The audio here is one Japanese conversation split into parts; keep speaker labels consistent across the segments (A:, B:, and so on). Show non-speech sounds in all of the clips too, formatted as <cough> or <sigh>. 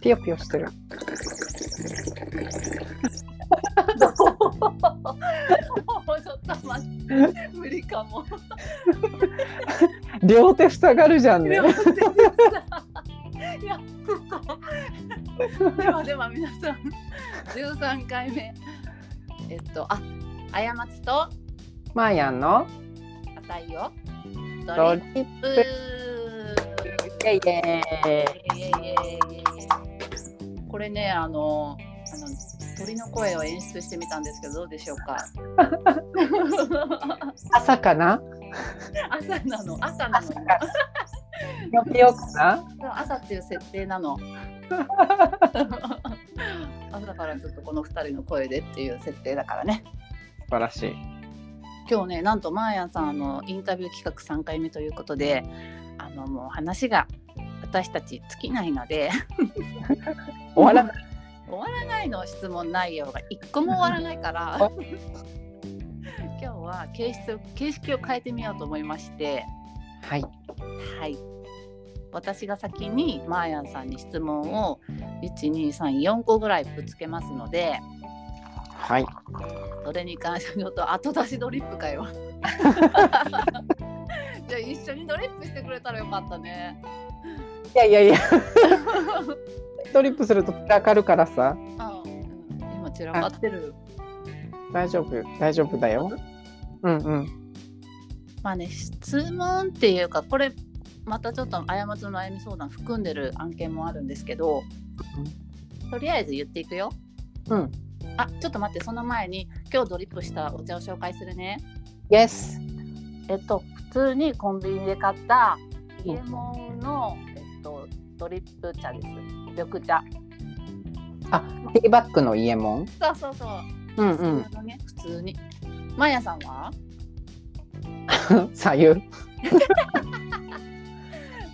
A: ピヨピヨしてる。
B: もうちょっと待って無理かも。
A: 両手塞がるじゃんね
B: 両。手塞いやちょっと。ではでは皆さん十三回目えっとあ過ちとあ
A: マーヤンの
B: たいよド
A: ド
B: リ
A: リ
B: ッ
A: ップ
B: プ。
A: イエ
B: イエイエイエイこれねあのあの鳥の声を演出してみたんですけどどうでしょうか。
A: 朝かな
B: 朝なの朝なの
A: 朝かピヨピヨかな
B: 朝っていう設定なの朝だからちょっとこの2人の声でっていう設定だからね
A: 素晴らしい。
B: 今日ねなんとまーやんさんあのインタビュー企画3回目ということであのもう話が私たち尽きないので
A: 終わらない。
B: 終わらないの質問内容が1個も終わらないから <laughs> 今日は形式を形式を変えてみようと思いまして
A: はい。
B: はい。私が先にマーヤンさんに質問を1234個ぐらいぶつけますので
A: はい。
B: それに関してちょっと後出しドリップか <laughs> よ。じゃあ一緒にドリップしてくれたらよかったね。
A: いやいやいや。トリップすると散らかるからさ。
B: うん、今散らかってる。
A: 大丈夫、大丈夫だよ。うんうん。
B: まあね質問っていうかこれまたちょっと過ちの悩み相談含んでる案件もあるんですけどとりあえず言っていくよ。
A: うん。
B: あちょっと待ってその前に今日ドリップしたお茶を紹介するね。
A: イエス。
B: えっと、普通にコンビニで買った伊右衛門の、えっと、ドリップ茶です。緑茶。
A: あ、ティーバッグのイエモン。
B: そうそうそう。
A: うん
B: 普通のね、普通に。マヤさんは
A: うん。左右。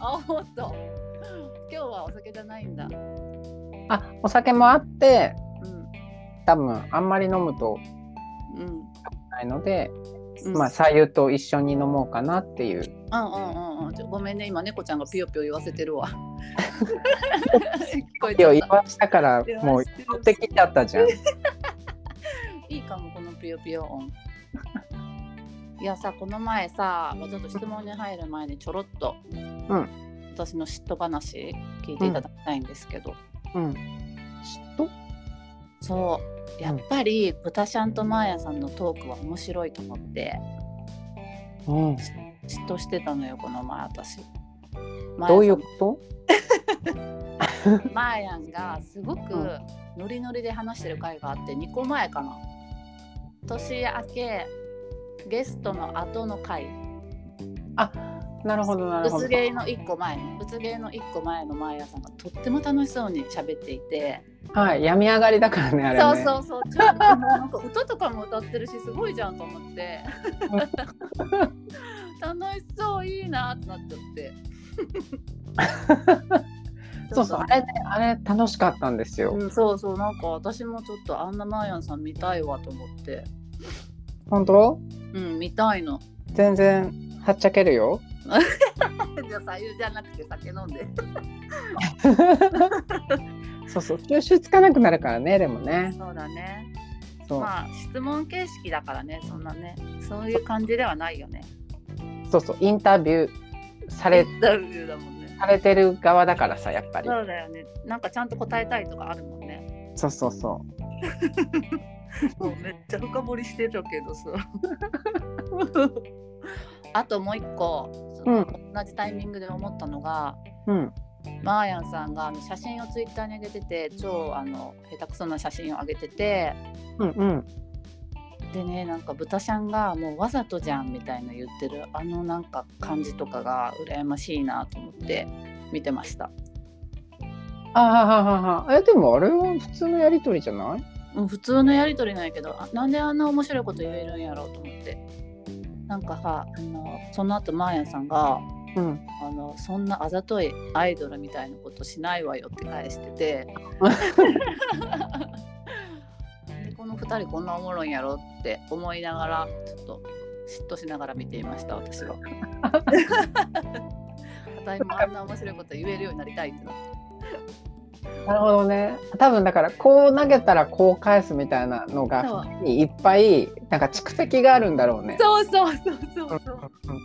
B: あ、おっと。今日はお酒じゃないんだ。う
A: あ、お酒もあって、
B: ん。
A: 多分あんまり飲むと
B: うん。
A: ないので、
B: うん、
A: まあ左右と一緒に飲もうかなっていう。
B: うんうんうんうんちょごめんね今猫ちゃんがピヨピヨ言わせてる <laughs> わ聞こ
A: 今
B: えち
A: 言
B: ゃった
A: わしたからもう
B: 言
A: 持
B: わ
A: っ
B: せ
A: て
B: てる
A: きちゃったじゃん。
B: いいかもこのピヨピヨ音 <laughs> いやさこの前さ、まあ、ちょっと質問に入る前にちょろっと、
A: ん
B: 私の嫉妬話聞いていただきたいんですけど、
A: うん。嫉妬？
B: そうやっぱり豚ちゃんとマーヤさんのトークは面白いと思って
A: うん。
B: 嫉妬してたのよこの前私。マーヤさん
A: どういうこ
B: マーヤンがすごく
A: うん
B: ノリノリで話してる回があって2個前かな年明けゲストの後の回
A: と？なるほどなるほ
B: 物
A: ど。
B: 芸の1個前ね物芸の1個前のマーヤさんがとっても楽しそうに喋っていて、
A: はい、病み上がりだからねあれね。
B: そうそうそうちょっともうなんか歌とかも歌ってるしすごいじゃんと思って楽しそういいなってなっちゃって
A: <laughs> そうそうあれねあれ楽しかったんですよ。
B: うん、そうそうなんか私もちょっとあんなマーヤンさん見たいわと思って
A: 本当？
B: うん見たいの
A: 全然はっちゃける <laughs> よ。
B: <laughs> じゃあ左右じゃなくて酒飲んで
A: そうそう吸収つかなくなるからねでもね。
B: そうだね
A: そう、
B: まあ質問形式だからねそんなねそういう感じではないよね
A: そうそうインタビューさ
B: あ
A: れ
B: だもんね
A: されてる側だからさやっぱり。
B: そうだよねなんかちゃんと答えたいとかあるもんね
A: そうそうそ
B: もう <laughs> めっちゃ深掘りしてるけどさ
A: <laughs>
B: あともう一個、
A: うん
B: 同じタイミングで思ったのが
A: う。うん。
B: マーヤンさんがあの写真をツイッターに上げてて超あの下手くそな写真を上げてて
A: うんうん。
B: でねなんか豚ちゃんがもうわざとじゃんみたいな言ってるあのなんか感じとかが羨ましいなと思って見てました、
A: あはははは。えでもあれは普通のやりとりじゃない？
B: うん、普通のやり取りなんやけどあなんであんな面白いこと言えるんやろうと思ってなんかさあのその後マーヤさんが
A: うん。
B: あの「そんなあざといアイドルみたいなことしないわよ」って返しててでこの2人こんなおもろいんやろって思いながらちょっと嫉妬しながら見ていました私は。私もあんな面白いこと言えるようになりたいってなっ
A: なるほどね多分だからこう投げたらこう返すみたいなの
B: そ
A: が
B: う
A: いっぱいなんか蓄積があるんだろうね。
B: そうそうそうそうそう
A: うんうん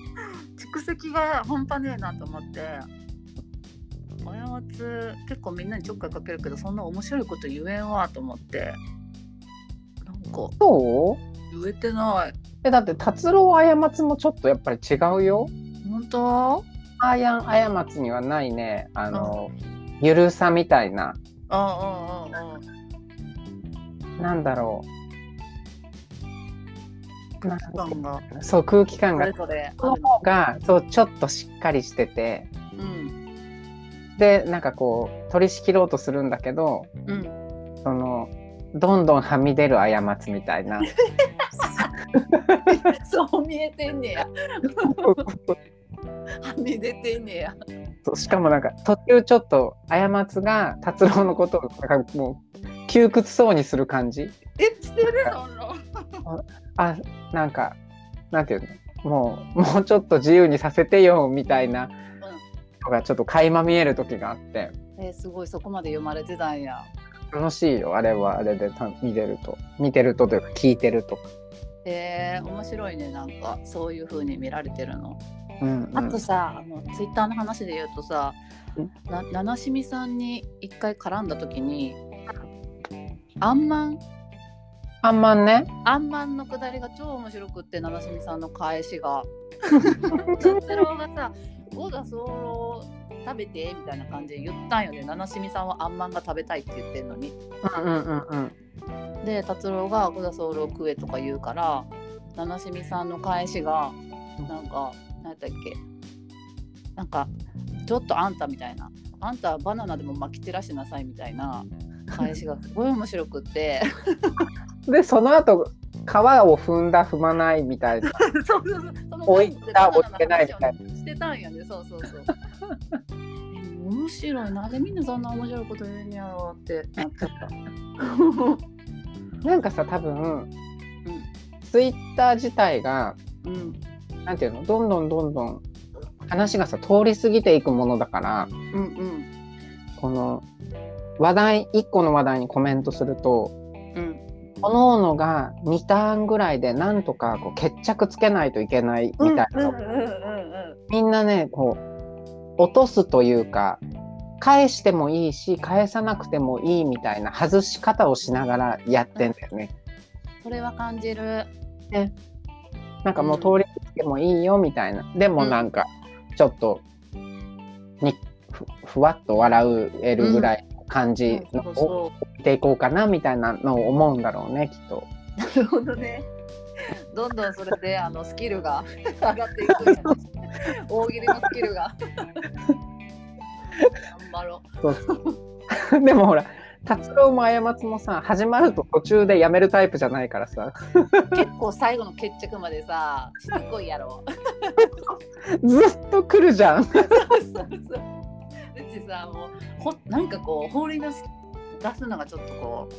B: 蓄積が半端ねえなと思って親や結構みんなにちょっかいかけるけどそんな面白いこと言えんわと思ってなんか
A: そう
B: 言えてない
A: えだって達郎あやまつもちょっとやっぱり違うよ。
B: 本当
A: あやんあやまつにはないねあの、ゆるさみたいな
B: あうんうんうんうん
A: なんだろうなん
B: 感が
A: そう空気感
B: そ
A: が
B: れぞれあ
A: の
B: る
A: 方がそうちょっとしっかりしてて
B: うん
A: でなんかこう取り仕切ろうとするんだけど
B: うん
A: そのどんどんはみ出る過ちみたいな
B: <laughs> そう見えてん
A: <laughs>
B: ねやはみ出てんねや
A: そうしかもなんか途中ちょっと過ちが達郎のことをなんかもう窮屈そうにする感じ
B: えしてるそんな
A: あなんかなんていうのもうもうちょっと自由にさせてよみたいなのがちょっと垣間見える時があって
B: えすごいそこまで読まれてたんや
A: 楽しいよあれはあれでた見てると見てるとというか聞いてるとか。
B: えー、面白いねなんかそういう風に見られてるの
A: うんうん
B: あとさ、あのツイッターの話で言うとさ
A: うん、
B: なななしみさんに一回絡んだ時に、あんまん、
A: あんまんね。
B: あんまんのくだりが超面白くって、ななしみさんの返し
A: <laughs>
B: が。達郎がさ、ゴダソロ食べてみたいな感じで言ったんよね。ななしみさんはあんまんが食べたいって言ってんのに。
A: うんうんうんうん。
B: で達郎が「ゴダソウルを食え」とか言うから七しみさんの返しがなんか何やったっけなんかちょっとあんたみたいなあんたはバナナでも巻き散らしなさいみたいな返しがすごい面白くって
A: でその後皮を踏んだ踏まないみ <laughs> たいな。
B: <laughs> そうそうそうその
A: 置いた置いてないみ
B: み
A: た
B: た
A: い
B: いなしてたんやねそうそうそうえ <laughs> 面白いなんでみんなそんな面白いこと言うんやろう <laughs> ってなっちゃった
A: なんかさ多分、ツイッター自体が
B: うん
A: なんていうのどんどんどんどん話がさ通り過ぎていくものだから
B: うんうん
A: この話題一個の話題にコメントすると
B: うん
A: 各々が2ターンぐらいでなんとかこう決着つけないといけないみたいな、
B: うんうんうんうん
A: みんなねこう落とすというか返してもいいし返さなくてもいいみたいな外し方をしながらやってんだよね。
B: それは感じる。
A: なんかもう通り過ぎてもいいよみたいな。でもなんかちょっとにふふわっと笑えるぐらいの感じ
B: そ
A: の
B: う
A: を
B: そ
A: 置いていこうかなみたいなのを思うんだろうねきっと。 <laughs>
B: う。なるほどね。どんどんそれであのスキルが <laughs> 上がっていくんやね。大喜利のスキルが。頑張ろ
A: そうそうでもほら達郎も過ちもさ始まると途中でやめるタイプじゃないからさ <laughs>
B: う。結構最後の決着までさ、してこいやろう。
A: ずっと来るじゃん。
B: そうそうそう。うちさ、もうほなんかこう放り出す出すのがちょっとこ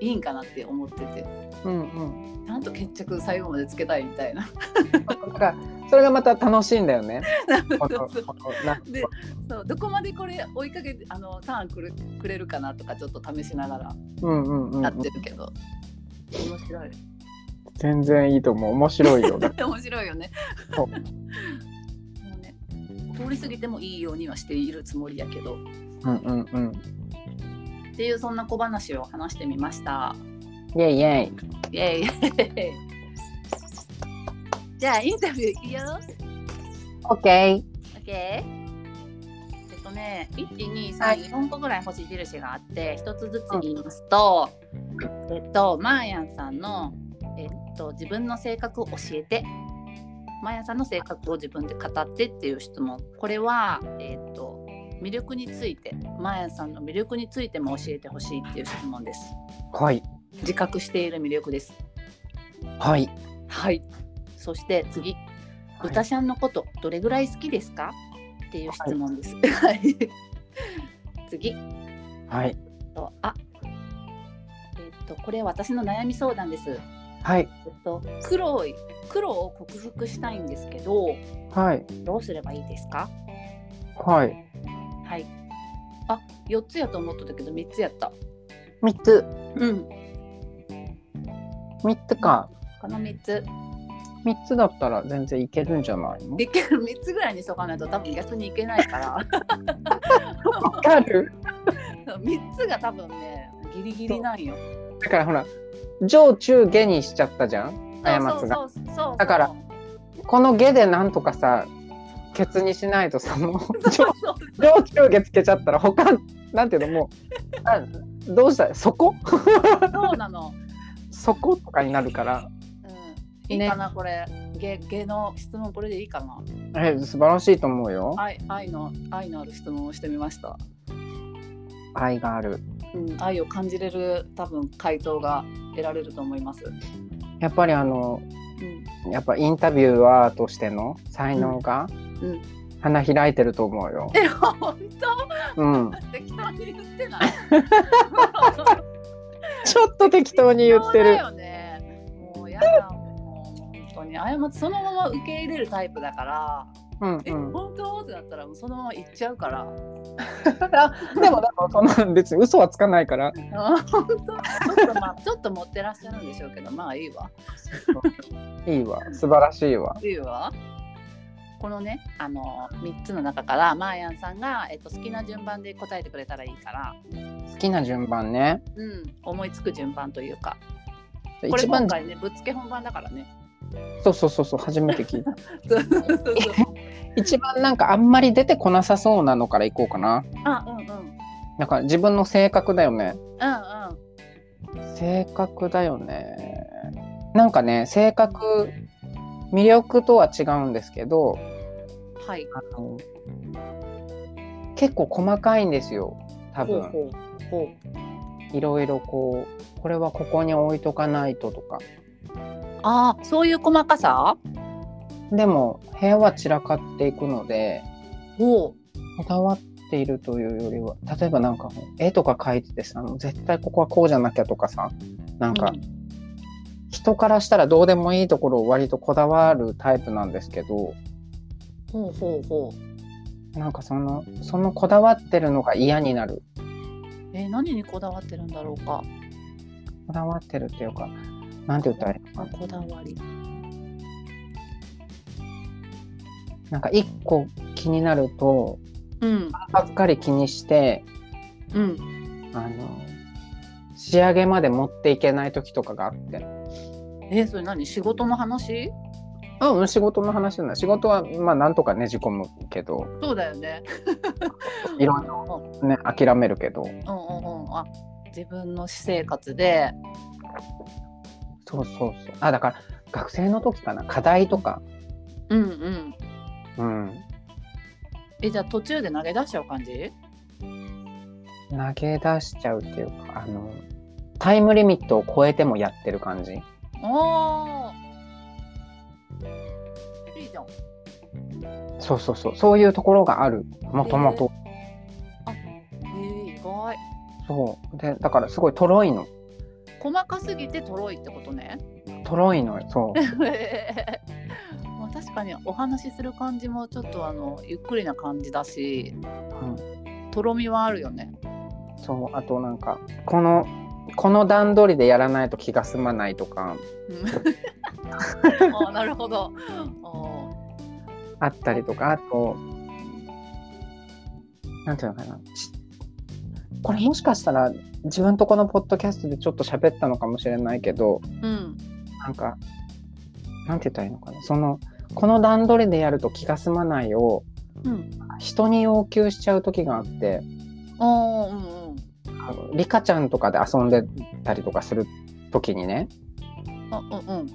B: ういいんかなって思ってて、
A: うんうん
B: ちゃんと決着最後までつけたいみたいな。
A: なんかそれがまた楽しいんだよね。こ
B: そ
A: の
B: うそう
A: このなんか
B: <laughs> でそうどこまでこれ追いかけてあのターンくるくれるかなとかちょっと試しながら
A: うんうんうんう
B: やっ
A: ん
B: てるけど、面白い
A: 全然いいと思う面白いよ。だ
B: <laughs> 面白いよね
A: そう
B: もうね通り過ぎてもいいようにはしているつもりやけど
A: うんうんうん。
B: っていうそんな小話を話してみました
A: イェイイェイ。
B: イエイじゃあインタビューいくよ
A: オッケー。
B: オッケーえっとね、
A: はい
B: 1234、4個ぐらい星印があって一つずつ言いますと、えっとマーヤンさんの、えっと、自分の性格を教えてマーヤンさんの性格を自分で語ってっていう質問これは、えっと、魅力についてマーヤンさんの魅力についても教えてほしいっていう質問です
A: はい
B: 自覚している魅力です
A: はい。
B: はいそして次豚ちゃんのことどれぐらい好きですかっていう質問です。はい。 <laughs> 次
A: はい
B: とあえっ、とこれ私の悩み相談です。えっ、
A: はい
B: と黒い黒を克服したいんですけど
A: はい
B: どうすればいいですか？
A: はい。
B: はい。あ四4つやと思ってたけど3つやった
A: 3つ
B: うん
A: 3つか
B: この3つ
A: 3つだったら全然いけるんじゃないの
B: いける3つぐらいにしとかないと多分逆にいけないから <laughs>
A: わかる
B: 3つが多分ねギリギリなんよ
A: だからほら上中下にしちゃったじゃん過
B: そ
A: 松
B: う
A: が
B: そうそうそうそう
A: だからこの下でなんとかさケツにしないとさ
B: <laughs>
A: もう上
B: そうそうそう
A: 上中下つけちゃったら他なんていうのもうあどうしたらそこ
B: そうなの、
A: そことかになるから
B: うん、いいかな、これ芸芸の質問これでいいかな
A: え素晴らしいと思うよ
B: 愛愛の愛のある質問をしてみました、
A: 愛がある
B: うん、愛を感じれる多分回答が得られると思います、
A: やっぱりあの
B: うん、
A: やっぱインタビュアーとしての才能が
B: うんうん
A: 花開いてると思うよ。
B: え本当
A: うん、
B: 適当に言って <laughs> ない
A: ちょっと適当に言って
B: そうだ
A: る。
B: よねもうやだもう本当に過ちそのまま受け入れるタイプだから
A: うん
B: え、
A: うん、
B: 本当ってなったらもうそのまま行っちゃうから
A: でもでもそんな別に嘘はつかないから。
B: あ <laughs> 本当ちょっとまあちょっと持ってらっしゃるんでしょうけどまあいいわ
A: いいわ素晴らしいわ。
B: いいわこのねあの3つの中からマーヤンさんが、えっと、好きな順番で答えてくれたらいいから、
A: 好きな順番ね。
B: うん、思いつく順番というかこれ
A: 一
B: 今
A: 番
B: 回ねぶっつけ本番だからね
A: そうそうそうそう初めて聞いた。
B: そうそうそう
A: 一番なんかあんまり出てこなさそうなのからいこうかな。
B: <laughs> あうんうんうんうん
A: なんか自分の性格だよね。性格だよね。なんかね性格魅力とは違うんですけど。
B: はい
A: あの結構細かいんですよ多分
B: ほうほう
A: いろいろこうこれはここに置いとかないととか
B: あーそういう細かさ
A: でも部屋は散らかっていくので
B: ほ
A: こだわっているというよりは例えばなんか絵とか描いててさもう絶対ここはこうじゃなきゃとかさな
B: うん
A: か人からしたらどうでもいいところを割とこだわるタイプなんですけど
B: ほうほうほう
A: なんかそのそのこだわってるのが嫌になる
B: えー何にこだわってるんだろうか
A: こだわってるっていうかなんて言ったらいいのか
B: あ
A: な
B: こだわり
A: なんか一個気になると
B: うん
A: ばっかり気にして
B: うん
A: あの仕上げまで持っていけない時とかがあって
B: えーそれ何仕事の話
A: あうん仕事の話なんだ仕事はまあなんとかねじ込むけど
B: そうだよね
A: いろいろね諦めるけど
B: うんうんうん、あ自分の私生活で、
A: そうそうそうあだから学生の時かな課題とか
B: うんう
A: う
B: ん、
A: ん
B: えじゃあ途中で投げ出しちゃう感じ
A: 投げ出しちゃうっていうかあのタイムリミットを超えてもやってる感じ
B: おーいいじゃん
A: そうそうそうそういうところがあるもともと
B: えー、意外
A: そうでだからすごいとろいの
B: 細かすぎてとろいってこと <laughs> ね
A: とろいのよそう
B: まあ確かにお話しする感じもちょっとあのゆっくりな感じだし、とろみはあるよね
A: そうあとなんかこのこの段取りでやらないと気が済まないとか
B: うん <laughs> あーなるほどあ
A: あったりとかあとなんていうのかなちこれもしかしたら自分とこのポッドキャストでちょっと喋ったのかもしれないけど
B: ーうん
A: なんかなんて言ったらいいのかなそのこの段取りでやると気が済まないを
B: うん
A: 人に要求しちゃう時があって
B: あーうんうん
A: あのリカちゃんとかで遊んでたりとかする時にね
B: あうんうん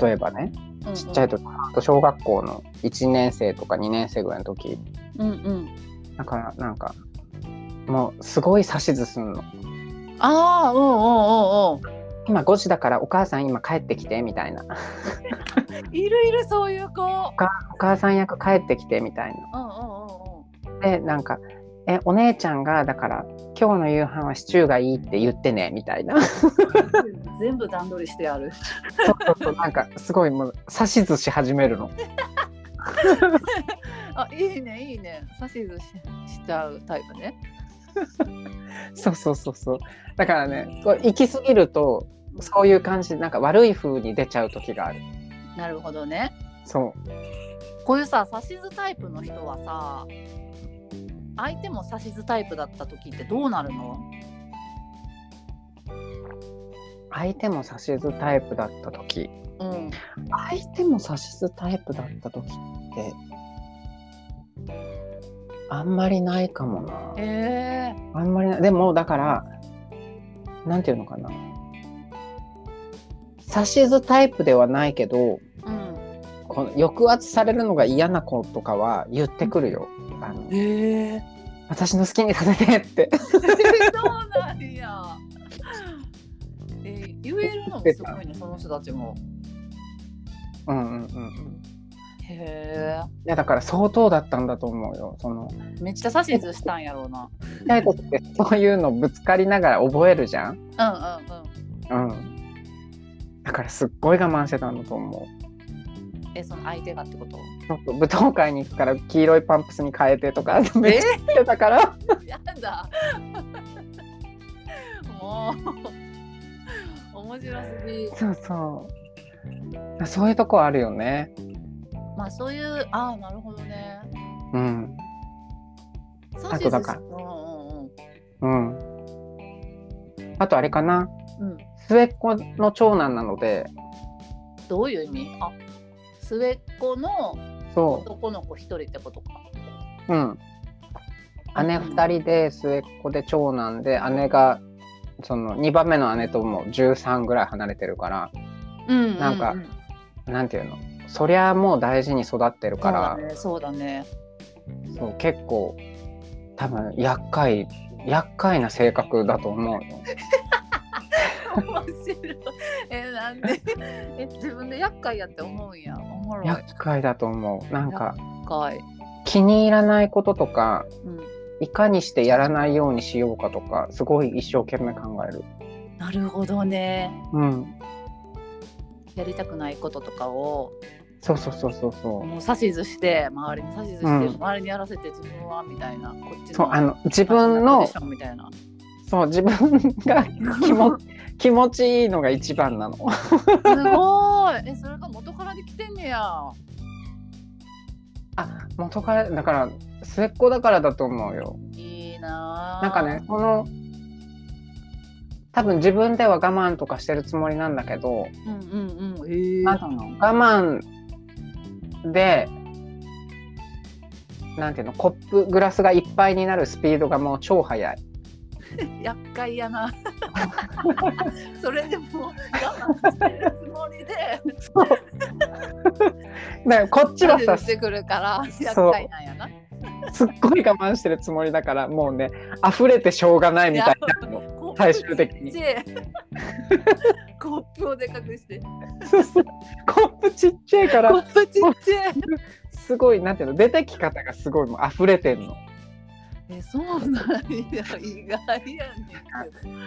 A: 例えばね
B: うん
A: ちっちゃい時、あと小学校の1年生とか2年生ぐらいの時
B: うんうん
A: だからなんかもうすごい指図すんの
B: ああ、うんうんうん
A: 今5時だからお母さん今帰ってきてみたいな
B: うん。いるいるそういう子。うんうん
A: お母さん役帰ってきてみたい
B: うん
A: なでなんかえお姉ちゃんがだから今日の夕飯はシチューがいいって言ってねみた
B: <laughs>
A: いな
B: うん。全部段取りしてある。
A: そうそうそうなんかすごいもう指図し始めるの
B: あ、いいねいいね。指図ししちゃうタイプね。
A: そうそうそうそう。だからね、こう行き過ぎると、そういう感じ、なんか悪い風に出ちゃう時がある。
B: なるほどね。
A: そ
B: こういうさ指図タイプの人はさ相手も指図タイプだった時ってどうなるの
A: う。相手も指図タイプだった時。
B: うん
A: 相手も指図タイプだった時って、あんまりないかもな。
B: えー、
A: あんまりない。でも、だから、なんていうのかな。指図タイプではないけど、
B: うん
A: この抑圧されるのが嫌な子とかは言ってくるよ。あの
B: えー、
A: 私の好きにさせてって。
B: <laughs>
A: <laughs>
B: そうなんやえー言えるのもすごいねその人たちも
A: うんうんうんうん。
B: へ
A: いやだから相当だったんだと思うよ。その
B: えめっちゃ指図したんやろうな
A: ちっちゃい子ってそういうのぶつかりながら覚えるじゃん。
B: うんうんうん
A: うん。だからすっごい我慢してたんだと思う。
B: えその相手がってこと
A: ちょっと舞踏会に行くから黄色いパンプスに変えてとかめっち
B: え
A: ゃ言ってたから。
B: ー、やだもう面白すぎ
A: <laughs> そうそう。そういうとこあるよね。
B: まあそういうああなるほどね
A: うん。
B: サ
A: とだから
B: うんうん
A: うん。あとあれかな。
B: うんうん
A: 末っ子の長男なので、
B: どういう意味あ末っ子の
A: そ
B: 男の子一人ってことか
A: う、うん。姉2人で末っ子で長男で、姉がその2番目の姉とも13ぐらい離れてるから、
B: うんうう
A: なんかなんていうの、そりゃもう大事に育ってるから、
B: そうだね
A: そう結構多分厄介、厄介な性格だと思うよ。
B: そうだね面白いえなんでえ自分で厄介やって思うんやおもろい
A: 厄介だと思う。なんか
B: 厄介
A: 気に入らないこととか、
B: うん
A: いかにしてやらないようにしようかとか、すごい一生懸命考える。
B: なるほどね
A: うん。
B: やりたくないこととかを
A: そうそうそうそうそう。
B: もう指図して周りに指図して、
A: うん
B: 周りにやらせて自分はみたいなこっちの
A: そうあの自
B: 自
A: 分の
B: みたいな
A: そう自分が気持 <laughs> 気持ちいいのが一番なの。
B: <laughs> すごいえそれが元からできてんねや
A: あ元からだから末っ子だからだと思うよ。
B: いいなあ
A: なんかねこの多分自分では我慢とかしてるつもりなんだけど
B: うんうんうんええ
A: なん我慢でなんていうのコップグラスがいっぱいになるスピードがもう超速い。
B: 厄介
A: <laughs>
B: やなそれでも我慢してるつもりで
A: そうだからこっちはさ
B: してくるから
A: そう
B: 厄介なんやな
A: すっごい我慢してるつもりだからもうね溢れてしょうがないみたいなの。
B: コップ
A: 最終的に
B: ちっちゃい <laughs> コップをでかくして
A: そうそう <laughs> コップちっちゃいか
B: コ
A: ら
B: ップちっちゃい
A: すごいなんていうの出てき方がすごいもう溢れてんの
B: えそうなんや意外やねんけど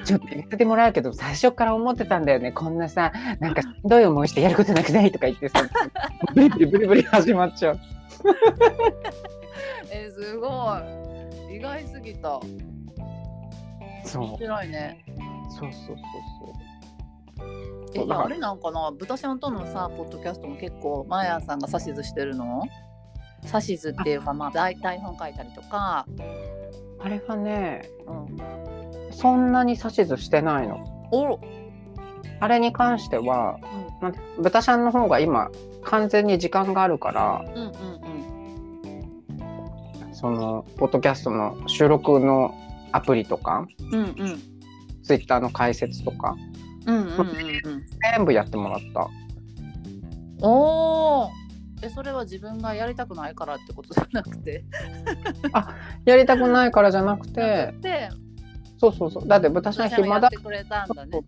A: ちょっと言っててもらうけど最初から思ってたんだよねこんなさなんかしんどい思いしてやることなくないとか言ってさブリブリブリブリ始まっちゃう
B: えすごい意外すぎた
A: そう
B: 面白いね
A: そうそうそう
B: え
A: そう
B: い
A: だか
B: や
A: ら
B: あれなんかな豚ちゃんとのさポッドキャストも結構マヤさんが指図してるの指図っていうかまあ大体本書いたりとか、
A: そうあれはね
B: うん、
A: そんなに指図してないの
B: お
A: あれに関しては、なんて豚ちゃんの方が今完全に時間があるから
B: うんうんうん
A: そのポッドキャストの収録のアプリとか
B: うんうん
A: ツイッターの解説とか
B: うんうんうんうん
A: 全部やってもらった
B: おーえそれは自分がやりたくないからってことじゃなくて
A: やりたくないからじゃなくて
B: で
A: そうそうそうだって豚
B: 私
A: ちゃん
B: はや
A: 暇
B: っ
A: だ
B: てくれたんだね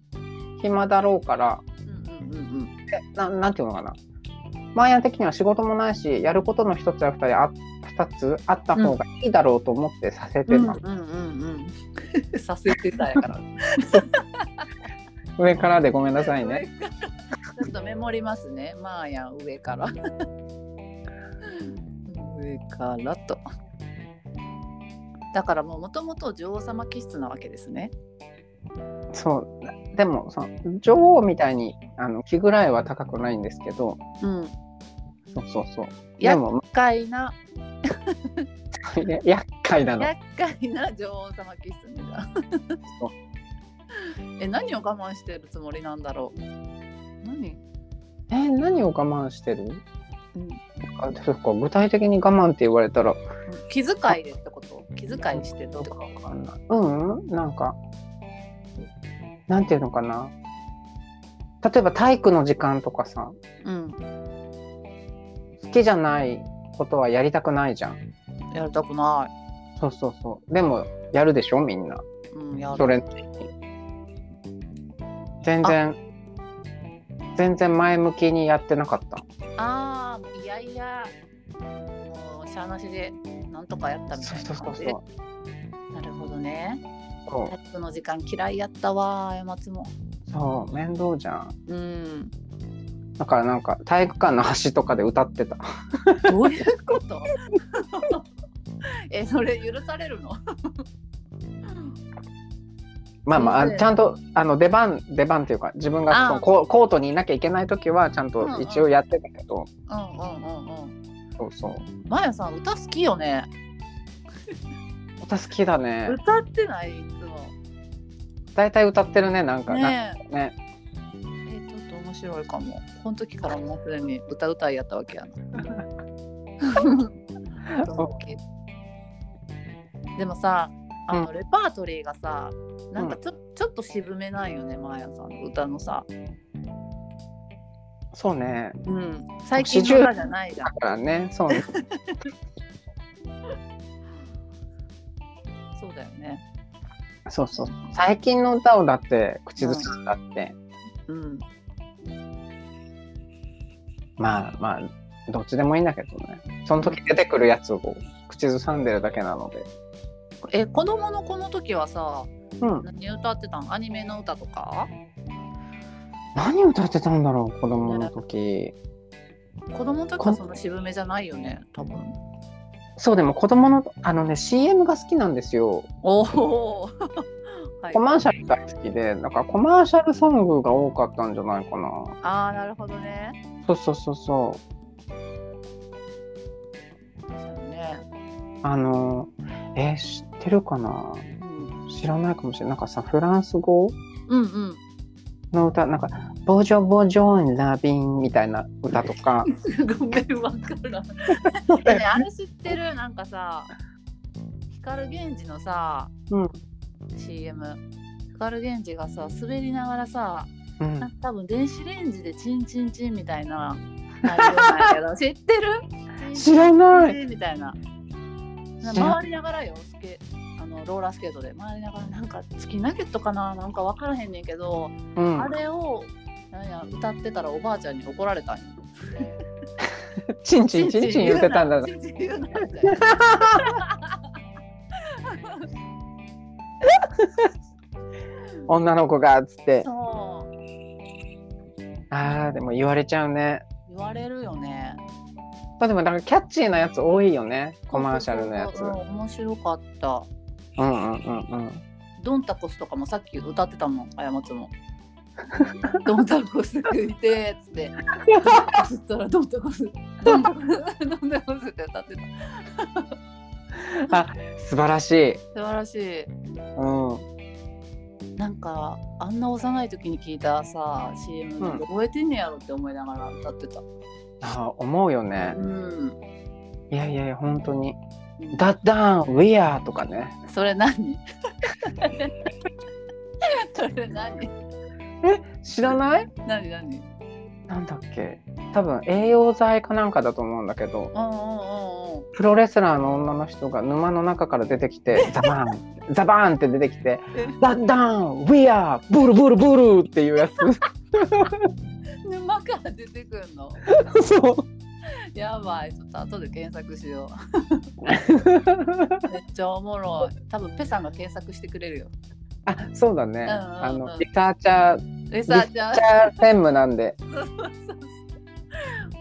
A: 暇だろうから
B: うんうんうんうん
A: ななんていうのかなマーヤ的には仕事もないしやることの一つや二人あ二つあった方がいいだろうと思ってさせて
B: う
A: た
B: ん
A: の、
B: うんうんうんさせてたや <laughs> から
A: 上からでごめんなさい
B: 上
A: ね
B: からちょっとメモりますね。まあやん上から。上からと。だからもうもともと女王様気質なわけですね。
A: そうでもその女王みたいにあの気ぐらいは高くないんですけど
B: うん。
A: そうそうそうで
B: 厄
A: も <laughs>
B: 介な
A: や厄介なの
B: 厄介な女王様気質ねじゃあ
A: そう
B: え何を我慢してるつもりなんだろう。何？
A: え何を我慢してる
B: うん
A: あそっか具体的に我慢って言われたら
B: 気遣いでってこと？気遣いしてるって
A: ど
B: こ
A: う
B: と
A: かわかんないうんうんなんかなんていうのかな例えば体育の時間とかさ
B: うん。
A: 好きじゃないことはやりたくないじゃん
B: やりたくない。
A: そうそうそうでもやるでしょみんな
B: うんやる。
A: それ全然全然前向きにやってなかった
B: ああもういやいやもうしゃあなしでなんとかやったみたいな感じ。
A: そう
B: なるほどね。
A: そう
B: 体育の時間嫌いやったわー松も。
A: そう面倒じゃん
B: うん。
A: だからなんか体育館の端とかで歌ってた
B: どういうことえそれ許されるの
A: まあまああ
B: 先生
A: ちゃんとあの出番出番っていうか自分が
B: あ
A: そのコーコートにいなきゃいけない時はちゃん
B: うんう
A: と
B: ん
A: 一応やってたけど、
B: うんうんうんうん
A: そうそう
B: まやさん歌好きよね
A: 歌好きだね
B: 歌ってないいつも
A: 大体歌ってるねなんかね
B: ねえ
A: ね
B: えちょっと面白いかもこの時からもうすでに歌歌いやったわけや <laughs> なドンキでもさあのレパートリーがさなんかちょ,、ちょっと渋めないよねまやさんの歌のさ、
A: そうね
B: うん、最近の歌じゃないじゃん
A: だからねそうね <laughs>
B: そうだよね
A: そうそう最近の歌をだって口ずさんだって、
B: うん
A: まあまあどっちでもいいんだけどねその時出てくるやつを口ずさんでるだけなので
B: え子供のこの時はさ
A: うん
B: 何歌ってたんアニメの歌とか
A: 何歌ってたんだろう子供の時
B: 子供の時はそんな渋めじゃないよね多分 <laughs>
A: そうでも子供のあのね CM が好きなんですよ
B: おおはい
A: コマーシャルが好きでなんかコマーシャルソングが多かったんじゃないかな
B: ああなるほどね
A: そうそうそうそう
B: そうね、
A: あのえー知ってるかな
B: うん、
A: 知らないかもしれないなんかさフランス語
B: うんうん
A: の歌なんか「ボジョボジョンラビン」みたいな歌とか
B: <laughs> ごめんわからんねあれ知ってるなんかさ光源氏のさ、
A: うん
B: CM 光源氏がさ滑りながらさ <laughs>
A: うん
B: なんか多分電子レンジでチンチンチンみたい
A: <laughs>
B: なあれなんやけど知ってる
A: 知らない
B: いみたいな
A: 知らん
B: 回りながらよスケあのローラースケートで回りながらなんかチキンナゲットかななんか分からへんねんけど、
A: うん
B: あれをなんや歌ってたらおばあちゃんに怒られた
A: <laughs>
B: んよ
A: チンチンチンチン言ってたんだ
B: チンチン言うなみたいな
A: 女の子がっつって
B: そう
A: あーでも言われちゃうね
B: 言われるよね
A: まあでもなんかキャッチーなやつ多いよねコマーシャルのやつ
B: そうそうそううん面白かった
A: うんうんうんうん
B: ドンタコスとかもさっき歌ってたもん、あやまつも。 <laughs> ドンタコス食いてーっつって。ドンタコスったらドンタコス、ドンタコス、ドンタコスって歌ってた。
A: 素晴らしい
B: 素晴らし
A: うん
B: い。なんか、あんな幼い時に聞いたさ、CM
A: うん
B: 覚えてんねやろって思いながら歌ってた。
A: あー思うよね
B: うん。
A: いやいやいや本当に「ダッダーンウィアー」とかね
B: それ何 <laughs> それ何
A: 知らない
B: 何何
A: なんだっけ多分栄養剤かなんかだと思うんだけど
B: うんうんうんうん。
A: プロレスラーの女の人が沼の中から出てき
B: <laughs>
A: てザバーンザバーンって出てきて「ダッダーンウィアーブルブルブル」っていうや
B: <laughs>
A: つ
B: 沼から出てく <laughs> んの
A: そう <laughs>
B: やばい、ちょっと後で検索しよう。 <laughs> めっちゃおもろい。多分ペさんが検索してくれるよ。
A: あそうだね、
B: んうんうん
A: あのリサーチャーリ
B: レサ
A: サ
B: ー
A: ー
B: チ
A: チ
B: ャ
A: ャ
B: ー。
A: ー専務なんで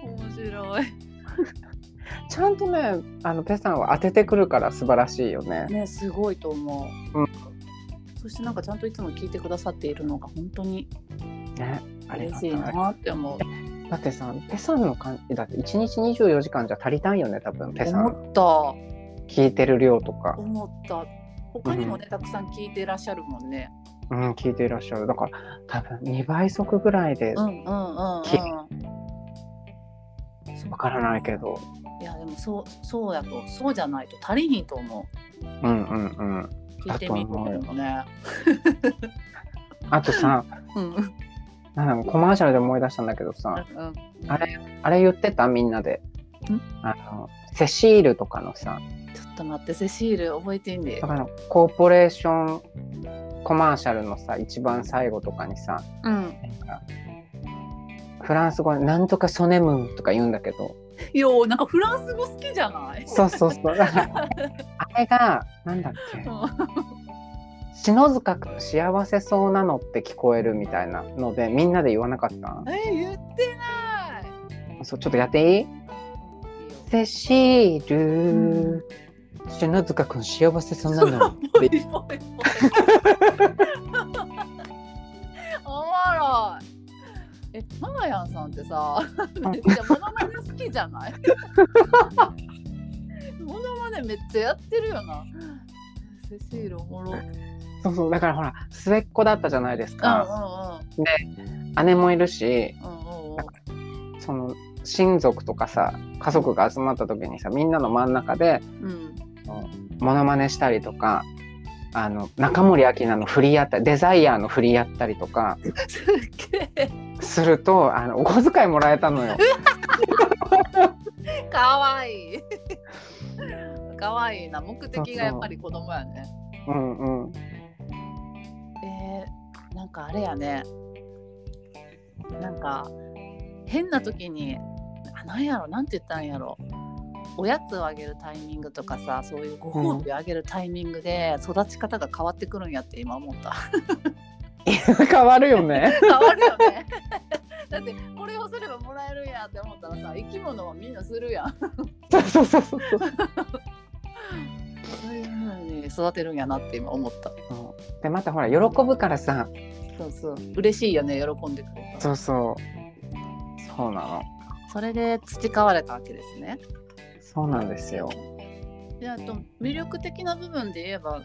B: 面白い。
A: 「ちゃんとねあのペさんは当ててくるから素晴らしいよね。
B: ねすごいと思う、
A: う
B: そしてなんかちゃんといつも聞いてくださっているのが本当に
A: ねあり
B: 嬉
A: が
B: しい
A: たい
B: なって思う
A: だってさペさんの感じだって1日24時間じゃ足りたんよね多分ペさん
B: 思った
A: 聞いてる量とか、
B: 思った他にもね、たくさん聞いてらっしゃるもんね
A: うん、聞いていらっしゃるだから多分2倍速ぐらいで
B: うんうんうんうん
A: き
B: そう
A: わからないけど、
B: いやでもそうそうやとそうじゃないと足りひんと思
A: うんうんうん、
B: う聞いてみるの
A: だと
B: もね
A: あとさ
B: うんうん
A: なんかコマーシャルで思い出したんだけどさ、あれ言ってたみんなで。あのセシールとかのさ
B: ちょっと待ってセシール覚えてんで
A: だからコーポレーションコマーシャルのさ一番最後とかにさ
B: うん
A: なんかフランス語で「なんとかソネムン」とか言うんだけど
B: ようなんかフランス語好きじゃない
A: そうそうそうだ
B: <laughs>
A: からあれがなんだっけ
B: う
A: 篠塚くん幸せそうなのって聞こえるみたいなのでみんなで言わなかった
B: んえ言ってない
A: そうちょっとやっていい
B: いいよ
A: セシール、篠塚くん幸せそうなのって
B: ぽいぽいぽいおもろい。え、ママヤンさんってさ、めっちゃモノマネ好きじゃないモノマネめっちゃやってるよな。セシールおもろ。うんうん
A: そうそうだからほら末っ子だったじゃないですか、
B: う
A: 姉もいるし
B: んうんうんうん。
A: その親族とかさ家族が集まった時にさみんなの真ん中で
B: うん
A: モノマネしたりとかあの中森明菜の振りやったりデザイアーの振りやったりとか
B: すっげえ
A: するとあのお小遣いもらえたのよ。
B: かわいいかわいいな目的がやっぱり子供やね
A: うんうん、 <laughs>
B: えー、なんかあれやねなんか変な時にあなんやろなんて言ったんやろおやつをあげるタイミングとかさそういうご褒美をあげるタイミングで育ち方が変わってくるんやって今思った
A: 変わるよね。
B: <laughs> 変わるよね <laughs> だってこれをすればもらえるんやって思ったらさ生き物はみんなするやん
A: そうそうそうそうそう
B: そういうふうに育てるんやなって今思った
A: そう。でまたほら喜ぶからさ
B: そうそう嬉しいよね喜んでくれたら
A: そうそうそうなの
B: それで培われたわけですね
A: そうなんですよ。
B: であと魅力的な部分で言えば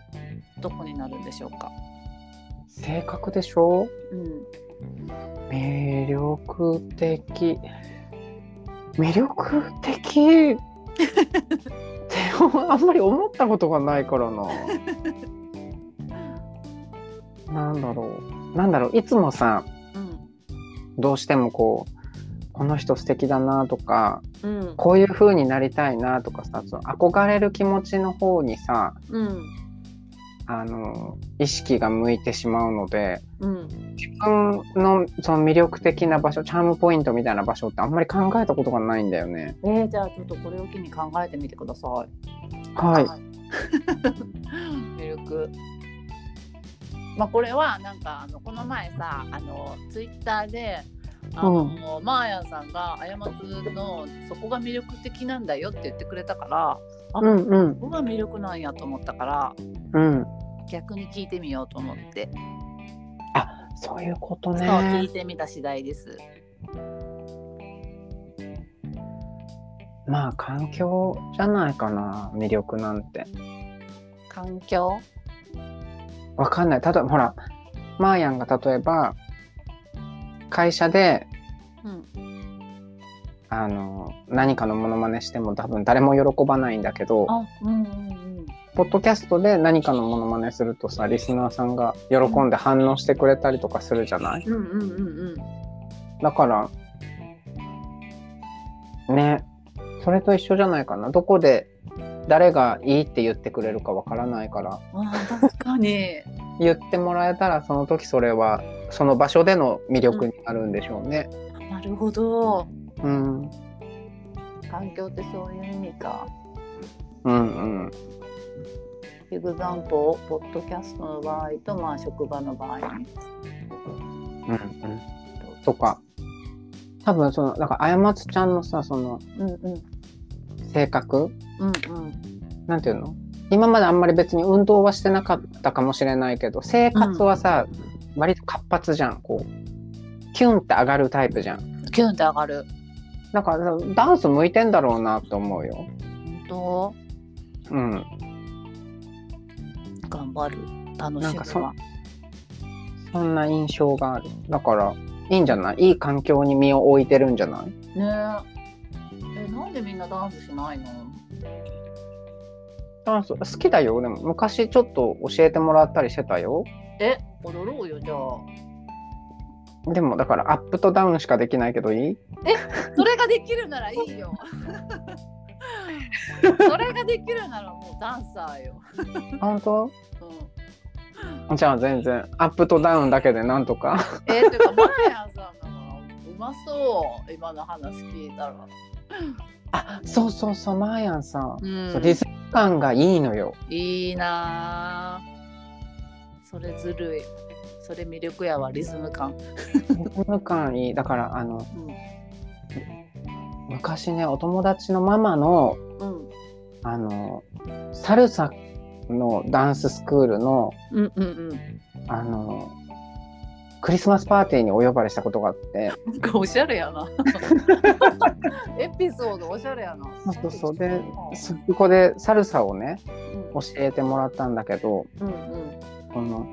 B: どこになるんでしょうか。
A: 性格でしょ
B: うん。
A: 魅力的魅力的ってあんまり思ったことがないからななんだろうなんだろういつもさ
B: うん。
A: どうしてもこうこの人素敵だなとか
B: うん。
A: こういう風になりたいなとかさその憧れる気持ちの方にさ
B: うん。
A: あの意識が向いてしまうので
B: うん。
A: 自分のその魅力的な場所チャームポイントみたいな場所ってあんまり考えたことがないんだよね。
B: えー、じゃあちょっとこれを機に考えてみてください。 <laughs>
A: はい。
B: 魅力。まあこれはなんかあのこの前さあのツイッターで。あのマーヤンさんが「あやまつのそこが魅力的なんだよ」って言ってくれたからあ
A: うんうん
B: そこが魅力なんやと思ったから
A: うん。
B: 逆に聞いてみようと思って
A: あそういうこと
B: そう聞い
A: ね。
B: てみた次第です。
A: まあ環境じゃないかな魅力なんて。
B: 環境
A: わかんない。ただほらマーヤンが例えば会社で
B: うん
A: あの何かのモノマネしても多分誰も喜ばないんだけど
B: あうんうん
A: ポッドキャストで何かのモノマネするとさリスナーさんが喜んで反応してくれたりとかするじゃない
B: うんうんうんうんうん
A: だから、ね、それと一緒じゃないかな。どこで誰がいいって言ってくれるかわからないから、
B: あー確かに <laughs>
A: 言ってもらえたらその時それは、その場所での魅力になるんでしょうね。
B: なるほど
A: うん、うん、
B: 環境ってそういう意味か
A: うん、
B: エグザンポポッドキャストの場合とまあ職場の場合に
A: うん、うん。とか、多分その、なんか、あやまつちゃんのさ、その、
B: うんうん
A: 性格
B: うんうん
A: なんていうの今まであんまり別に運動はしてなかったかもしれないけど生活はさ、割と活発じゃんこうキュンって上がるタイプじゃん
B: キュンって上がる
A: だからダンス向いてんだろうなと思うよ
B: 本当
A: うん
B: 頑張る楽
A: なん
B: し
A: かそ
B: むわ
A: そんな印象があるだからいいんじゃないいい環境に身を置いてるんじゃない
B: ねええなんでみんなダンスしないの
A: ダンス好きだよでも昔ちょっと教えてもらったりしてたよ
B: え踊ろうよじゃあ
A: でもだからアップとダウンしかできないけどいい
B: それができるならいいよ <laughs> それができるならもうダンサーよ、
A: 本当
B: う
A: じゃあ全然アップとダウンだけでなんとか
B: ん、えー、てかマーヤンさんのうまそう今の話聞いたら
A: あ <laughs> そうそうそうマーヤンさん、
B: うん
A: そうリズム感がいいのよ
B: いいなあそれずるいそれ魅力やわリズム感
A: リズム感いいだからあの
B: う
A: 昔ねお友達のママの
B: んうん
A: あのサルサのダンススクールの
B: うんうん
A: あのクリスマスパーティーにお呼ばれしたことがあって
B: なんかおしゃれやな <laughs> エピソードおしゃれやな
A: そうそうそうで
B: う
A: そこでサルサをね
B: ん
A: 教えてもらったんだけど
B: うんうん
A: この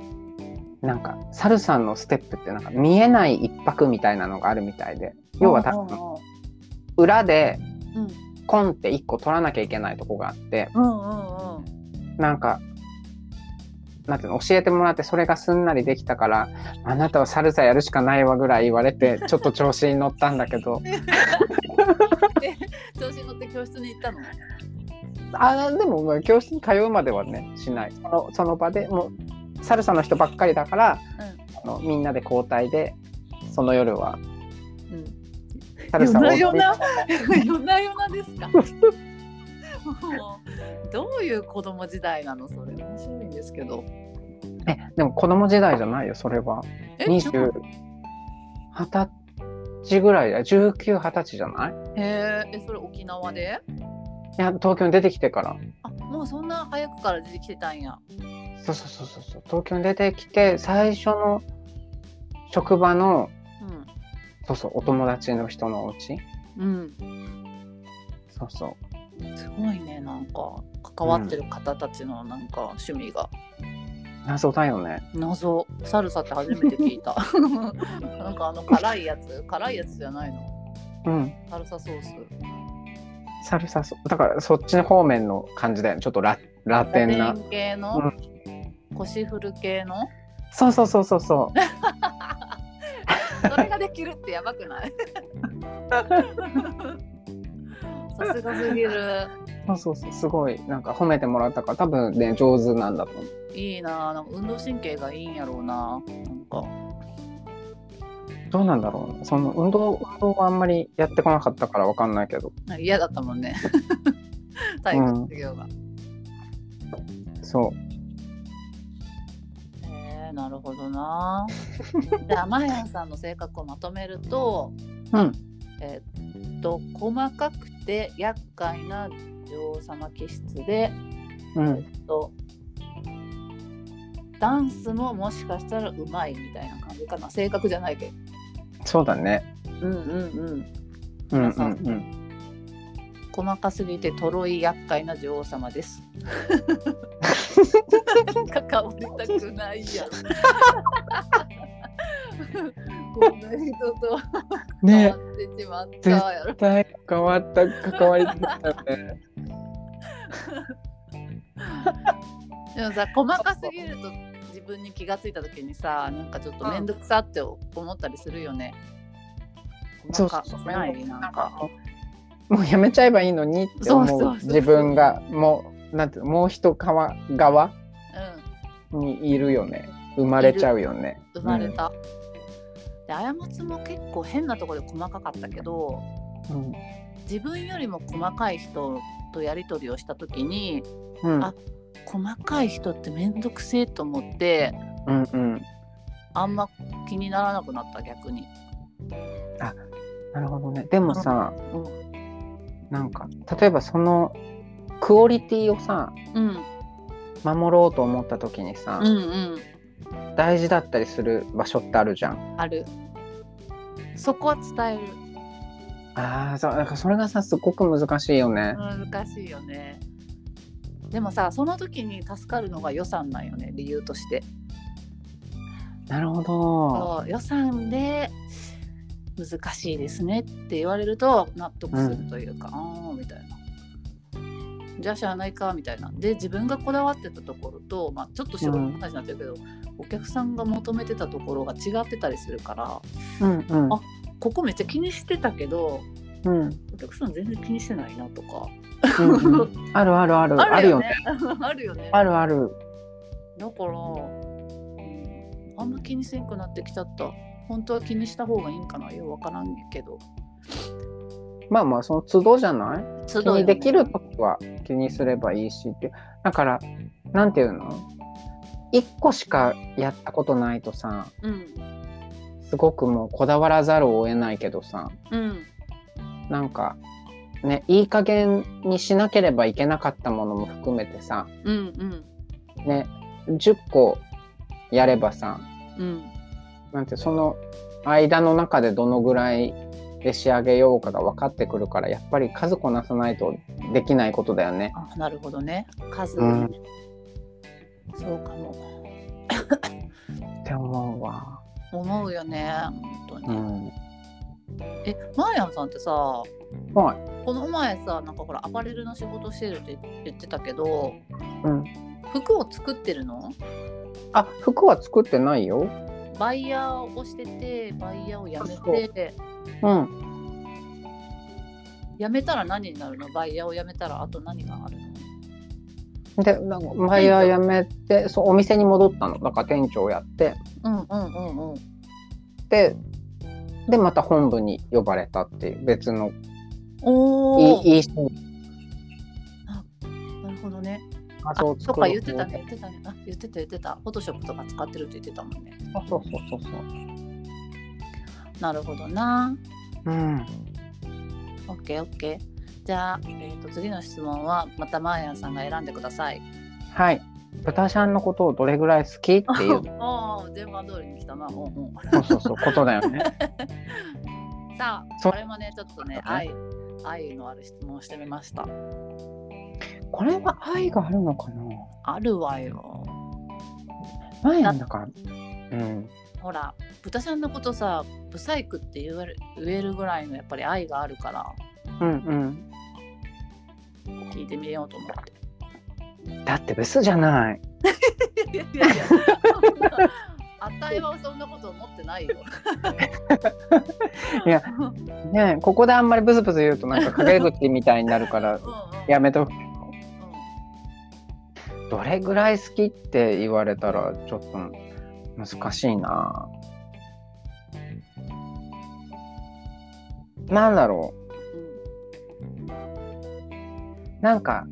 A: なんかサルサのステップってなんか見えない一拍みたいなのがあるみたいで要は多分裏で
B: うん
A: コンって1個取らなきゃいけないとこがあって
B: うんうん
A: なんかなんていうの教えてもらってそれがすんなりできたから「あなたはサルサやるしかないわ」ぐらい言われ
B: <laughs>
A: てちょっと調子に乗ったんだけど
B: 調子に乗って教室に行ったの
A: あーでもまあ教室に通うまではねしないそのその場でもうサルサの人ばっかりだから、あのみんなで交代でその夜は
B: うん
A: サルサを踊り
B: 夜な夜な夜な夜なですか <laughs> もうどういう子供時代なのそれ面白いんですけど
A: えでも子供時代じゃないよそれは
B: え
A: 二
B: ちょ
A: 十二十歳ぐらいだ1920歳じゃない
B: へーえそれ沖縄で
A: いや東京に出てきてから
B: あもうそんな早くから出てきてたんや
A: そうそうそうそうそう東京に出てきて最初の職場の
B: う
A: そうそうお友達の人のお家
B: ん、
A: そうそ
B: うん、すごいねなんか関わってる方たちのなんか趣味が、
A: う謎だよね
B: 謎サルサって初めて聞い
A: <laughs>
B: たなんかあの辛いやつ辛いやつじゃないの
A: うん
B: サルサソース
A: サルサソだからそっちの方面の感じだよねちょっとララテンな
B: ラテン系の、腰振る系の
A: そうそうそうそうそ
B: それができるってやばくないさすがすぎる
A: うそうそうそうすごいなんか褒めてもらったから多分ね上手なんだと思う
B: いいなあなんか運動神経がいいんやろうななんか
A: どうなんだろうねその運動運動はあんまりやってこなかったからわかんないけど
B: なんか嫌だったもんね体育の授業が、
A: そう
B: えーなるほどなじゃあマヤさんの性格をまとめると
A: うん
B: えーっと細かくて厄介な女王様気質で
A: うん
B: とダンスももしかしたらうまいみたいな感じかな性格じゃないけど
A: そうだね
B: うんうんうん
A: うんうんうん
B: 細かすぎてとろい厄介な女王様です。関わりたくないや <laughs> ん。こんな人と関
A: ね
B: わってしまったやろ。
A: 絶対変わった関わりだったよね
B: でもさ細かすぎると自分に気がついた時にさなんかちょっと面倒くさって思ったりするよね。
A: そう
B: 細
A: そ
B: か
A: うそう
B: ないな
A: なんん
B: か
A: かもうやめちゃえばいいのにって
B: そう
A: 思
B: そううそう
A: 自分がもうなんていうのもう一側側
B: うん
A: にいるよね生まれちゃうよね
B: 生まれた。であやむつも結構変なところで細かかったけど。
A: うん
B: 自分よりも細かい人とやり取りをした時に
A: うん
B: あ細かい人って面倒くせえと思って
A: うんうん
B: あんま気にならなくなった逆に。
A: なるほどねでもさ
B: うん
A: なんか例えばそのクオリティをさ
B: うん
A: 守ろうと思った時にさ、
B: うんうん
A: 大事だったりする場所ってあるじゃん。
B: あるそこは伝える
A: ああそうなんかそれがさすごく難しいよね。
B: 難しいよねでもさその時に助かるのが予算なんよね理由として
A: なるほど。
B: そう予算で難しいですねって言われると納得するというか、ああみたいなじゃあしゃあないかみたいなで自分がこだわってたところと、まあ、ちょっと仕事の話になってるけど、お客さんが求めてたところが違ってたりするから
A: うんうん
B: あここめっちゃ気にしてたけど
A: うんうん
B: お客さん全然気にしてないなとか
A: うん
B: <laughs>
A: うんあるあるあるあるよね。
B: あるよね
A: あるある。
B: だから、うんあんま気にせんくなってきちゃった本当は気にした方がいいんかなようわからんけど
A: まあまあその都度じゃない。
B: 気
A: 気にできる時は気にすればいいしってだからなんていうの一個しかやったことないとさ
B: うん
A: すごくもうこだわらざるを得ないけどさ
B: うん
A: なんかねいい加減にしなければいけなかったものも含めてさ
B: うんうん
A: ね10個やればさ
B: うん
A: なんてその間の中でどのぐらいで仕上げようかが分かってくるからやっぱり数こなさないとできないことだよね。
B: あなるほどね数、
A: うん
B: そうかも
A: って思うわ。
B: 思うよね本当に、
A: うん、
B: えマーヤンさんってさこ
A: はい
B: の前さなんかほらアパレルの仕事してるって言ってたけど
A: うん、
B: 服を作ってるの
A: あ服は作ってないよ。
B: バイヤーをしててバイヤーを辞
A: あそう
B: めて
A: うん。
B: 辞めたら何になるのバイヤーを辞めたらあと何があるの
A: でなんかバイヤー辞めてそうお店に戻ったのだから店長やって
B: うんうんうんうん
A: ででまた本部に呼ばれたっていう別の
B: おお
A: いいいい人の
B: なるほどね
A: 画
B: あ
A: 像を
B: と
A: 作
B: か
A: ろ
B: 言
A: う
B: ってたね言ってたねあ言ってた言ってたフォトショップとか使ってるって言ってたもんね
A: そうそうそうそうそう。
B: なるほどな
A: うん。
B: オッケーオッケーじゃあ、えー、と次の質問はまたマーヤンさんが選んでください
A: はい。豚ちゃんのことをどれぐらい好きっていう
B: ああ全番通りに来たなうんうん
A: そうそうそうことだよね。 <laughs>
B: さあ
A: そう
B: これもねちょっとね
A: そうだ
B: 愛愛のある質問をしてみました
A: これは愛があるのかな。
B: あるわよ
A: 前なんだから。うん。
B: ほら豚さんのことさブサイクって言える言えるぐらいのやっぱり愛があるから
A: うん
B: 聞いてみようと思って
A: うん。だってブスじゃない。
B: いやいやいやあたいはそんなこと思ってないよ
A: いやねえここであんまりブスブス言うとなんか陰口みたいになるから <laughs>
B: うんうん
A: やめとく
B: うん
A: どれぐらい好きって言われたらちょっと難しいななんだろうなんか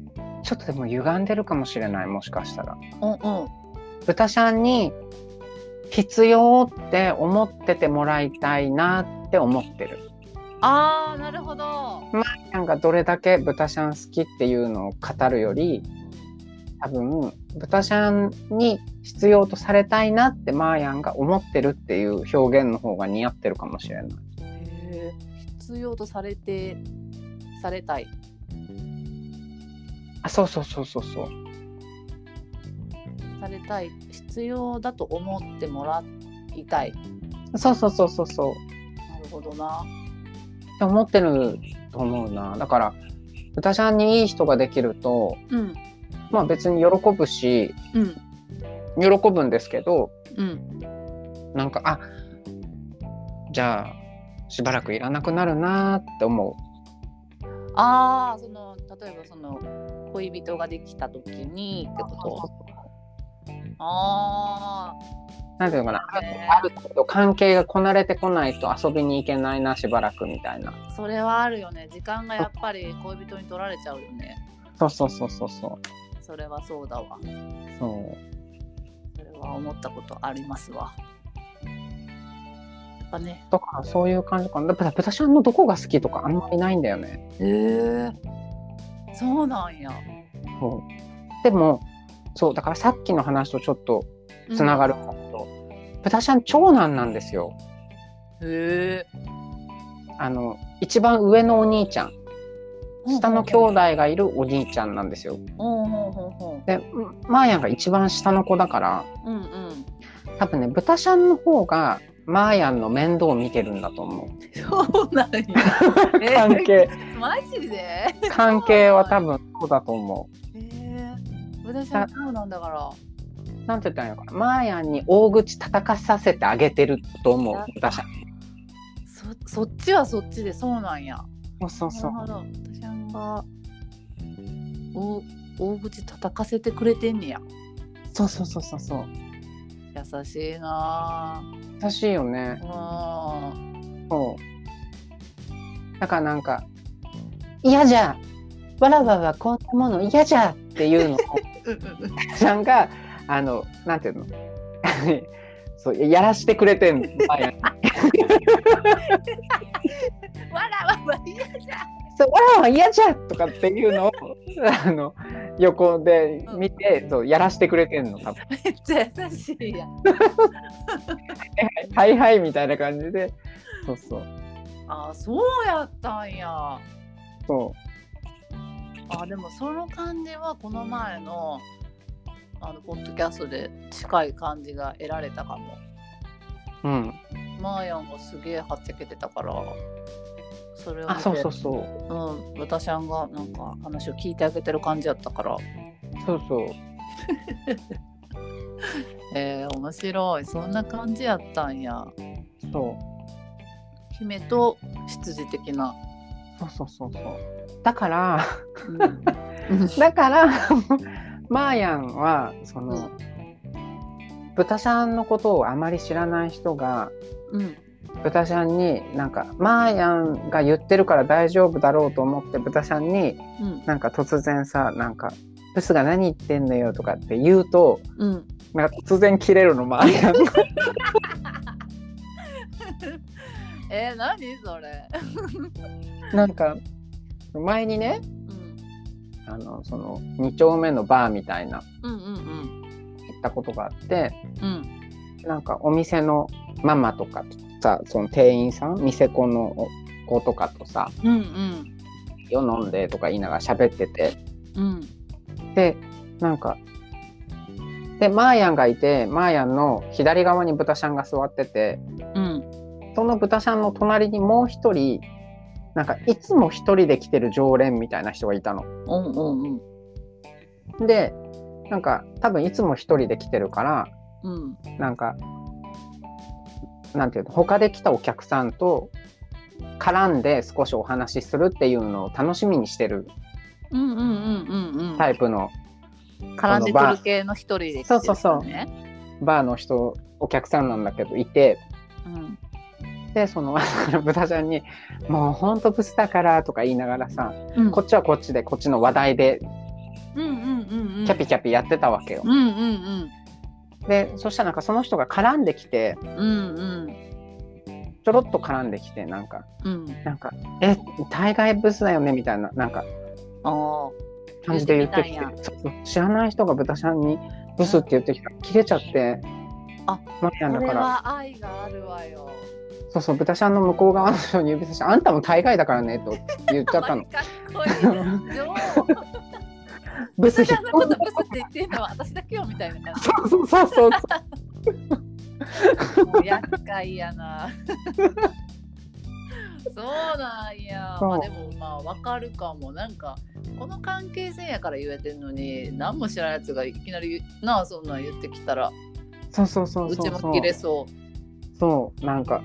A: ちょっとでも歪んでるかもしれないもしかしたら
B: うんうん
A: 豚ちゃんに必要って思っててもらいたいなって思ってる
B: ああなるほど
A: なんかどれだけ豚ちゃん好きっていうのを語るより多分豚ちゃんに必要とされたいなってマーヤンが思ってるっていう表現の方が似合ってるかもしれない
B: へー必要とされてされたい
A: あそうそうそうそうそう
B: されたい必要だと思ってもらいたい
A: そうそうそうそうそう
B: なるほどな
A: って思ってると思うなだから豚ちゃんにいい人ができると
B: うん
A: まあ別に喜ぶし
B: うん
A: 喜ぶんですけど
B: うん
A: なんかあじゃあしばらくいらなくなるなーって思
B: ああその例えばその恋人ができた時にってこ
A: う。
B: とあ
A: なんていうのかな
B: そうね
A: ある程度関係がこなれてこないと遊びに行けないなしばらくみたいな
B: あそれはあるよね時間がやっぱり恋人に取られちゃうよね
A: そうそうそうそうそう
B: それはそうだわ
A: そう
B: それは思ったことありますわやっぱね。
A: とかそういう感じかなだから豚ちゃんのどこが好きとかあんまりないんだよね
B: へえ。そうなんや。
A: そうでもそうだからさっきの話とちょっとつながるんだけど、豚ちゃん長男なんですよ
B: うん。へえ。
A: あの一番上のお兄ちゃん下の兄弟がいるお兄ちゃんなんですよ
B: ほうほうほうほ
A: でマーヤンが一番下の子だから
B: う。うんうん。
A: 多分ね豚ちゃんの方がマーヤンの面倒を見てるんだと思う
B: そうなんや。え
A: <laughs> 関係
B: <laughs> マジで。
A: 関係は多分そうだと思
B: ええ。私はそうなんだから。
A: うなんて言ったらいいのかなマーヤンに大口叩かさせてあげてると思う豚ちゃん
B: そ、そっちはそっちで、そうなんや。
A: そうそうそう
B: なるほど。私が。お、大口叩かせてくれてんねや。
A: そうそうそうそうそう
B: 優しいな
A: 優しいよね
B: <laughs> あ。うん。
A: そうだからなんか「嫌じゃわらわはこんなもの嫌じゃ!」っていうのをさんがあのなんていうの <laughs> そうやらしてくれてんのマヤ
B: わらわらいやじゃ
A: <laughs> そうわらわは嫌じゃとかっていうのをあの横で見てそうやらしてくれてんの多分
B: めっちゃ優しいやん
A: <laughs> はいはいみたいな感じでそうそう
B: あそうやったんやあ
A: そ
B: でもその感じはこの前のあのポッドキャストで近い感じが得られたかも
A: ううん
B: マーヤンがすげえはっちゃけてたからそれを見
A: あ
B: て
A: そうそうそう
B: うん私ゃんがなんか話を聞いてあげてる感じやったから
A: そうそう
B: えー、面白いそんな感じやったんや
A: そう
B: 姫と執事的な、
A: そうそうそうそうだから
B: うんうん
A: <laughs> だからマーヤンはその、豚さんのことをあまり知らない人が
B: うん
A: 豚さんになんかマーヤンが言ってるから大丈夫だろうと思って豚さんに
B: うん
A: なんか突然さなんか「ブスが何言ってんのよ」とかって言うと
B: うん
A: なんか突然切れるのマーヤン <laughs> が
B: <laughs> えー、何それ。
A: なんか前にね
B: うん、
A: あのその2丁目のバーみたいな
B: うん、うん、
A: 行ったことがあって
B: うん、
A: なんかお店のママとかとさその店員さん店子の子とかとさ
B: うん、うん、
A: 「よ飲んで」とか言いながら喋ってて
B: うん、
A: でなんかでマーヤンがいてマーヤンの左側にブタシャンが座ってて
B: うん、
A: そのブタシャンの隣にもう一人なんかいつも一人で来てる常連みたいな人がいたの。
B: うん、うん、
A: でなんか多分いつも一人で来てるから
B: うん、
A: なんか、なんていうの、他で来たお客さんと絡んで少しお話しするっていうのを楽しみにしてる
B: うん、うん、うん、うん、うん。
A: タイプの
B: 絡んでくる系の一人で、
A: そうそうそう
B: ね。
A: バーの人、お客さんなんだけどいて、
B: うん、
A: で、その、 <laughs> 豚ちゃんに、もうほんとブスだからとか言いながらさ、
B: うん、
A: こっちはこっちで、こっちの話題で
B: うん、うん、うん、うん。
A: キャピキャピやってたわけよ。
B: うん、うん、
A: で、そしたらなんかその人が絡んできて、
B: うん、うん、うん、
A: ちょろっと絡んできて、なんか、
B: うん。
A: なんか、え、大概ブスだよねみたいな、なんか、
B: ああ、
A: 感じで言ってきて
B: 言って
A: そうそう知らない人が豚さんにブスって言ってきたら切れちゃって
B: あ
A: マリアン
B: こ
A: だ
B: れ
A: から
B: は愛があるわよ。
A: そうそう豚さんの向こう側の人に指差して「あんたも大概だからね」と言っちゃった
B: <laughs>
A: の
B: かっこいい。女
A: <laughs>
B: 王。
A: ブス
B: 私
A: ひ
B: のことブスって言ってんのは私だけよみたいな感
A: そうそうそうそう
B: じ。もう厄介やな。 <laughs> そうなんや。
A: そう
B: まあでもまあわかるかも。なんかこの関係性やから言えてんのに、何も知らないやつがいきなりなあそんなん言ってきたら、
A: そうそうそううそ
B: ち
A: う
B: も切れそう。
A: そうなんか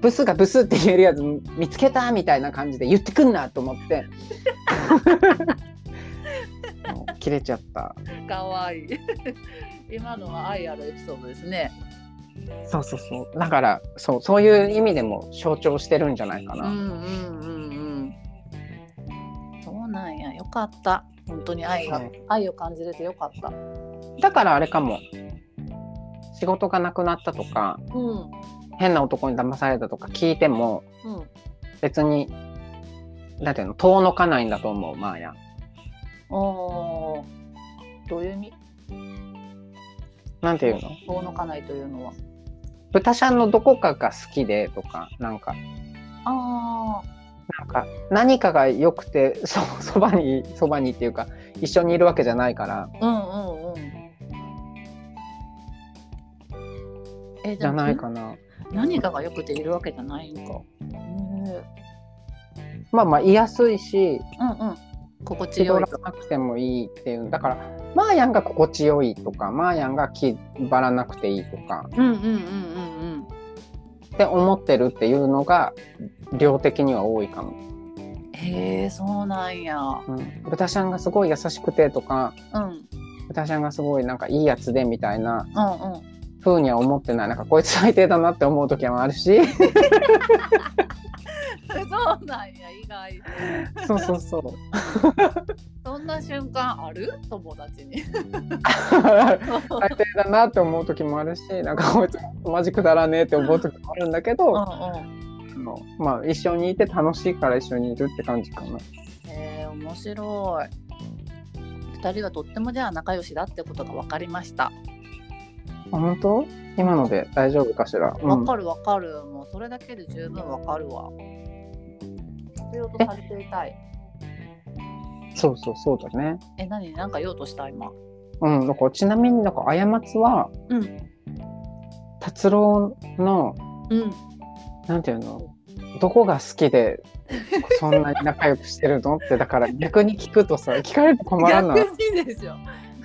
A: ブスがブスって言えるやつ見つけたみたいな感じで言ってくんなと思って <laughs> もう切れちゃった
B: かわいい。 <laughs> 今のは愛あるエピソードですね。
A: そうそうそうだからそうそういう意味でも象徴してるんじゃないか
B: うん
A: な、
B: うんうんうん。そうなんや。よかった。本当に愛が
A: はい
B: 愛を感じれてよかった。
A: だからあれかも仕事がなくなったとか
B: うん。
A: 変な男に騙されたとか聞いても
B: うん
A: 別になんていうの遠のかないんだと思うマーヤン
B: おーどういう意味
A: なんていうの
B: 遠のかないというのは
A: 豚ちゃんのどこかが好きでとかなんか
B: あ
A: なんか何かが良くて <laughs> そそばにそばにっていうか一緒にいるわけじゃないから
B: あうんうんうんえ
A: じゃないかな
C: 何かが良くているわけじゃないんか。
B: な、ね
A: まあまあ言いやすいし
B: うんうん
C: 心地
A: 気
C: よい
A: 取ら
C: と。
A: なくてもいいっていうだからマーヤンが心地よいとかマーヤンが気張らなくていいとか
C: うんうんうんうんうん。
A: って思ってるっていうのが量的には多いかも、
B: へえそうなんや
A: うん、豚ちゃんがすごい優しくてとか
B: うんうん
A: 豚ちゃんがすごいなんかいいやつでみたいな
B: うん
A: 風には思ってないなんかこいつ最低だなって思う時もあるし
B: <laughs> そうなんや意外
A: <laughs> そうそうそう
B: そんな瞬間ある友達に
A: <laughs> 最低だなって思う時もあるしなんかこいつマジくだらねえって思う時もあるんだけど、あ
B: ん
A: のまあ一緒にいて楽しいから一緒にいるって感じかな。
B: へえ面白い二人はとってもじゃあ仲良しだってことが分かりました
A: あ本当今ので大丈夫かしら、う
B: わ
A: ん
B: かるわかる、もうそれだけで十分わかるわ。必要とされていたい。
A: そうそうそうだね
B: え、何なんか言おうとした今。
A: うんなんかちなみになんか過ちは、
B: うん
A: 達郎の
B: うん。
A: なんていうのどこが好きでそんなに仲良くしてるのってだから逆に聞くとさ聞かれて困らない
B: 逆にですよ。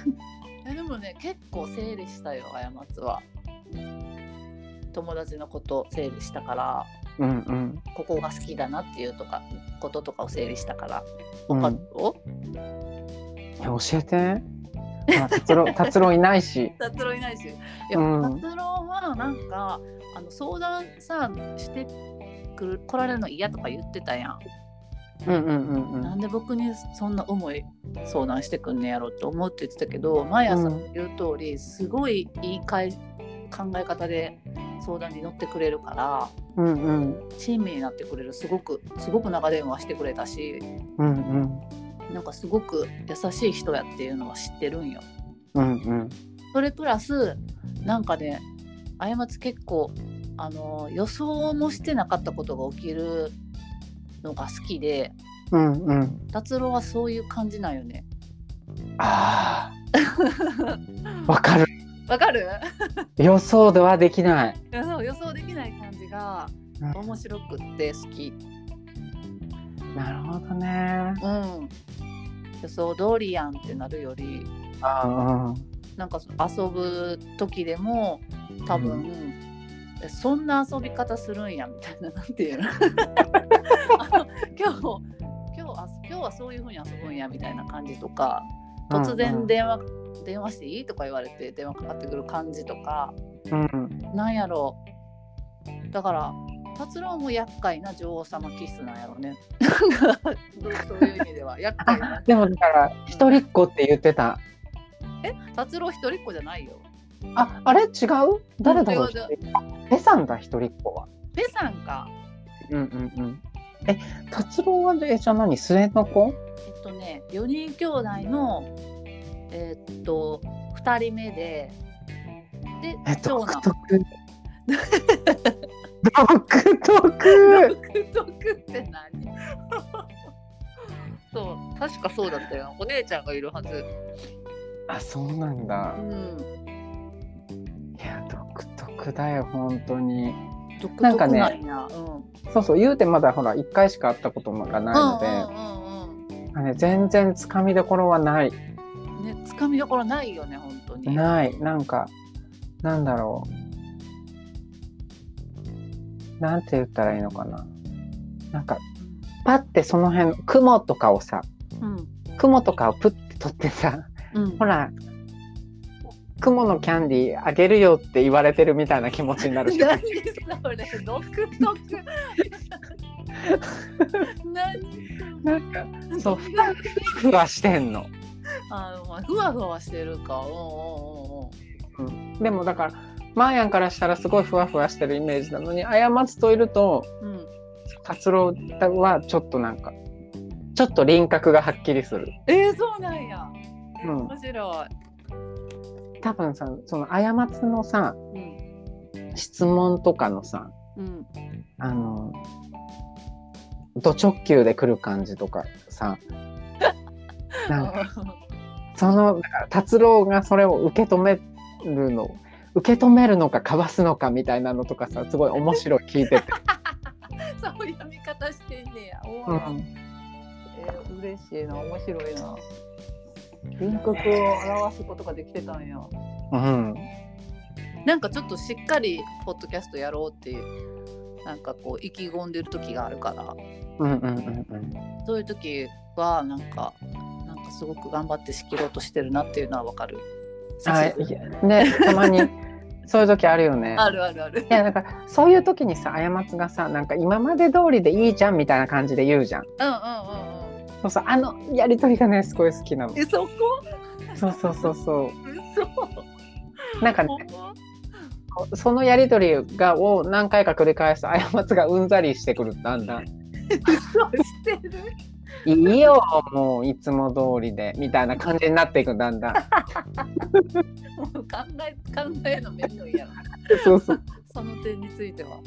B: <laughs> え、でもね、結構整理したよ、過ちは。友達のことを整理したから、
A: うんうん
B: ここが好きだなっていうとか、こととかを整理したから。
A: う
B: わ
A: ん
B: かるよ。
A: いや教えてまあ達郎 <laughs> 達郎いないし
B: 達郎いないし。いや、
A: うん
B: 達郎はなんか、あの相談さ、してくる、来られるの嫌とか言ってたやん。
A: うんうんうんう
B: なんんで僕にそんな重い相談してくんねやろって思って言ってたけど毎朝の言う通り、すごいいいかい考え方で相談に乗ってくれるから
A: うんうん
B: 親身になってくれるすごくすごく長電話してくれたし
A: うん
B: なんかすごく優しい人やっていうのは知ってるんよ。
A: うんうん
B: それプラスなんかね過ち結構あの予想もしてなかったことが起きるのが好きで
A: うんうん
B: 達郎はそういう感じなんよね。
A: ああわかる
B: <laughs> わかる
A: 予想ではできない
B: いやそう予想できない感じが
A: うん
B: 面白くって好き、
A: なるほどね。
B: うん、予想通りやんってなるより
A: ああ、
B: なんかその遊ぶ時でも多分、
A: う
B: えそんな遊び方するんやみたいななんてい
A: <laughs>
B: うのあの今日今日あ今日はそういう風に遊ぶんやみたいな感じとか突
A: うんう
B: 然
A: ん
B: 電話、電話していいとか言われて電話かかってくる感じとか
A: うん、
B: なんやろうだから達郎も厄介な女王様気質なんやろうねどうそういう意味では厄介な
A: でもだから一人っ子って言ってた。
B: え達郎一人っ子じゃないよ
A: あ、あれ違う？誰だろう
B: 違う違う？
A: ペさんだ一人っ子は。
B: ペさんか
A: うんうんうん。え、達郎はえじゃあ何末の子？
B: えっとね4人兄弟のえっと2人目でで
A: えっと独
B: 長男
A: 特。独
B: <laughs>
A: 特。
B: 独特って何 <laughs> そう確かそうだったよお姉ちゃんがいるはず
A: あ、そうなんだ
B: う。ん
A: いや独特だよ本当に。
B: 独特
A: な
B: なん
A: んか
B: や
A: ね
B: うん
A: そうそう言うてまだほら一回しか会ったことがないので、
B: うんうんうんうん
A: あれ全然つかみどころはない。
B: ね、つかみどころないよね、本当に。
A: ないなんかなんだろうなんて言ったらいいのかななんかパッてその辺の雲とかをさ
B: うん、
A: 雲とかをプッて取ってさ
B: うん
A: ほ、ら雲のキャンディーあげるよって言われてるみたいな気持ちになる
B: 何
A: し
B: それ、独
A: <laughs>
B: 特。何。
A: なんかそうふわふわしてんの
B: あ、まあ、ふわふわしてるか。おうおうおうおう
A: でもだからマーヤンからしたらすごいふわふわしてるイメージなのに、あやまつといると、
B: うん、
A: 達郎はちょっとなんか、ちょっと輪郭がはっきりする。
B: えー、そうなんや、えー
A: うん
B: 面白
A: 多分さ、そのあやまつのさ、
B: い、うん
A: 質問とかのさ、
B: うん、
A: あの、ド直球で来る感じとか <laughs> さ、なんかそのだから達郎がそれを受け止めるの受け止めるのかかわすのかみたいなのとかさすごい面白い聞いてて、
B: <laughs> そういう見方してんねや、お
A: <laughs> う
B: ー
A: ん、
B: えー嬉しいな面白いな輪郭を表すことができてたんや
A: うん、
B: なんかちょっとしっかりポッドキャストやろうっていうなんかこう意気込んでる時があるから
A: うんうんうんうん
B: そういう時はなんかなんかすごく頑張って仕切ろうとしてるなっていうのはわかる。
A: あいやねたまにそういう時あるよ <laughs> ね
B: あるあるある
A: い。やだからそういう時にさ過ちがさなんか今まで通りでいいじゃんみたいな感じで言うじゃん
B: うんうんうんうん。
A: そうそうあのやりとりがねすごい好きなの
B: えそこ
A: そうそうそうそ
B: 嘘。
A: うなんか、ね、そのやりとりがを何回か繰り返すと過ちがうんざりしてくるだんだん
B: そうしてる。
A: いいよもういつも通りでみたいな感じになっていくだんだん
B: もう考え考えのめんどいやろ。
A: そうそう
B: その点については。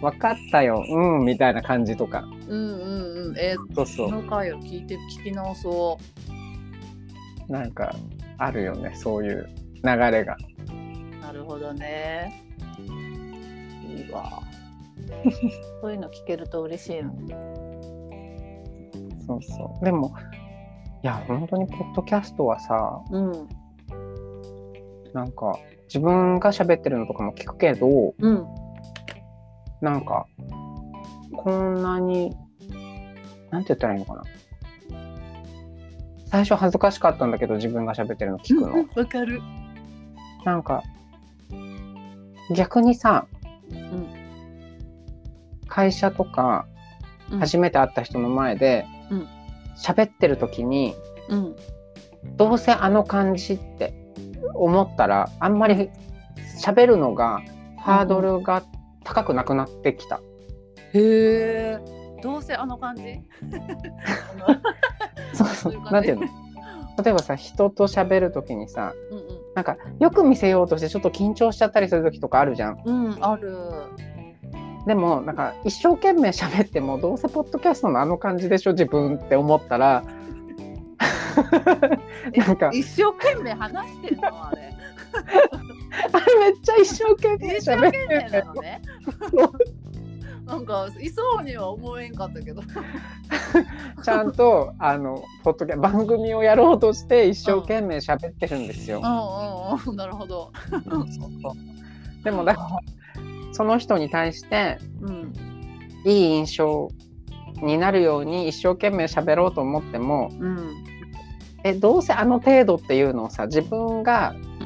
A: 分かったようんみたいな感じとか
B: うんうんうん。えー、
A: そうそ
B: こ
A: う
B: の回を聞いて聞き直そ
A: なんかあるよねそういう流れが
B: う。なるほどね。い
A: <laughs>
B: いわ。そういうの聞けると嬉しいの。
A: そうそうでもいや本当にポッドキャストはさ
B: うん
A: なんか自分が喋ってるのとかも聞くけど
B: うん。
A: なんかこんなになんて言ったらいいのかな最初恥ずかしかったんだけど自分が喋ってるの聞くの
B: わかる。
A: なんか逆にさ、
B: ん
A: 会社とか
B: うん
A: 初めて会った人の前で
B: うん
A: 喋、ってる時に
B: うん。
A: どうせあの感じって思ったらあんまり喋るのがハードルが高くなくなってきた。
B: へえ。ど <laughs> うせあの感じ。
A: そうそう
B: そういう感じ
A: なんていうの例えばさ人と喋る時にさ
B: うん
A: なんかよく見せようとしてちょっと緊張しちゃったりする時とかあるじゃん。
B: うん。うん、ある。
A: でもなんか一生懸命喋ってもどうせポッドキャストのあの感じでしょ自分って思った
B: <laughs>
A: らなんか
B: 一生懸命話してんのあ <laughs> れ。
A: あれめっちゃ一生懸命
B: 一生
A: 喋って
B: 懸命
A: る
B: なのね。なんかいそうには思えんかったけ <laughs> ど。
A: ちゃんとあのポッドキャ番組をやろうとして一生懸命喋ってるんですよ
B: う。んうんうん。なるほど。
A: でもだからその人に対して
B: うん
A: いい印象になるように一生懸命喋ろうと思っても
B: うん
A: えどうせあの程度っていうのをさ自分が
B: う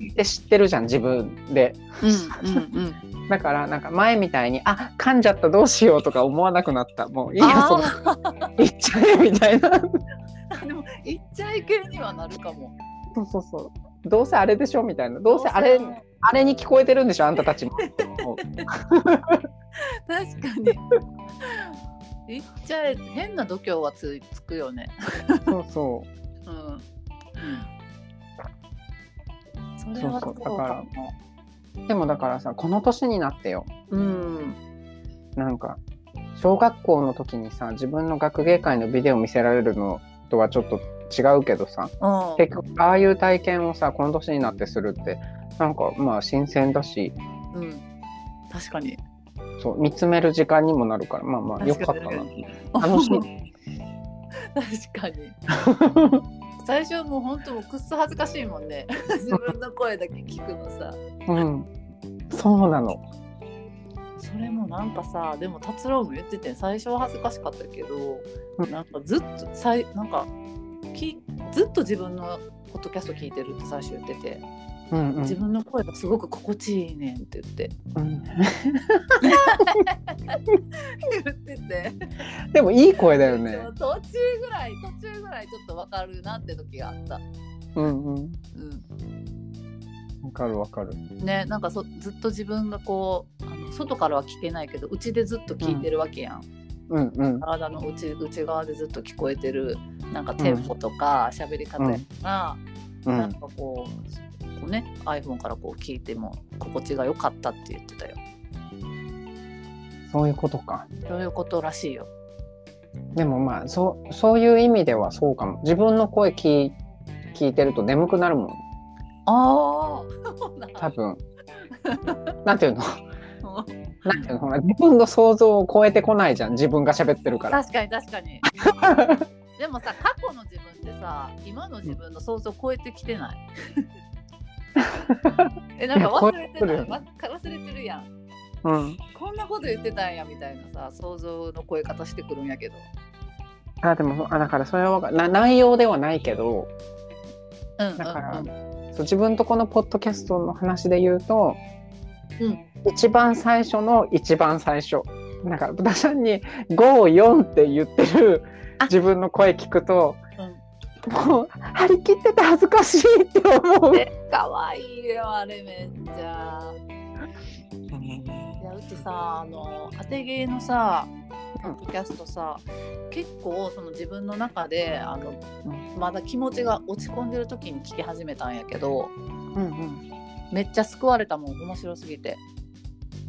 B: ん
A: で知ってるじゃん自分で。
B: うんうん。
A: だからなんか前みたいにあ噛んじゃったどうしようとか思わなくなったもういいやその
B: あ
A: 言っちゃえみたいな
B: ーでもいっちゃい系にはなるかも。
A: そうそうそうどうせあれでしょみたいなどうせあれあれに聞こえてるんでしょあんたたちも
B: 確かに。いっちゃえ変な度胸はつつくよね。
A: そうそう
B: うん。そ
A: れ
B: れ
A: は
B: は
A: そ
B: そうう
A: か
B: か
A: も
B: も。
A: でもだからさこの年になってよ
B: うん。
A: なんか小学校の時にさ自分の学芸会のビデオ見せられるのとはちょっと違うけどさ
B: うん。
A: 結局ああいう体験をさこの年になってするってなんかまあ新鮮だし
B: うん。確かに。
A: そう見つめる時間にもなるからまあまあよかったな楽
B: 楽
A: し
B: し
A: い
B: い。
A: <laughs>
B: <laughs> 確かに。最初はもう本当もうくっそ恥ずかしい
A: <laughs>
B: もんね。自分の声だけ聞くのさ。
A: うん、そうなの。
B: それもなんかさでも達郎も言ってて最初は恥ずかしかったけど、
A: うん
B: なんかずっとさいなんかきずっと自分のポッドキャスト聞いてるって最初言ってて、
A: うんうん、
B: 自分の声がすごく心地いいねんって言って
A: うん
B: 言ってて
A: でもいい声だよね。
B: <laughs> 途中ぐらい途中ぐらいちょっとわかるなって時があった、
A: うんうん。
B: うん、
A: わかるわかる。
B: ねなんかそずっと自分がこうあの外からは聞けないけどうちでずっと聞いてるわけやん、
A: うんうん。
B: 体の内内側でずっと聞こえてるなんかテンポとか喋り方やから、
A: う
B: なん
A: ん。
B: かこう,、こうね iPhone からこう聞いても心地が良かったって言ってたよ
A: そういうことか。
B: そういうことらしいよ
A: でもまあ、そう、そういう意味ではそうかも。自分の声聞い聞いてると眠くなるもん。
B: あ <laughs>
A: 多分。なんていうのなんていうのほら、自分の想像を超えてこないじゃん。自分が喋ってるから。
B: 確かに確か
A: <laughs>
B: にでもさ過去の自分ってさ今の自分の想像を超えてきてない
A: <laughs>
B: えなんか忘れてな
A: い
B: い
A: や超
B: わ忘れてるやん
A: うん。
B: こんなこと言ってたんやみたいなさ想像の超え方してくるんやけど
A: あ、でも、あだからそれはわかな内容ではないけど、
B: うんうんうん
A: だからそう自分とこのポッドキャストの話で言うと、
B: うん
A: 一番最初の一番最初なんか豚さんに「54」って言ってる
B: あ
A: 自分の声聞くと、もう張り切ってて恥ずかしいって思う。
B: え可愛いよあれめっちゃいやうちさあの当て芸のさポッドキャストさ結構その自分の中であのまだ気持ちが落ち込んでる時に聞き始めたんやけど
A: うんうん、
B: めっちゃ救われたもん面白すぎて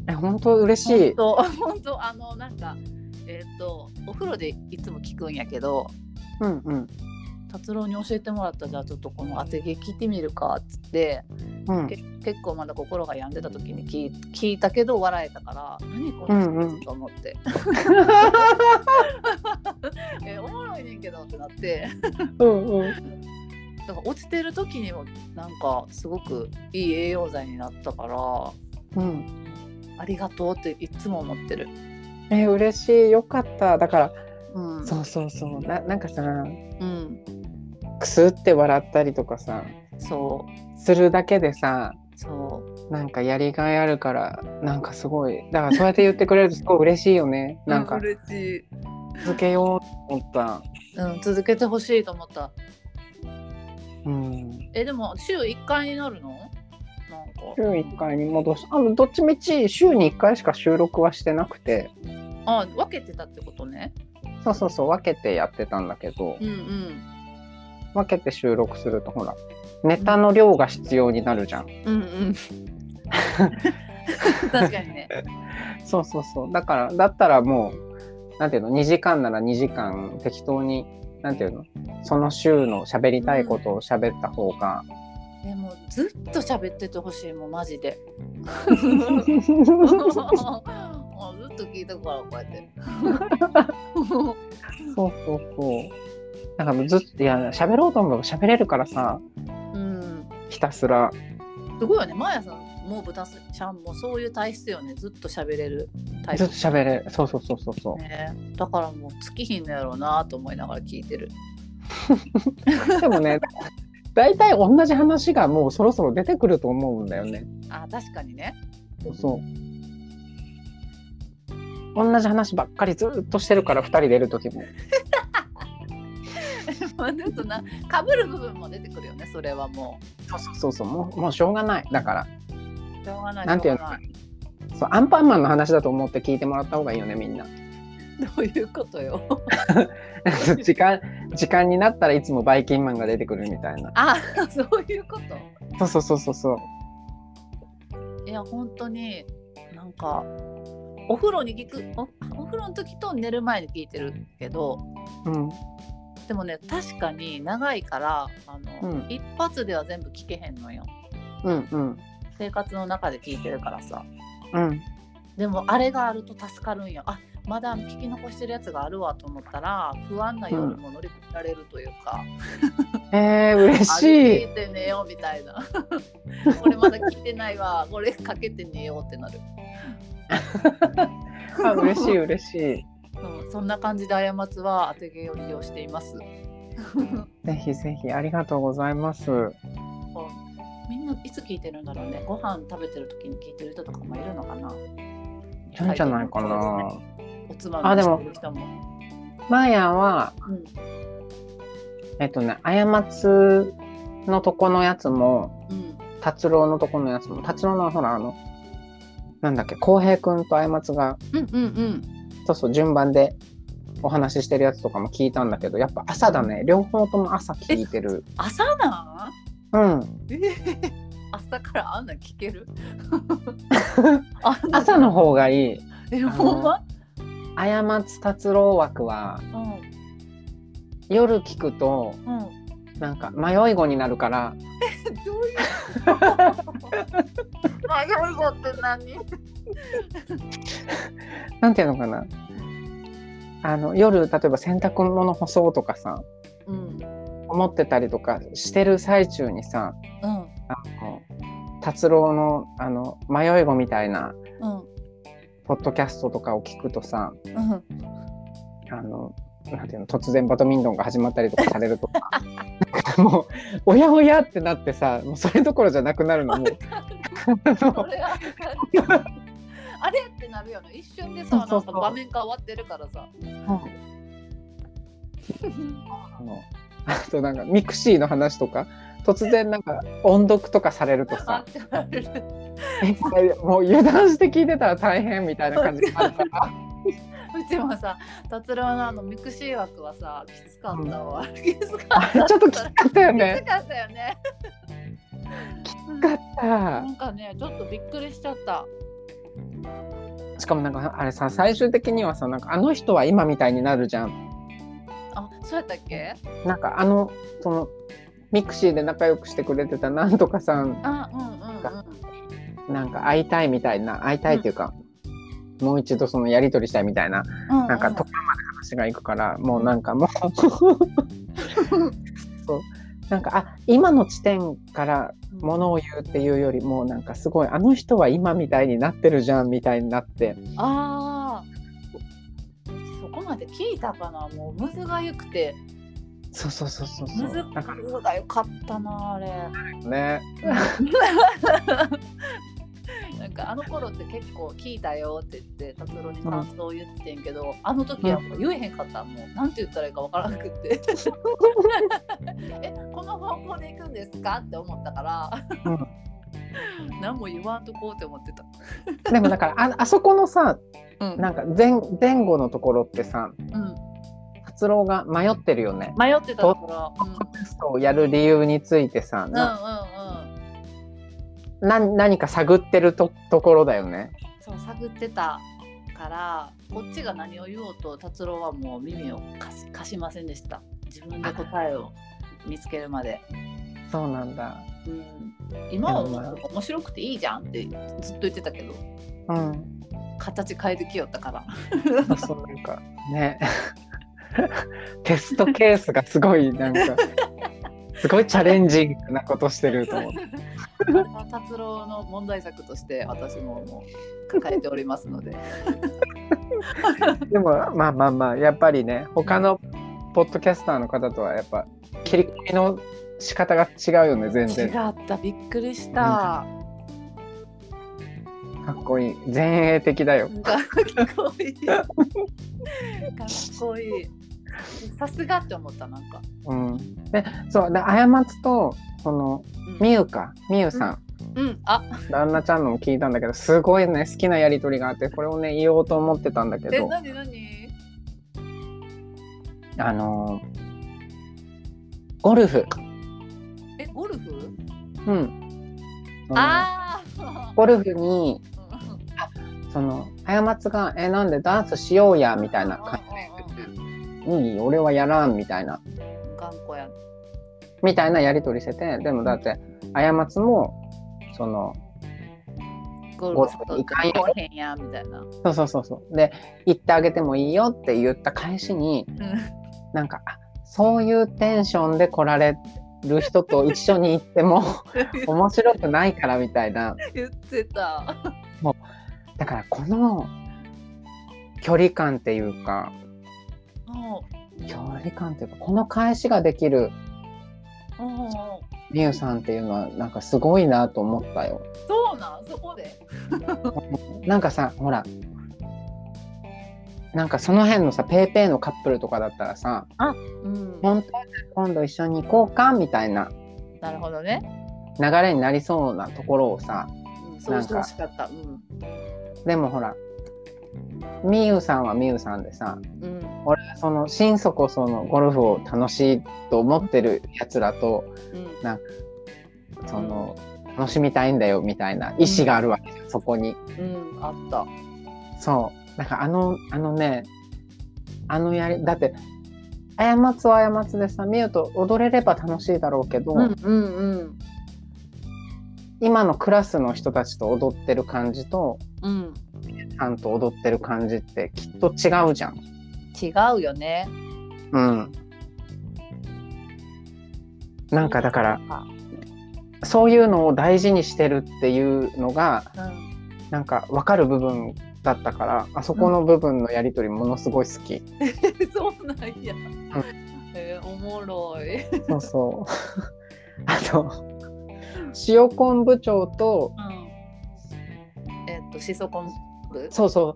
A: え本当嬉しい。
B: と <laughs> 本当あのなんかえっ、とお風呂でいつも聞くんやけど
A: うんうん
B: 達郎に教えてもらったじゃあちょっとこの当て芸聞いてみるかっつって
A: うん
B: け結構まだ心が病んでた時に聞い聞いたけど笑えたから何こ
A: うん
B: の
A: う
B: 人
A: ん
B: と思って、
A: <laughs>
B: えおもろいねんけどってなって
A: うんうん
B: だから落ちてる時にもなんかすごくいい栄養剤になったから
A: うん
B: ありがとうっていつも思ってる。
A: え嬉しいよかっただから
B: うん
A: そうそうそうななんかさ
B: うん、
A: くすって笑ったりとかさ
B: そ
A: するだけでさ
B: うそう
A: なんかやりがいあるからなんかすごいだからそうやって言ってくれるとすごい嬉しいよねなんか
B: 嬉しい、
A: 続けようと思った、
B: うん、続けてほしいと思った
A: うん、
B: えでも週1回になるのなんか
A: 週1回に戻すあのどっちみち週に1回しか収録はしてなくて
B: あ分けてたってことね
A: そうそうそう分けてやってたんだけど
B: うんうん
A: 分けて収録するとほらネタの量が必要になるじゃん
B: うんうん。確かにね。
A: そうそうそうだからだったらもうなんていうの2時間なら2時間適当になんていうのその週の喋りたいことを喋った方が、
B: でもずっと喋っててほしいもんマジ <laughs> で。もうずっと聞いたからこうや <laughs> って。
A: そうそうそう。なんかもうずっと、いや、喋ろうと思えば喋れるからさ、
B: うん。
A: ひたすら。
B: すごいよね。マーヤさんもう豚ちゃんもそういう体質よね。ずっと喋れるタイ
A: ずっ
B: プ
A: と。喋れ、そうそうそうそうそ
B: ね、だからもう尽きひんのやろうなと思いながら聞いてる。
A: う。でもね、大体同じ話がもうそろそろ出てくると思うんだよね。
B: あ確かに <laughs> ね。
A: そうそう。同じ話ばっかりずっとしてるから、二人出る時も。
B: まあちょっとな被る部分も出てくるよね。それはも
A: そうそうそうそう、もう、もうしょうがない。だから、
B: う。しょうがない。
A: なんていう
B: しょうがない <laughs>
A: そう、アンパンマンの話だと思って聞いてもらった方がいいよね、みんな。 <laughs>
B: どういうことよ。
A: 時間、時間になったらいつもバイキンマンが出てくるみたいな。
B: あそういうこと。
A: そうそうそうそうそう。
B: いや本当になんかお風呂に聞くおお風呂の時と寝る前に聞いてるけど
A: うん。
B: でもね確かに長いからあの、
A: うん
B: 一発では全部聞けへんのよ
A: うんうん。
B: 生活の中で聞いてるからさ
A: うん。
B: でもあれがあると助かるんよあまだ聞き残してるやつがあるわと思ったら不安な夜も乗り越えられるというか、
A: えー、嬉
B: あ
A: し
B: れ
A: い
B: 聞。いて寝ようみたいなこれまだ聞いてないわこれかけて寝ようってなる。
A: あ嬉しい嬉しい。
B: うん、そんな感じで過つは当て芸を利用しています。
A: ぜひぜひありがとうございます。
B: みんないつ聞いてるんだろうね。ご飯食べてる時に聞いてる人とかもいるのかな。
A: いるんじゃないかな。
B: おつまみにしてる人も。
A: マーヤは
B: うん
A: えっとね過つのとこのやつも
B: うん
A: 「達郎のとこのやつも達郎のほらあのなんだっけ浩平君とあ松が
B: うんうんうん
A: そうそう順番でお話ししてるやつとかも聞いたんだけどやっぱ朝だね両方とも朝聞いてる
B: 朝なん
A: うん
B: えー <laughs> 朝からあんなん聞け
A: <laughs>
B: るあんな
A: 朝の方がいい
B: えほんま
A: あ松達郎枠は
B: う
A: 夜聞くと <laughs>
B: んうん
A: なんか迷い子になるから
B: どう <laughs> いうこと。迷い子って何？
A: なんていうのかなあの夜例えば洗濯物干そうとかさ
B: うん
A: 思ってたりとかしてる最中にさ
B: うん
A: あの達郎のあの迷い子みたいな
B: うん
A: ポッドキャストとかを聞くとさ
B: うん。
A: あのなんていうの突然バドミントンが始まったりとかされるとかなんかもうおやおやってなってさもうそれどころじゃなくなるのもうあ
B: そ
A: の
B: れはあれってなるよね。一瞬でさ、
A: そ
B: な
A: うんそうそ
B: か
A: う
B: 場面変わってるからさ。
A: あのあとなんかミクシーの話とか突然なんか音読とかされるとさ
B: わかる
A: えこれもう油断して聞いてたら大変みたいな感じになるから
B: うちもさ、達郎のあのミクシー枠はさ、きつかったわ。きつかった。
A: あれちょっときつかったよ
B: き
A: ね <laughs>
B: つかったよね。
A: きつかった
B: なんかね、ちょっとびっくりしちゃった。
A: しかもなんかあれさ最終的にはさなんかあの人は今みたいになるじゃん
B: あ、そうやったっけ？
A: なんかあのそのミクシーで仲良くしてくれてたなんとかさん
B: あ、うん
A: なんか会いたいみたいな会いたいっていうか、もう一度そのやり取りしたいみたいな
B: うんうん。
A: なんか
B: う
A: とこまで話がいくからもうなんかも
B: <laughs>
A: うそうなんかあ今の地点からものを言うっていうよりもなんかすごいあの人は今みたいになってるじゃんみたいになって
B: ああ。そこまで聞いたかな、もうムズがゆくて、
A: そうそうそうそうそ
B: ムズ
A: うだか
B: ムズがよかったな、あれ。
A: らね
B: <laughs> なんかあの頃って結構聞いたよって言って達郎に感想を言ってんけど、あの時はもう言えへんかったもうなんて言ったらいいかわからなく <laughs> って「えこの方向で行くんですか?」って思ったから、何も言わんとこうって思ってた。
A: でもだからああそこのさ
B: うん
A: なんか前前後のところってさ
B: うん、
A: 達郎が迷ってるよね。
B: 迷ってたところ、うん、うん
A: テストをやる理由についてさ、
B: うん
A: な
B: うん
A: な何か探ってるとところだよね。
B: そう探ってたからこっちが何を言おうと達郎はもう耳を貸し貸しませんでした自分で答えを見つけるまで。
A: そうなんだ。
B: うん今はもう面白くていいじゃんってずっと言ってたけど
A: うん。
B: 形変えてきよったから <laughs>
A: そうそうなんかね。 <laughs> テストケースがすごいなんかすごいチャレンジングなことしてると思う。
B: あれは達郎の問題作として私ももう抱えておりますので
A: でもまあまあまあやっぱりね他のポッドキャスターの方とはやっぱ切り込みの仕方が違うよね全
B: 違
A: 然。
B: ったびっくりした、
A: かっこいい前衛的だよ。
B: かっこいいかっこいいさすがって思ったなんか、
A: うん、でそうで過つとその
B: うん
A: みゆかみゆさん、
B: うんあ
A: 旦那ちゃんのも聞いたんだけどすごいね好きなやり取りがあってこれをね言おうと思ってたんだけ
B: え
A: ど
B: 何何
A: あのーゴルフ、
B: えゴルフ
A: うん、その
B: ああ
A: ゴルフに
B: み
A: その過つが「えなんでダンスしようや」 <laughs> みたいな感じで「いい俺はやらん」みたいな
B: 頑固や
A: みたいなやり取りしててでもだって過つもその
B: ゴ
A: ゴル
B: ルフ
A: フ
B: と
A: 行かん
B: か
A: やろ
B: 来へんやみたいな
A: そうそうそうそうで行ってあげてもいいよって言った返しになんかあそういうテンションで来られる人と一緒に行っても <laughs> 面白くないからみたいな
B: <laughs> 言ってた。
A: だからこの距離感っていうか
B: おう
A: 距離感っていうかこの返しができる
B: おうおう
A: みゆさんっていうのはなんかすごいなと思ったよ。
B: そうなんそこで。
A: なんかさほらなんかその辺のさペーペーのカップルとかだったらさ
B: うん
A: 本当は今度一緒に行こうかみたいな
B: なるほどね。
A: 流れになりそうなところをさ
B: うん、そうしてほしかった。うん。
A: でもほらみゆさんはみゆさんでさ
B: うん。
A: 俺はその心底そのゴルフを楽しいと思ってるやつらと
B: うん。
A: その楽しみたいんだよみたいな意思があるわけじゃんそこに。
B: うん。あった。
A: そう。なんかあの、あのね、あのやり、だって、過つは過つでさ、みゆと踊れれば楽しいだろうけど、
B: うんうんうん。
A: 今のクラスの人たちと踊ってる感じと、
B: うん。
A: さんと踊ってる感じってきっと違うじゃん。
B: 違うよね。
A: うん。なんかだから、そういうのを大事にしてるっていうのが、
B: うん。 <laughs>
A: なんか分かる部分だったから、あそこの部分のやりとりものすごい好き。
B: そうなんや。えー、おもろい。
A: そうそう。 <laughs> あと、塩昆布町と、
B: うん。えっと、シソ昆布。
A: そうそう、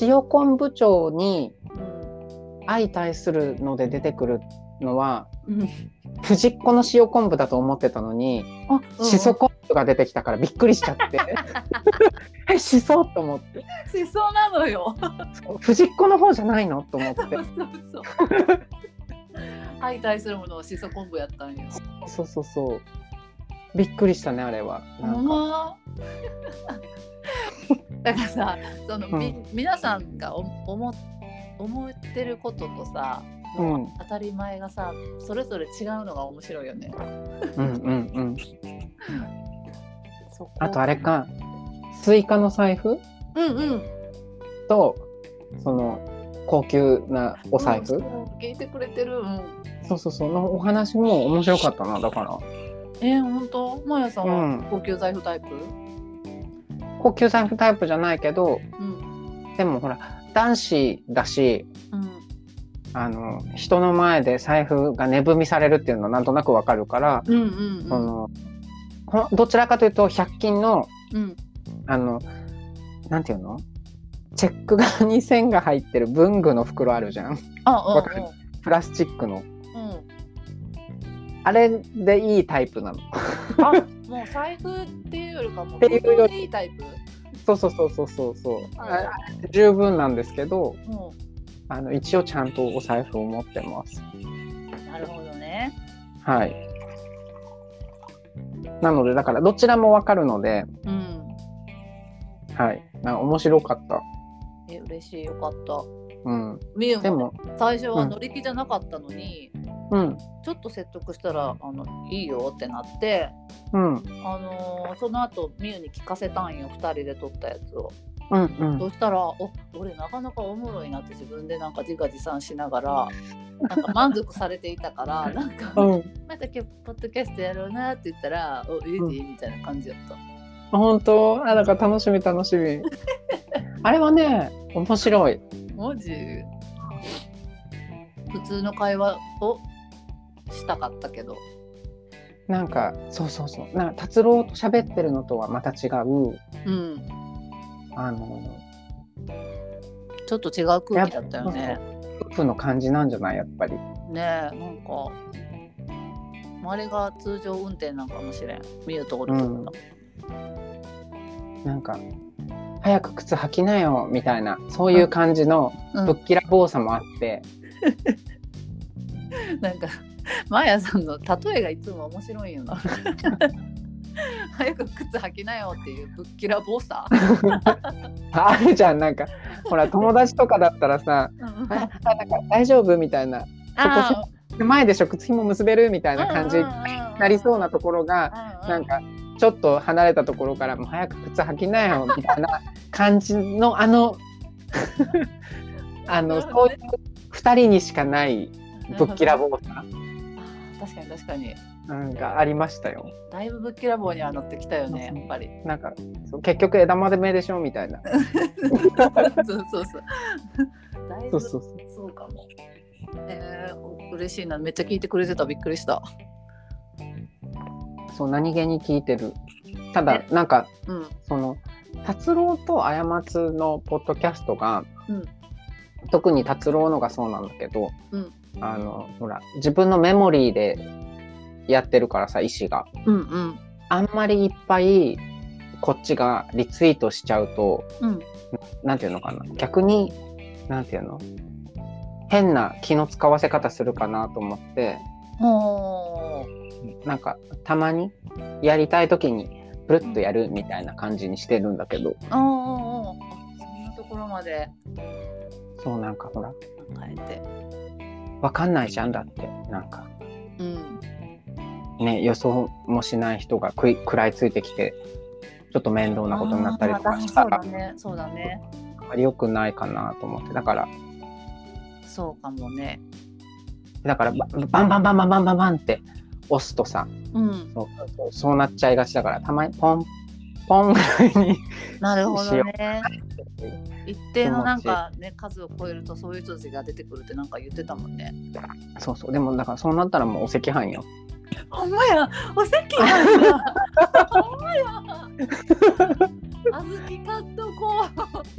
A: 塩昆布町に
B: うん。
A: 相対するので出てくるのは、
B: うん。
A: 藤っ子の塩昆布だと思ってたのに、
B: あ、
A: しそ昆布が出てきたからびっくりしちゃって。 <laughs> え、しそと思って。
B: シソなの <laughs> よ。
A: そう藤っ子の方じゃないのと思って。
B: そうそうそう。相対するものはシソ昆布やったんよ。
A: そうそうそう。びっくりしたね、あれは。な
B: ほ
A: ん
B: ん
A: か
B: ま。 <laughs> だからさ、その、み、皆さんがお思思ってることとさ、
A: うん
B: 当たり前がさ、それぞれ違うのが面白いよね。
A: うんうんうん。
B: そこ
A: あとあれ。か、スイカの財布
B: うんうん。
A: とその高級なお財布、
B: うん聞いてくれてる。うん。
A: そうそうそうのお話も面白かったなだから
B: えー、本当、まやさん
A: うん
B: は高級財布タイプ。
A: 高級財布タイプじゃないけど
B: うん。
A: でもほら男子だし
B: うん。
A: あの人の前で財布が値踏みされるっていうのはなんとなくわかるから、
B: うんうんうん。
A: そのこのどちらかというと100均の
B: うん。
A: あのなんていうのチェック側に線が入ってる文具の袋あるじゃん <laughs>
B: あ、うん。
A: わかるプラスチックの
B: うん。うん。
A: あれでいいタイプなの
B: あ、もう財布っていうよりかもう。
A: っていうより
B: いいタイプ。
A: そうそうそうそうそうそう。
B: はい
A: あ十分なんですけど、
B: も
A: あの一応ちゃんとお財布を持ってます。
B: う。なるほどね。
A: はい。なのでだからどちらもわかるので、
B: うん。
A: はい。な面白かった。
B: え、嬉しい、よかった。
A: うん。
B: みゆ
A: で
B: も
A: も、
B: 最初は
A: うん
B: 乗り気じゃなかったのに、
A: うん
B: ちょっと説得したらあのいいよってなって、
A: うんうん
B: あのーその後みゆに聞かせたんよ2人で撮ったやつを。
A: うん
B: そしたら「お俺なかなかおもろいな」って自分でなんか自画自賛しながらなんか満足されていたから「なんか
A: うん。
B: また今日ポッドキャストやろうな」って言ったら「おいいでいい」みたいな感じやった。
A: 本当あだから楽しみ楽し
B: <laughs>
A: み。あれはね面白い。
B: マジ普通の会話をしたかったけど。
A: なんかそうそうそう。なんか達郎と喋ってるのとはまた違う
B: うん
A: あの
B: ちょっと違う空気だったよね。
A: 夫婦の感じなんじゃないやっぱり。
B: ねえなんかあれが通常運転なんかもしれん見るところとか
A: なんか早く靴履きなよみたいなそういう感じの
B: うん
A: ぶっきらぼうさもあって、
B: なん <laughs> かマーヤさんの例えがいつも面白い
A: <laughs>
B: よな早く靴履きなよっていうぶっきらぼう
A: <laughs>
B: さ、
A: あるじゃんなんかほら友達とかだったらさ「あ
B: あ
A: なんか大丈夫?」みたいな
B: あ
A: 「前でしょ靴ひも結べる?」みたいな感じになりそうなところが
B: な
A: なんかちょっと離れたところから「もう早く靴履きなよ」みたいな感じのあ
B: <laughs>
A: のあの
B: なる
A: そ
B: ほ
A: う
B: ど
A: い
B: ね
A: う2人にしかないぶっきらぼうさ
B: <laughs> 確かに確かに
A: なんかありましたよ。
B: だいぶぶっきらぼうにはなってきたよねやっ
A: <laughs>
B: ぱり
A: なんかそう結局枝豆目でしょみたいな。
B: そう <laughs> そうそうだ
A: そ
B: いぶ
A: うそうそう。
B: そうかも。えー、嬉しいな。めっちゃ聞いてくれてた。びっくりした。
A: そう何気に聞いてる。ただなんか
B: うん。
A: その達郎と過つのポッドキャストが、
B: うん
A: 特に達郎のがそうなんだけど、
B: うん
A: あのほら自分のメモリーでやってるからさ意思が
B: うんうん。
A: あんまりいっぱいこっちがリツイートしちゃうと
B: うん
A: なんていうのかな逆になんていうの変な気の使わせ方するかなと思って
B: おー
A: なんかたまにやりたい時にプルッとやるみたいな感じにしてるんだけど
B: おーおーおーあそんなところまで
A: そうなんかほら
B: 考えて
A: わかんないじゃんだってなんか
B: うん
A: ね予想もしない人が食い食らいついてきてちょっと面倒なことになったりと
B: あ
A: か
B: ー
A: した
B: そう
A: ら
B: だねそうだね
A: 良くないかなと思ってだから
B: そうかもね
A: だからババンバンバンバンバンバンバンって押すとさ
B: うん
A: そうそうそうなっちゃいがちだからたまにポンポンぐらいに <laughs>
B: なるほ
A: し
B: ど
A: よ
B: ね一定のなんかね数を超えるとそういう人たちが出てくるってなんか言ってたもんね
A: そうそうでもだからそうなったらもうお赤飯よ <laughs>
B: ほんまやお赤飯やほんまやあずき買っと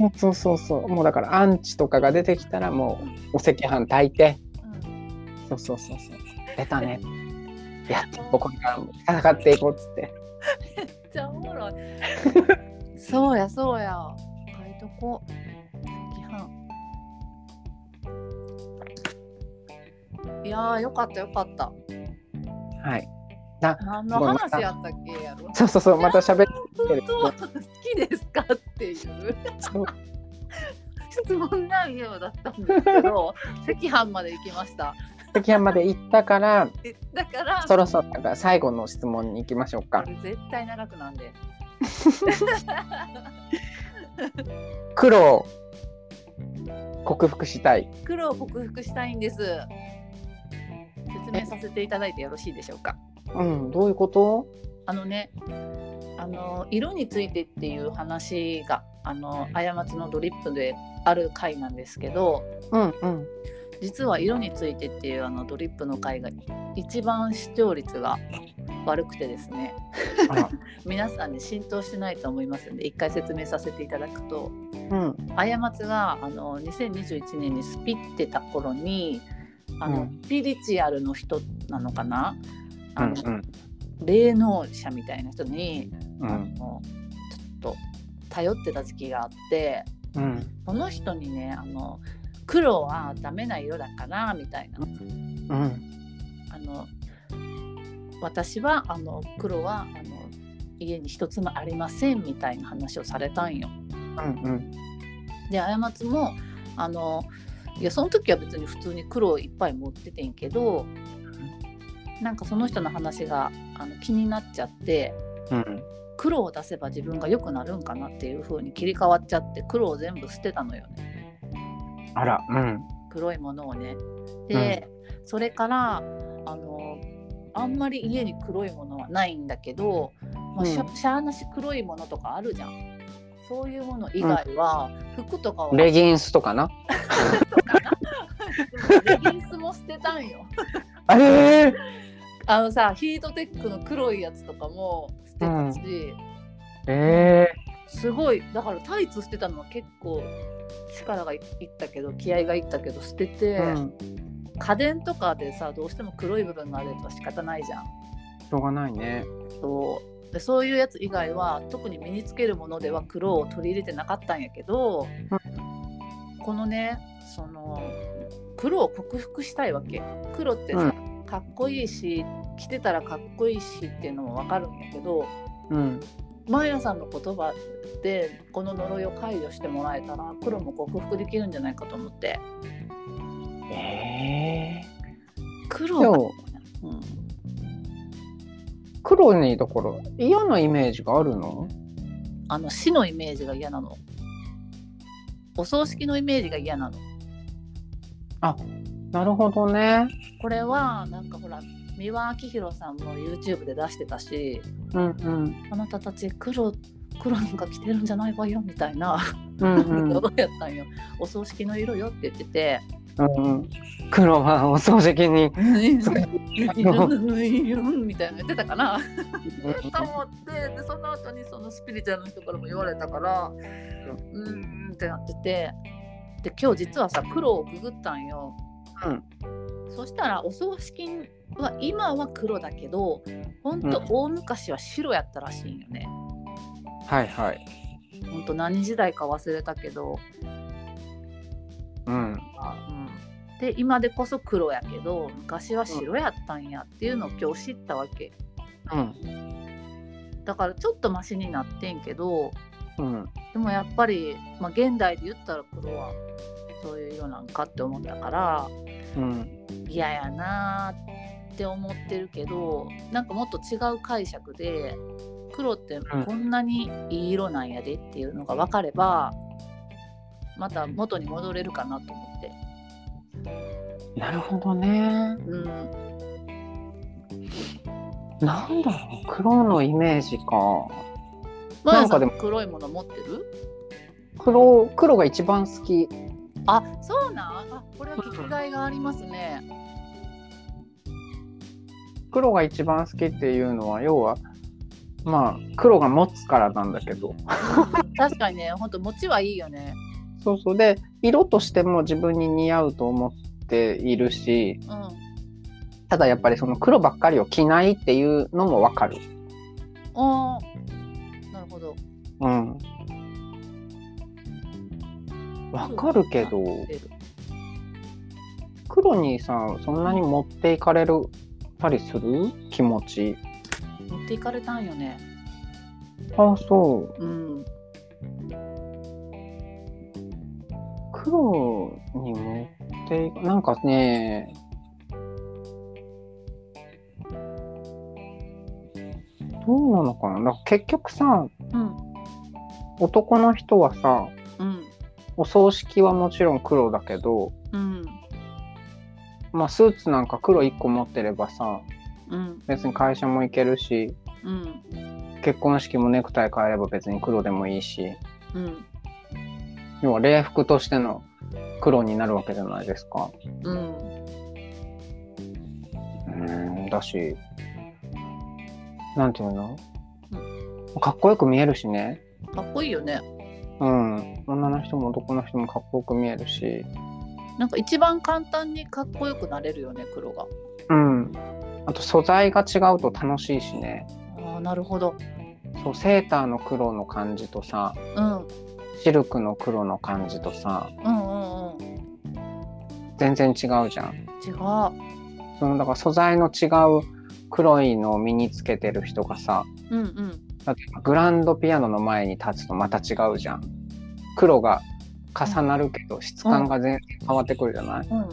B: こ
A: そうそうそうもうだからアンチとかが出てきたらもうお赤飯炊いて
B: う、うん、
A: そうそうそうそう出たねやっていこうこれからも戦っていこうっつって
B: めっちゃおもろいそうやそうや買いとこ赤飯いやーよかったよかった
A: はい
B: 何の話やったっけやろ
A: そうそうそうまた喋っ
B: 本当は好きですかっていう
A: そう
B: 質問内容だったんですけ <laughs> ど赤飯まで行きました
A: 赤飯まで行ったから
B: えだから
A: そろそろだから最後の質問に行きましょうか
B: これ絶対長くなんで
A: 苦労克服したい
B: 苦労を克服したいんです説明させていただいてよろしいでしょうか
A: うんどういうこと
B: あのねあの色についてっていう話があの過ちのドリップである回なんですけど
A: うんうん
B: 実は色についてっていうあのドリップの回が一番視聴率が悪くてですね
A: あら
B: 皆さんに浸透してないと思いますので一回説明させていただくと
A: うん
B: 過ちがあの2021年にスピってた頃にあ
A: う
B: の、
A: ん
B: スピリチュアルの人なのかな
A: う
B: あ
A: ん
B: の、霊能者みたいな人に、
A: う
B: あ
A: ん
B: のちょっと頼ってた時期があって
A: うん
B: その人にねあの黒はダメな色だからみたいな
A: うん
B: あの私はあの黒はあの家に一つもありませんみたいな話をされたんよ。
A: うん
B: で過ちもあのいやその時は別に普通に黒をいっぱい持っててんけどなんかその人の話があの気になっちゃって
A: うん
B: 黒を出せば自分が良くなるんかなっていう風に切り替わっちゃって黒を全部捨てたのよね
A: あらうん
B: 黒いものをね。で、それからあのあんまり家に黒いものはないんだけど、まあしゃ
A: う
B: しゃあなし黒いものとかあるじゃん。そういうもの以外は、服とかは
A: レギンスとかな
B: レギンスも捨てたんよ。
A: あれ
B: あのさヒートテックの黒いやつとかも捨てたし、
A: え
B: すごいだからタイツ捨てたのは結構力がいいったけど気合がいったけど捨てて、
A: えうん
B: 家電とかでさどうしても黒い部分があるやつは仕方ないじゃん。
A: しょうがないね
B: そうでそういうやつ以外は特に身につけるものでは黒を取り入れてなかったんやけど、このねその黒を克服したいわけ黒ってさ、
A: う
B: かっこいいし着てたらかっこいいしっていうのもわかるんやけど
A: うん
B: マーヤさんの言葉でこの呪いを解除してもらえたら黒も克服できるんじゃないかと思って
A: ええ
B: 黒
A: で
B: が、
A: も
B: うん、
A: 黒にだから嫌なイメージがあるの
B: あの死のイメージが嫌なのお葬式のイメージが嫌なの
A: なるほどね
B: これはなんかほら三輪明宏さんも YouTube で出してたし
A: うんうん
B: あなたたち黒黒なんか着てるんじゃないわよみたいな
A: うん
B: ど
A: う
B: <laughs>
A: ん
B: うやったんよお葬式の色よって言ってて
A: うんうん黒はお掃除機に
B: 「い <laughs>
A: それ <laughs>
B: るいるみたいな言ってたかなと
A: う
B: 思ってでその後にそのスピリチュアルの人からも言われたからうーんってなっててで今日実はさ黒をググったんよ、
A: うん
B: そしたらお葬式は今は黒だけど本当
A: うん
B: 大昔は白やったらしいんよね。
A: はいはい。
B: 本当何時代か忘れたけど、
A: うん。
B: うん、で今でこそ黒やけど昔は白やったんやっていうのを今日知ったわけ
A: うん。
B: だからちょっとマシになってんけど
A: うん。
B: でもやっぱり、まあ、現代で言ったら黒はそういう色なんかって思ったから
A: うん。
B: 嫌やなーって思ってるけどなんかもっと違う解釈で黒ってこんなにいい色なんやでっていうのが分かればまた元に戻れるかなと思って。
A: なるほどね。
B: うん
A: なんだろう。黒のイメージか。
B: マヤ
A: なん
B: さ
A: か
B: ん
A: で
B: も
A: も
B: 黒いもの持ってる
A: 黒、黒が一番好き。
B: あそうなんあこれは聞きがいがありますね。
A: 黒が一番好きっていうのは、要は。まあ、黒が持つからなんだけど。
B: 確かにね、ほんと餅はいいよね。
A: そうそうで、色としても自分に似合うと思っているし。
B: うん。あ
A: ただやっぱりその黒ばっかりを着ないっていうのもわかる。
B: あー、なるほど。
A: うん。わかるけど、黒にさん、そんなに持っていかれるたりする気持ち。
B: 持っていかれたんよね。
A: あ、そう。
B: うん。
A: 黒に持っていか、なんかね、どうなのかななんか結局さ、
B: うん。
A: 男の人はさ、
B: うん。
A: お葬式はもちろん黒だけど、
B: うん。
A: まあスーツなんか黒1個持ってればさ、
B: うん。
A: 別に会社も行けるし、
B: うん。
A: 結婚式もネクタイ変えれば別に黒でもいいし
B: うん。
A: 要は礼服としての黒になるわけじゃないですか。
B: うん。
A: うんだしなんていうのかっこよく見えるしね、
B: かっこいいよね。
A: うん、女の人も男の人もかっこよく見えるし、
B: なんか一番簡単にかっこよくなれるよね、黒が。
A: うん、あと素材が違うと楽しいしね
B: ああ、なるほど。
A: そうセーターの黒の感じとさ
B: うん。うん
A: シルクの黒の感じとさ
B: うんうん。
A: 全然違うじゃん。
B: 違う。
A: そのだから素材の違う黒いのを身につけてる人がさ
B: うんうん。
A: だってグランドピアノの前に立つとまた違うじゃん黒が重なるけど質感が全然変わってくるじゃない、
B: うんうんうんうん。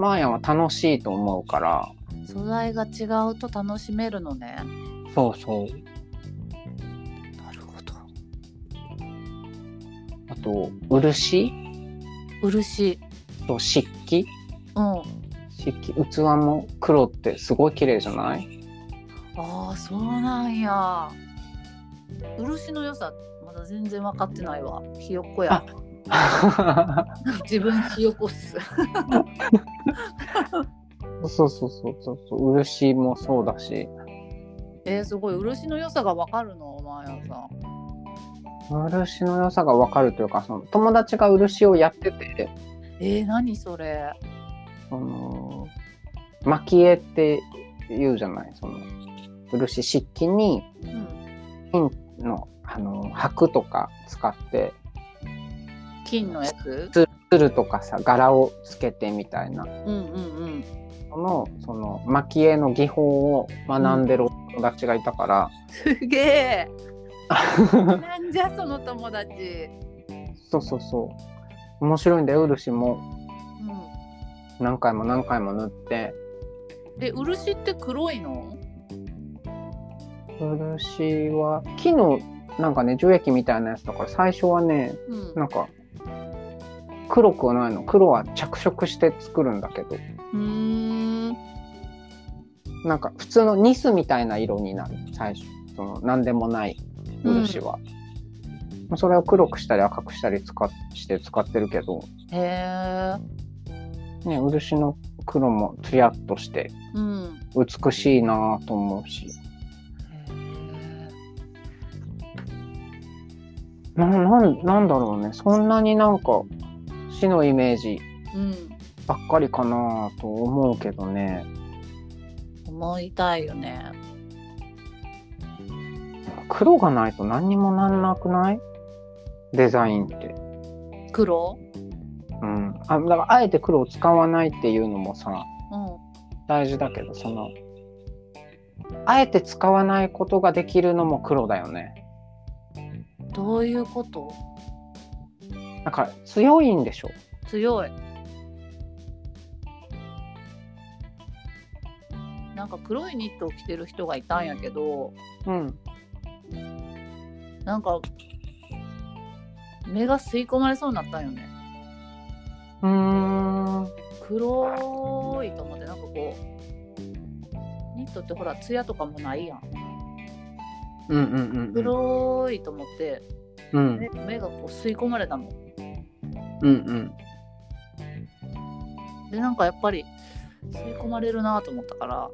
A: マーヤンは楽しいと思うから
B: 素材が違うと楽しめるのね。
A: そうそう
B: なるほど。
A: あと漆
B: 漆。
A: と漆器
B: うん。あ
A: 漆器器も黒ってすごい綺麗じゃ <laughs> ない
B: あ、そうなんや。漆の良さ、まだ全然分かってないわ。ひよっこや。 <laughs> 自分ひよこっす。
A: そうそうそうそうそう漆もそうだし
B: えー、すごい。漆の良さが分かるの、マーヤさん。
A: 漆の良さが分かるというかその友達が漆をやってて
B: えー、何それ。
A: その蒔絵って言うじゃないその漆漆器に
B: うん。
A: 金のあの箔とか使って
B: 金のやつ。
A: 鶴とかさ柄をつけてみたいな
B: うんうんうん。
A: そのその蒔絵の技法を学んでるお友達がいたから、
B: すげえ。 <laughs> なんじゃその友達。
A: そうそうそう面白いんだよ漆も
B: う
A: 何回も何回も塗って
B: ん。え、漆って黒いの？
A: 漆は木のなんかね樹液みたいなやつだから最初はね
B: うん。
A: なんか黒くはないの黒は着色して作るんだけど
B: うーん。
A: なんか普通のニスみたいな色になる最初その何でもない漆は、それを黒くしたり赤くしたり使っして使ってるけど、
B: へえ。
A: ね、漆の黒もツヤっとして
B: うん。
A: 美しいなぁと思うしななんなんだろうねそんなになんか死のイメージ
B: うん、
A: ばっかりかなと思うけどね。
B: 思いたいよね
A: 黒がないと何にもなんなくないデザインって。
B: 黒
A: うん。あだからあえて黒を使わないっていうのもさ、
B: うん
A: 大事だけどそのあえて使わないことができるのも黒だよね
B: どういうこと
A: だから強いんでしょ
B: 強いなんか黒いニットを着てる人がいたんやけど
A: うん
B: なんか目が吸い込まれそうになったんよね
A: うーん
B: 黒いと思ってなんかこうニットってほら艶とかもないやん
A: うんうんうん
B: 黒いと思って
A: うん
B: 目目がこう吸い込まれたの
A: うんうん
B: でなんかやっぱり吸い込まれるなと思ったから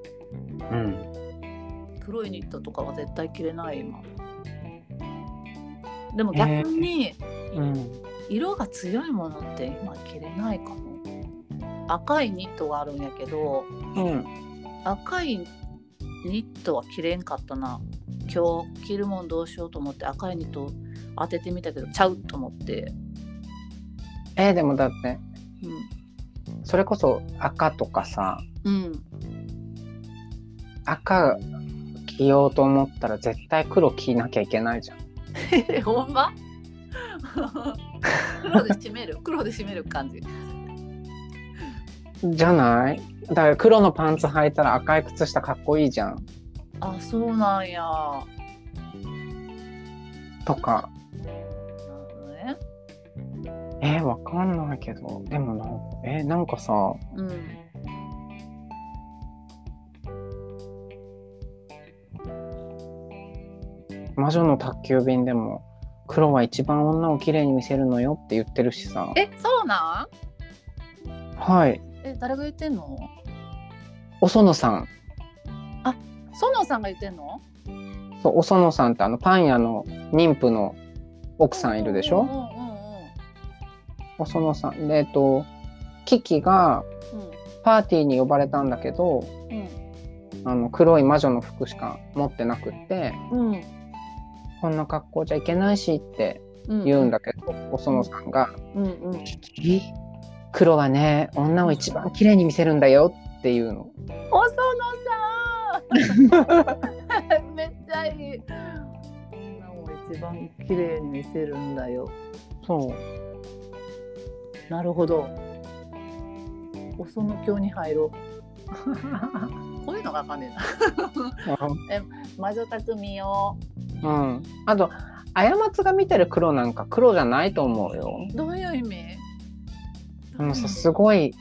A: うん
B: 黒いニットとかは絶対着れない今でも逆に
A: うん
B: 色が強いものって今着れないかも赤いニットがあるんやけど
A: うん
B: 赤いニットは着れんかったな今日着るもんどうしようと思って赤いニット当ててみたけどちゃうと思って、
A: えーでもだってそれこそ赤とかさ
B: うん、うん
A: 赤着ようと思ったら絶対黒着なきゃいけないじゃん
B: <laughs> えほんま <laughs> 黒で締める黒で締める感じ
A: じゃないだから黒のパンツ履いたら赤い靴下かっこいいじゃん
B: あそうなんやな
A: とか
B: るほどね
A: えー、わかんないけどでもなえーなんかさ
B: うん
A: 「魔女の宅急便」でも「黒は一番女を綺麗に見せるのよ」って言ってるしさ
B: えそうなん
A: はい
B: え誰が言ってんの
A: おそのさん
B: ソノさんが言ってんの
A: そうおそのさんってあのパン屋の妊婦の奥さんいるでし
B: うん
A: ょおそのさんでえっとキキが
B: うん
A: パーティーに呼ばれたんだけど
B: うん
A: あの黒い魔女の服しか持ってなくって
B: うんうん
A: こんな格好じゃいけないしって
B: うん
A: 言うんだけど、おそのさんが
B: うんうん
A: え黒はね女を一番綺麗に見せるんだよっていうの
B: おそのさん <laughs> めっちゃいい女を一番綺麗に見せるんだよ
A: そう
B: なるほどおその教に入ろうこういうのがあかんねんな魔女宅見よ
A: うんあと過つが見てる黒なんか黒じゃないと思うよ、
B: うどういう意味
A: うん、さすごい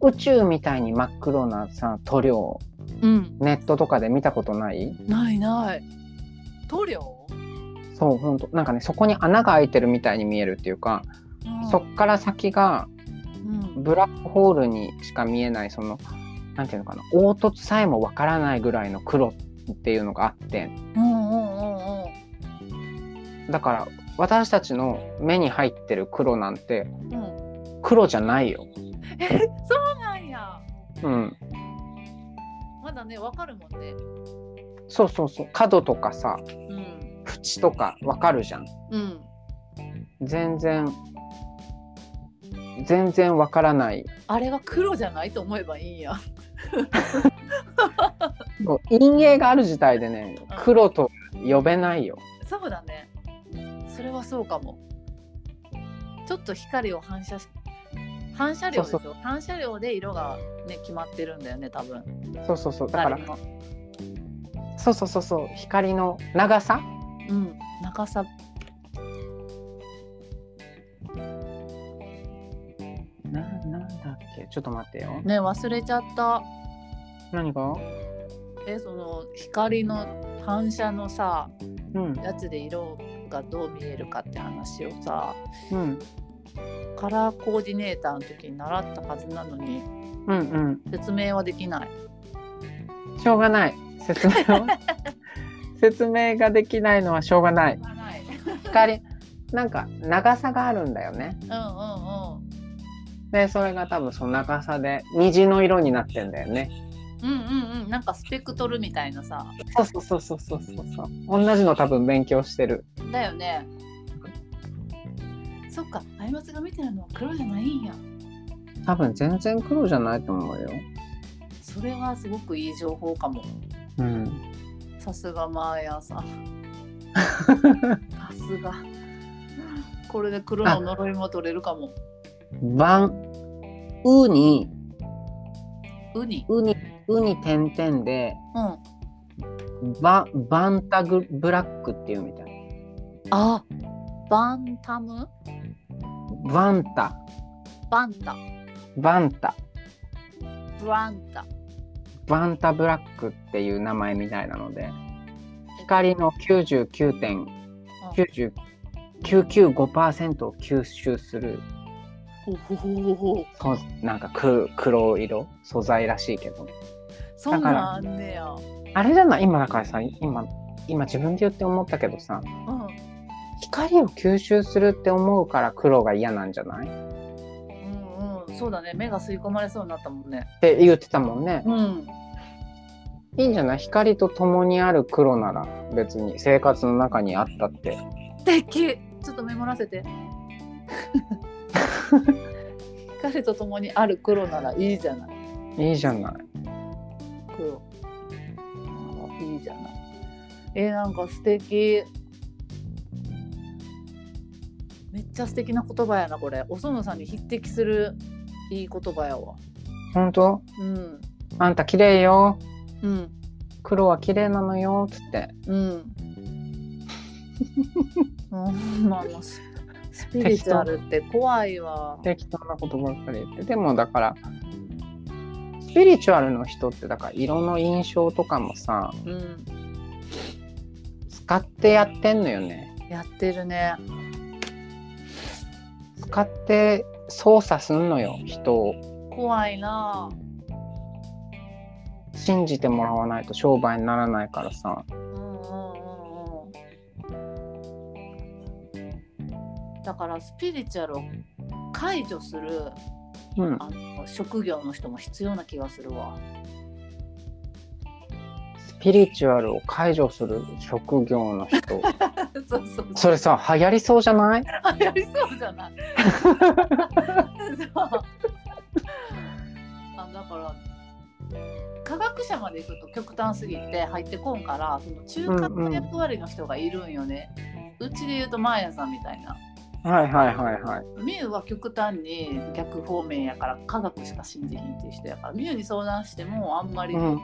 A: 宇宙みたいに真っ黒なさ塗料
B: うん
A: ネットとかで見たことない
B: ないない塗料、
A: そうほんとなんかねそこに穴が開いてるみたいに見えるっていうか
B: うん
A: そっから先が
B: うん
A: ブラックホールにしか見えないそのなんていうのかな凹凸さえもわからないぐらいの黒っていうのがあって
B: うんうんうんうん
A: だから私たちの目に入ってる黒なんて
B: うん、
A: 黒じゃないよ。
B: えそうなんや
A: うん。
B: まだねわかるもんね
A: そうそうそう。角とかさ、
B: うん
A: 縁とかわかるじゃん。
B: うん
A: 全然、全然わからない。
B: あれは黒じゃないと思えばいいんや
A: もう陰影がある時代でね
B: ん、
A: 黒と呼べないよ。
B: そうだねそれはそうかもちょっと光を反射し反射量です
A: そ
B: よ
A: う
B: 反射量で色がね決まってるんだよね多分
A: そうそうそう。だから
B: 誰、も
A: そうそうそうそう。光の長さ
B: うん長さ
A: ななんだっけちょっと待ってよ。
B: ね忘れちゃった
A: 何が
B: えその光の反射のさ
A: うん。
B: やつで色がどう見えるかって話をさ
A: うん。
B: カラーコーディネーターの時に習ったはずなのに
A: うん
B: 説明はできない
A: うん。しょうがない。説明 <laughs> を。説明ができないのはしょうがない。
B: ない
A: 光なんか長さがあるんだよね
B: うんうんうん
A: でそれが多分その長さで虹の色になってんだよね
B: うんうんうんなんかスペクトルみたいなさ
A: そうそうそうそうそうそうそう同じの多分勉強してる
B: だよねそっかアイマスが見てるのは黒じゃないんや
A: 多分全然黒じゃないと思うよ
B: それはすごくいい情報かも
A: うん
B: さすがマーヤ
A: <laughs>
B: ーさんさすがこれで黒の呪いも取れるかも
A: 晩うに
B: ウニ
A: うにうに点々で
B: うん
A: ババンタグブラックっていうみたい
B: あバンタム
A: バンタ
B: バンタ
A: バンタ
B: ブランタ
A: バンタブラックっていう名前みたいなので光の99.995%を吸収する
B: ほほほほほ
A: そうなんか黒黒色素材らしいけど
B: そんなんあんねや
A: あれじゃない今だからさ今今自分で言って思ったけどさ
B: う
A: 光を吸収するって思うから黒が嫌なんじゃないっ
B: んうんうんそうだね目が吸い込まれそうになったもんね
A: て言ってたもんね
B: うん
A: いいんじゃない光と共にある黒なら別に生活の中にあったって
B: 敵ちょっとメモらせて光と共にある黒ならいいじゃない
A: いいじゃない
B: 黒いいじゃないえー、なんか素敵めっちゃ素敵な言葉やなこれおそのさんに匹敵するいい言葉やわ
A: 本当
B: うん
A: あんた綺麗よ
B: うん
A: 黒は綺麗なのよつって
B: うん <laughs> うんまあまあススピリチュアルって怖いわ
A: 適当なことばっかり言ってでもだからスピリチュアルの人ってだから色の印象とかもさ
B: うん
A: 使ってやってんのよね
B: やってるね
A: 使って操作すんのよ人を
B: 怖いな
A: 信じてもらわないと商売にならないからさ
B: うんうんうんうんだからスピリチュアルを解除する
A: うん
B: あの職業の人も必要な気がするわ
A: スピリチュアルを解除する職業の
B: <laughs>
A: 人
B: そうそう
A: それさ流行りそうじゃない
B: やりそうじ
A: <laughs>
B: ゃないそうあだから科学者まで行くと極端すぎて入ってこんからその中間の役割の人がいるんよね、うちで言うとマーヤさんみたいな
A: はいはいはいはい
B: ミュウは極端に逆方面やから科学しか信じひんっていう人やからミュウに相談してもあんまり
A: うん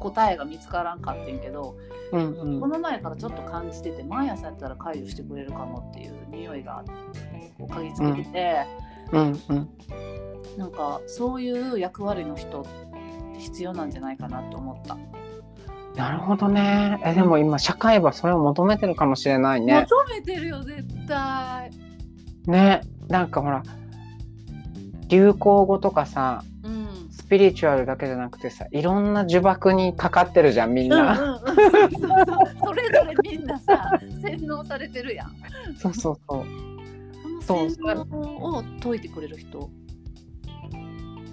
B: 答えが見つからんかってんけど、
A: うんうん
B: この前からちょっと感じてて毎朝やったら解除してくれるかもっていう匂いがこう嗅ぎつけてて、
A: うんうん
B: なんかそういう役割の人って必要なんじゃないかなと思った、
A: なるほどねえでも今社会はそれを求めてるかもしれないね
B: 求めてるよ絶対
A: ねなんかほら流行語とかさ
B: うん
A: スピリチュアルだけじゃなくてさいろんな呪縛にかかってるじゃんみん
B: うんうん
A: な、
B: うん、そうそうそうそれぞれみんなさ洗脳されてるやん
A: <laughs> そうそうそ
B: その
A: そう
B: 洗脳を解いてくれる人
A: う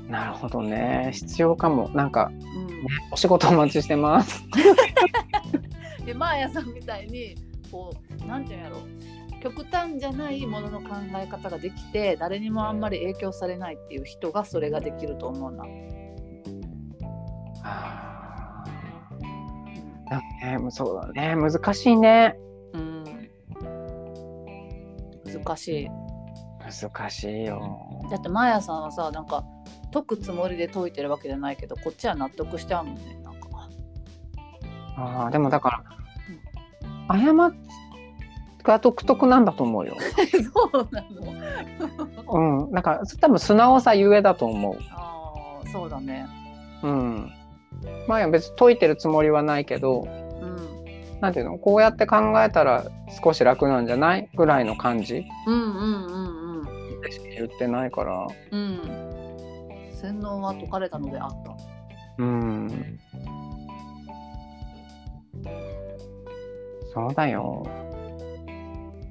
A: なるほどね必要かもなんか
B: う
A: お仕事お待ちしてます
B: ん、でマーヤさんみたいにこうなんていうんやろ極端じゃないものの考え方ができて誰にもあんまり影響されないっていう人がそれができると思うな。
A: あーなんかね、もうそうだね難しいね
B: うん、難しい。
A: 難しいよ
B: だってマーヤさんはさなんか解くつもりで解いてるわけじゃないけどこっちは納得しちゃうもんねなんか。 <laughs>
A: あーでもだから謝っが独特なんだと思う <laughs> よ
B: そうなの
A: うん、だから多分素直さゆえだと思
B: あーそうだね。
A: う。うん。まあ別に解いてるつもりはないけど、
B: うん
A: なんていうの、こうやって考えたら少し楽なんじゃないぐらいの感じ
B: うんうんうんうん
A: でしか言ってないから。
B: うん。洗脳は解かれたのであった。
A: うん。そうだよ。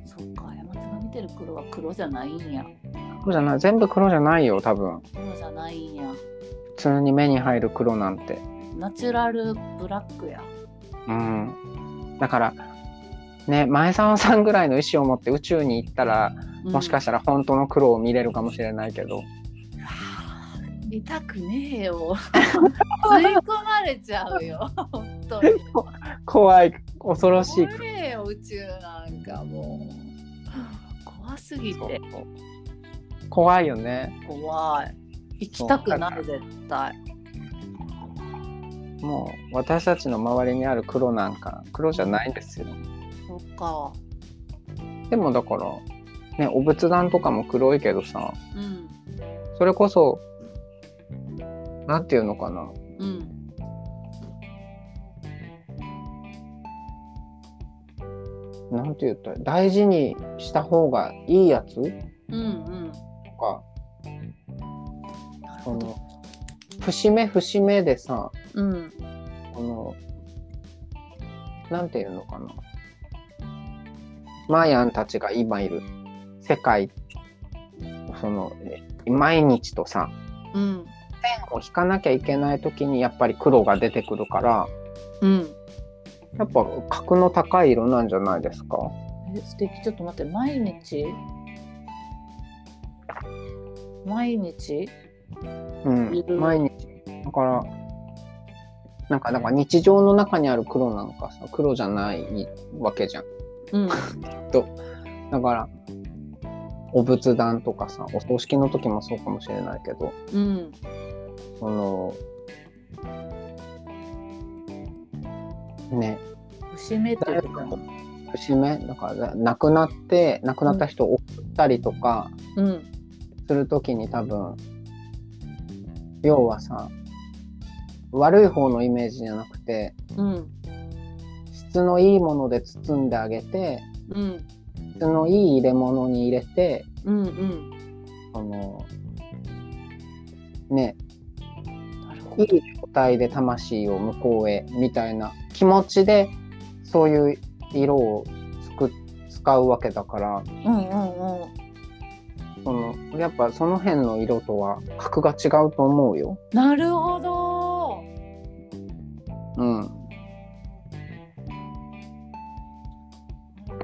B: そっか、山津が見てる黒は黒じゃないんや。
A: そうじゃない全部黒じゃないよ多分
B: 黒じゃないんや
A: 普通に目に入る黒なんて
B: ナチュラルブラックや
A: うんだからね前澤さんぐらいの意思を持って宇宙に行ったらもしか
B: <laughs> し
A: したら本当の黒を見れるかもしれないけど、
B: 見たくねえ
A: <laughs>
B: よ吸い込まれちゃうよ本当に
A: 怖い恐ろしい
B: 怖えよ宇宙なんかもう怖すぎて
A: 怖いよね
B: 怖い行きたくない絶対
A: もう私たちの周りにある黒なんか黒じゃないですよ
B: そっか
A: でもだからねお仏壇とかも黒いけどさ
B: うん
A: それこそなんていうのかな
B: うん
A: なんて言ったら大事にした方がいいやつ
B: うんうん
A: とか
B: なる
A: そ
B: ほど
A: の節目節目でさ
B: うん
A: このなんていうのかなマヤンたちが今いる世界そのえ毎日とさ
B: うん
A: 線を引かなきゃいけない時にやっぱり黒が出てくるから
B: うん
A: やっぱ格の高い色なんじゃないですか
B: え素敵ちょっと待って毎日毎日
A: うん
B: うん
A: 毎日だからなんかなんか日常の中にある黒なんかさ黒じゃないわけじゃん
B: うん
A: だからお仏壇とかさお葬式の時もそうかもしれないけど
B: うん
A: そのね
B: 節目っていうか
A: 節目だから亡くなって亡くなった人を送ったりとか
B: うん
A: する時に多分要はさ悪い方のイメージじゃなくて
B: うん
A: 質のいいもので包んであげて
B: うん
A: 質のいい入れ物に入れて
B: うんうん
A: そのね
B: なるほ
A: い
B: ど
A: い状態で魂を向こうへみたいな気持ちでそういう色をつく使うわけだから
B: うんうんうん
A: そのやっぱその辺の色とは格が違うと思うよ。
B: なるほど
A: うん、
B: な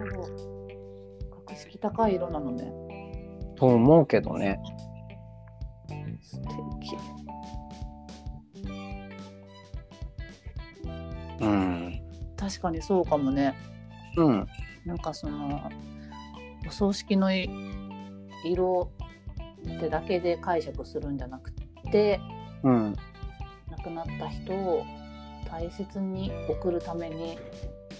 B: るほど格式高い色なのね
A: と思うけどね。
B: 素敵
A: うん、
B: 確かにそうかもね
A: うん、
B: なんかそのお葬式のい色ってだけで解釈するんじゃなくて
A: うん、
B: 亡くなった人を大切に送るために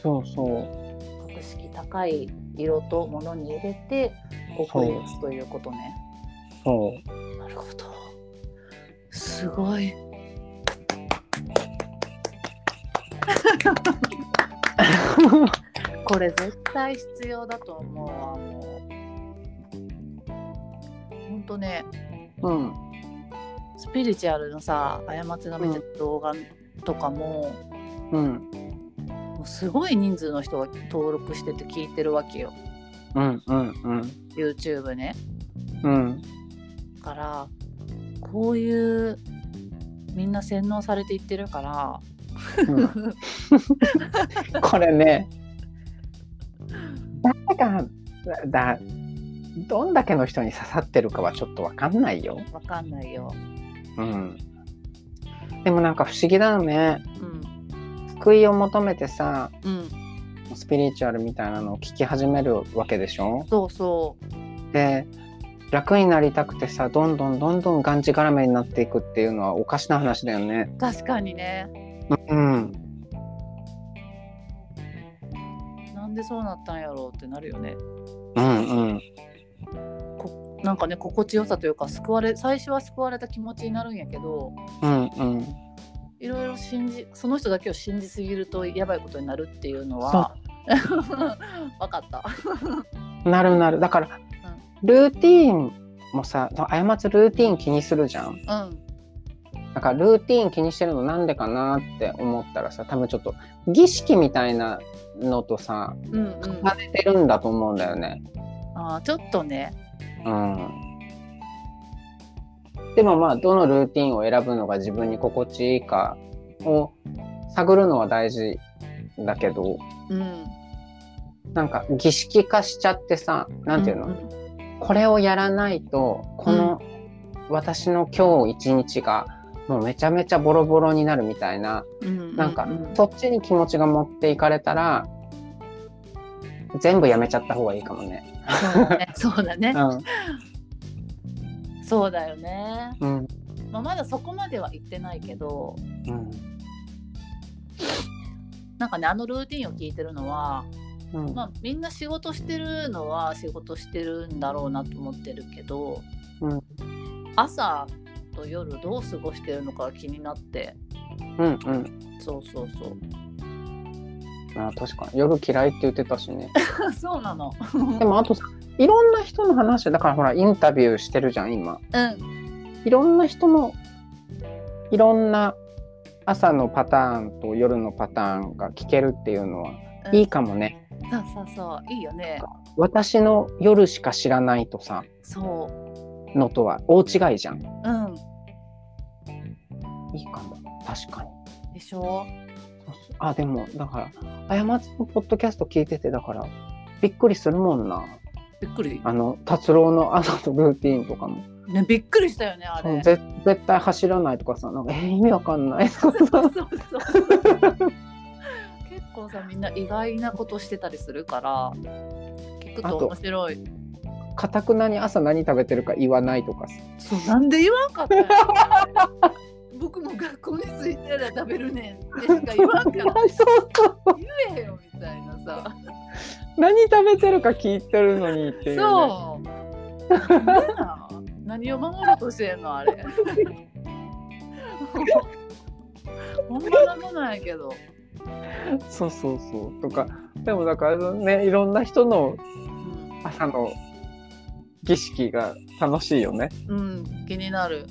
A: そうそう
B: 格式高い色と物に入れて送り出すということね。
A: そう。
B: なるほど。すごい。 <laughs> これ絶対必要だと思うわもう。ほんとね
A: うん、
B: スピリチュアルのさ過ちのめてる動画とかも,、
A: うん、
B: もうすごい人数の人が登録してて聞いてるわけよ
A: うん、うん、うん
B: YouTube ね。
A: うん、
B: からこういうみんな洗脳されていってるから <laughs>
A: うん。 <laughs> これね、誰がだどんだけの人に刺さってるかはちょっとわかんないよ。
B: わかんないよ。
A: うん、でもなんか不思議だよね。
B: うん
A: 救いを求めてさ、
B: うん
A: スピリチュアルみたいなのを聞き始めるわけでしょ
B: そうそう
A: で楽になりたくてさどんどんどんどんがんじがらめになっていくっていうのはおかしな話だよね。
B: 確かにね
A: うん、
B: なんでそうなったんやろうってなるよね。
A: うん、うん
B: なんかね心地よさというか救われ最初は救われた気持ちになるんやけど
A: うんうん
B: いろいろ信じその人だけを信じすぎるとやばいことになるっていうのは <laughs> わかった。
A: なるなるだから、ルーティーンもさその過ちルーティーン気にするじゃん
B: うん
A: だからルーティーン気にしてるのなんでかなって思ったらさ多分ちょっと儀式みたいなのとさ
B: うんうん、
A: 重ねてるんだと思うんだよね
B: あーちょっとね
A: うんでもまあどのルーティンを選ぶのが自分に心地いいかを探るのは大事だけど
B: うん
A: なんか儀式化しちゃってさなんていうの、
B: ん
A: これをやらないとこの私の今日一日がもうめちゃめちゃボロボロになるみたいな
B: うん
A: なんか
B: うう
A: そっちに気持ちが持っていかれたら全部やめちゃった方がいいかもね。
B: そうだねそ
A: <laughs>
B: うだね
A: う
B: そうだよね、
A: ん、うん
B: まあ、まだそこまでは行ってないけど
A: うん
B: なんかねあのルーティンを聞いてるのは、
A: うん
B: まあ、みんな仕事してるのは仕事してるんだろうなと思ってるけど、
A: うん
B: 朝と夜どう過ごしてるのか気になって
A: うんうん
B: そうそうそう <laughs>
A: まあ確かに夜嫌いって言ってたしね
B: そうなの。
A: でもあとさいろんな人の話だからほらインタビューしてるじゃん今
B: うん。
A: いろんな人のいろんな朝のパターンと夜のパターンが聞けるっていうのは
B: うん
A: いいかもね
B: そうそうそう。いいよね。
A: 私の夜しか知らないとさ
B: そう。
A: のとは大違いじゃん
B: うん。
A: いいかも確かに
B: でしょ
A: そうそうあでもだからあやまつのポッドキャスト聞いててだからびっくりするもんな
B: びっくり。
A: あの達郎の朝のルーティーンとかも
B: ね、びっくりしたよね、あれ。
A: ぜ絶対走らないとかさなんか、えー意味わかんない <laughs> とか
B: そ
A: さ
B: うそうそう。結構さ、みんな意外なことしてたりするから、聞く
A: あ
B: と
A: と
B: 面白い。
A: かたくなに朝何食べてるか言わないとか
B: <laughs>
A: さ
B: そう、なんで言わんかったんや僕も学校に着いたら食べるねんってしか言わんから、
A: そうそう
B: 言えよみたいなさ。
A: 何食べてるか聞いてるのにっていう、ね、
B: そう。なんでなん何を守ろうとしてんのあれ。 <laughs> ほんまなんもないけど。
A: そうそうそうとかでもだからねいろんな人の
B: うん
A: 朝の儀式が楽しいよね
B: うん、気になる。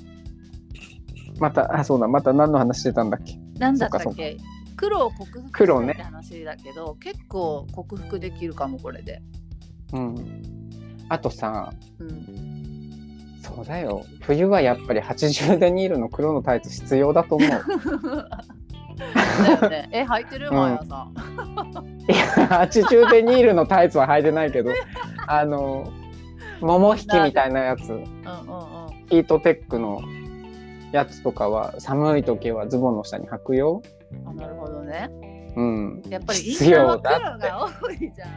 A: またあそうだまた何の話してたんだっけ
B: なんだった
A: そっ
B: っ
A: かそ
B: け苦労を克服
A: 苦労ね
B: したいって話だけど、結構克服できるかもこれで。
A: うんあとさ <laughs>
B: うん、
A: そうだよ冬はやっぱり80デニールの黒のタイツ必要だと思う
B: だよね。え、履いてる
A: うん
B: マヤさん。
A: いや80デニールのタイツは履いてないけどあの桃引きみたいなやつ
B: うんうんうん。
A: ヒートテックのやつとかは寒い時はズボンの下に履くよ。
B: あなるほどね。
A: うん、
B: やっぱりイン
A: 必
B: ナーは
A: 要
B: 苦
A: だ
B: 労
A: って
B: が多いじゃん。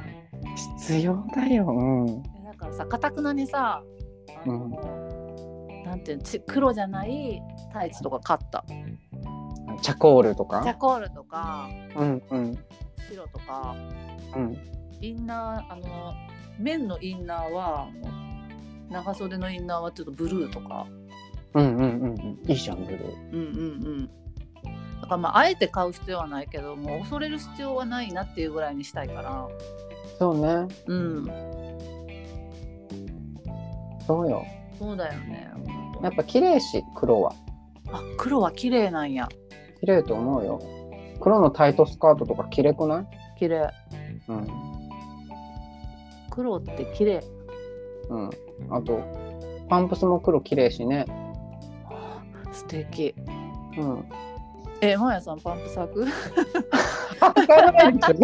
A: 必要だよ。うん
B: だからさかたくなにさあの、なんていうのち黒じゃないタイツとか買ったチ
A: チャコールと
B: ャ
A: か。
B: コールとか
A: うんうん
B: 白とか
A: うん。
B: インナーあの綿のインナーはもう長袖のインナーはちょっとブルーとか
A: うんうんうんうん。いいじゃんブルー。
B: うんうんうんだからまああえて買う必要はないけどもう恐れる必要はないなっていうぐらいにしたいから
A: そうね。
B: うん
A: そうよ。
B: そうだよねほん
A: やっ
B: と
A: ぱ綺麗し黒は
B: あ黒は綺麗なんや
A: 綺麗と思うよ。黒のタイトスカートとか綺麗くない？
B: 綺麗
A: うん
B: 黒って綺麗
A: うん。あとパンプスも黒綺麗しね。
B: あー素敵
A: うん。
B: え、マヤさんパンプサク
A: 履かないじゃん。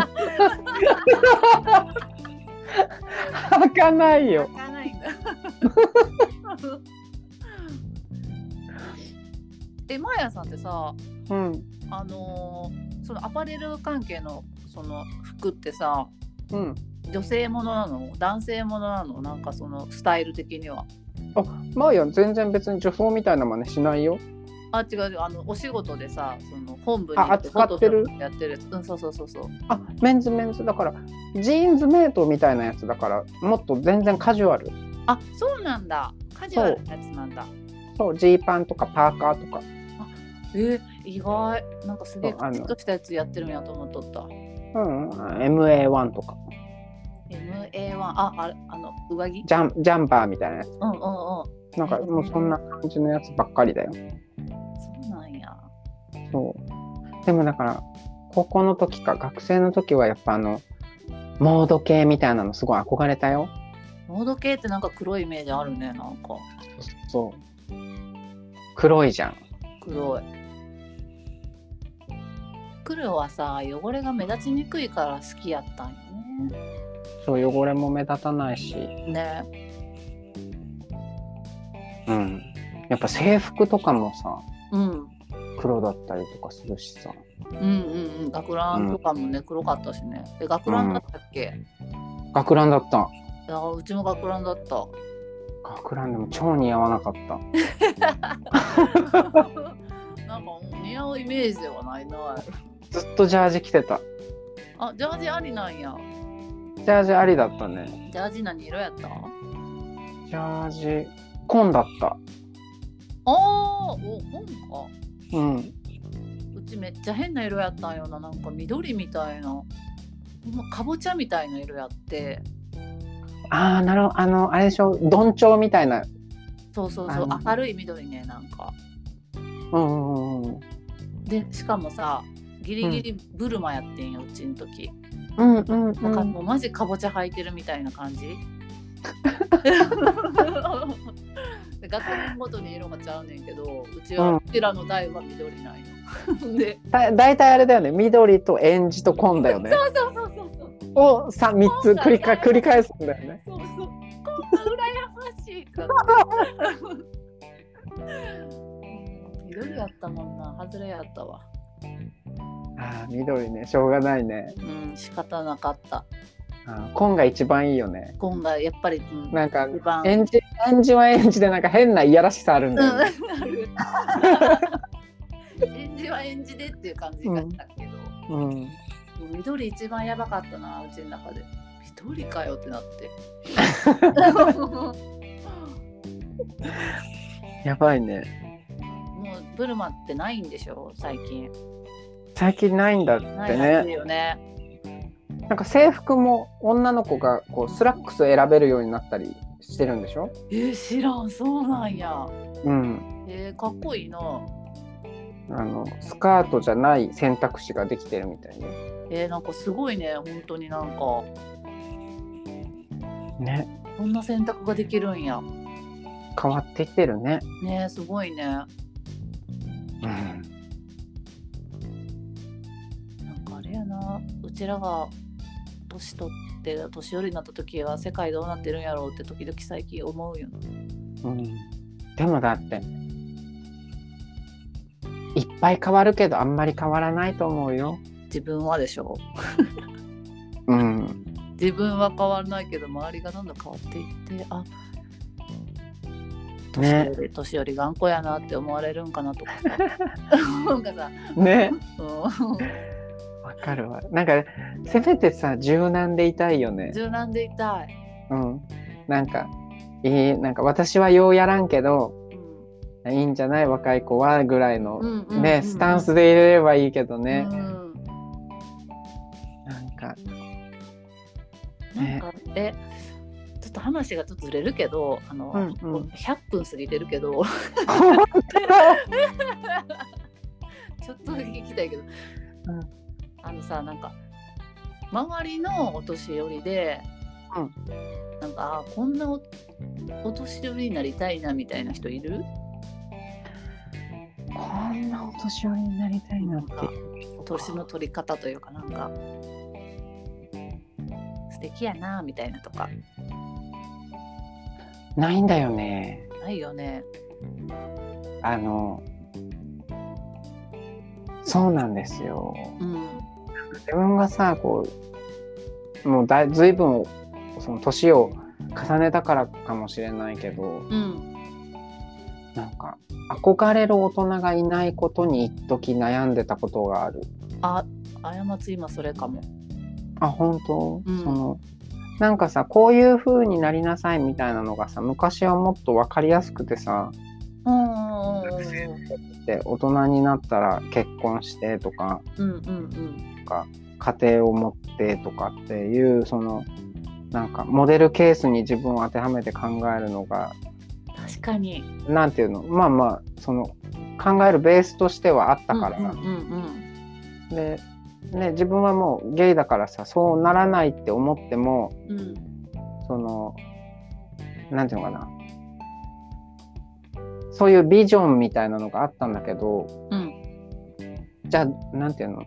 A: 履かないよ。
B: かないんだ。 <laughs> え、マヤさんってさ、
A: うん
B: あのーそのアパレル関係のその服ってさ、
A: うん。
B: 女性ものなの男性ものなのなんかそのスタイル的には。
A: まあいや全然別に女装みたいな真似しないよ。
B: あ、違う違う。あの、お仕事でさ、その本部に
A: あ扱ってる
B: フォトショップやってるやつ。うん、そうそうそうそう。
A: あメンズメンズだからジーンズメイトみたいなやつだからもっと全然カジュアル
B: あ、そうなんだ。カジュアルなやつなんだ。
A: そうジーパンとかパーカーとか
B: え意外。なんかすげえ
A: そうあ
B: カ
A: の
B: チッとしたやつやってるんやと思っとった。
A: うん、うん、MA1 とか
B: MA1 ああれあの上着
A: ジャンジャンバーみたいなやつ
B: うんうんうんそ
A: なんかもうそんな感じのやつばっかりだよ
B: うなんや
A: そうでもだから高校の時か学生の時はやっぱあのモード系みたいなのすごい憧れたよ
B: モード系ってなんか黒いイメージあるねなんか
A: そう黒いじゃん。
B: 黒い黒はさ汚れが目立ちにくいから好きやったんよね
A: そう汚れも目立たないし、
B: ね
A: うん、やっぱ制服とかもさ
B: うん、
A: 黒だったりとかするしさ
B: うんうんうん学ランとかもね、黒かったしねえ学ランだったっけ、い
A: 学ランだった
B: やうちも学ランだった <laughs>
A: 学ランでも超似合わなかった
B: なんかもう似合うイメージではないな。
A: ずっとジャージ着てた
B: あ、ジャージありなんや。
A: ジャージありだったね
B: ジャージ何色やった
A: ジャージ紺だった
B: あー、お、本か。
A: うん
B: うちめっちゃ変な色やったんよな。なんか緑みたいな。ほんまかぼちゃみたいな色やって。
A: ああなるほどあのあれでしょどんちょうみたいな
B: そうそうそう
A: あ、の
B: 明るい緑ね、なんか。
A: うんうんうん
B: で、しかもさ、ギリギリブルマやってんよ、うちん時。
A: うんうんう
B: だから
A: ん
B: もうマジかぼちゃ履いてるみたいな感
A: <laughs>
B: じ。で学年ごとに色がちゃうねんけどうちは
A: うん
B: うちらの台は緑なんよ。 <laughs> で
A: だだいたいあれだよね緑とえんじと紺だよね
B: そうそうそうそうそう
A: をさ三つ繰りか繰り返すんだよね
B: そうそうこんな羨ましいか <laughs> うん緑やったもんな外れやったわ
A: ああ緑ねしょうがないね
B: うん仕方なかった
A: あー紺が一番いいよね
B: 今回やっぱり、うん、
A: なんか
B: 一番
A: 演じ演じは演じでなんか変ないやらしさあるんだよね、
B: うん演じは演じでっていう感じだったけど、
A: うん
B: 緑一番やばかったなうちの中で緑かよってなって
A: <laughs>
B: も
A: やばいね
B: うブルマってないんでしょ最近
A: 最近ないんだって
B: ないらしい
A: ね
B: よね
A: なんか制服も女の子がこうスラックス選べるようになったりしてるんでしょ
B: えー知らんそうなんや
A: うん
B: えーかっこいいな
A: あのスカートじゃない選択肢ができてるみたいね
B: えーなんかすごいね本当になんか
A: ね
B: こんな選択ができるんや
A: 変わってきてるね
B: ねすごいねなん
A: うん
B: かあれやなうちらが年取って年寄りになった時は世界どうなってるんやろうって時々最近思うよな
A: うん、でもだっていっぱい変わるけどあんまり変わらないと思うよ。
B: 自分はでしょ
A: うん、
B: 自分は変わらないけど周りがどんどん変わっていってあ年
A: ね
B: 寄り、年寄り頑固やなって思われるんかなとか
A: <laughs>
B: さなんかさ、
A: ね
B: う
A: わかるわ。なんかせめてさ柔軟でいたいよね
B: ん、。柔軟でいたい、
A: うん、なんかいいなんか私はようやらんけど
B: う
A: いいんじゃない若い子はぐらいの、
B: んうんうんうん
A: ねスタンスでいれればいいけどね、
B: うん
A: なんか
B: なん
A: ね
B: かえちょっと話がちょっとずれるけどあの、
A: うんうん
B: 100分過ぎてるけどちょっとだけ聞きたいけど、
A: うん
B: あのさなんか周りのお年寄りで、
A: うん
B: なんかあこんなおお年寄りになりたいなみたいな人いる
A: こんなお年寄りになりたいなっていう
B: 年の取り方というかなんか素敵やなみたいなとか
A: ないんだよね。
B: ないよね。
A: あの、そうなんですよ。
B: うん
A: 自分がさ、こう、もうだいずいぶん、その年を重ねたからかもしれないけど、
B: うん
A: なんか、憧れる大人がいないことに一時悩んでたことがある。
B: あ過ち今それかも。
A: あ、本当、
B: うん
A: その、なんかさ、こういう風になりなさいみたいなのがさ、昔はもっと分かりやすくてさ、
B: うんうん
A: で大人になったら結婚してとか、
B: うんうん
A: 家庭を持ってとかっていうそのなんかモデルケースに自分を当てはめて考えるのが
B: 確かに
A: なんていうのまあまあその考えるベースとしてはあったから、
B: うんうん
A: で、ね、自分はもうゲイだからさそうならないって思っても
B: うんうんそ
A: そのなんていうのかなそういうビジョンみたいなのがあったんだけど、
B: うん
A: じゃあ、なんていうの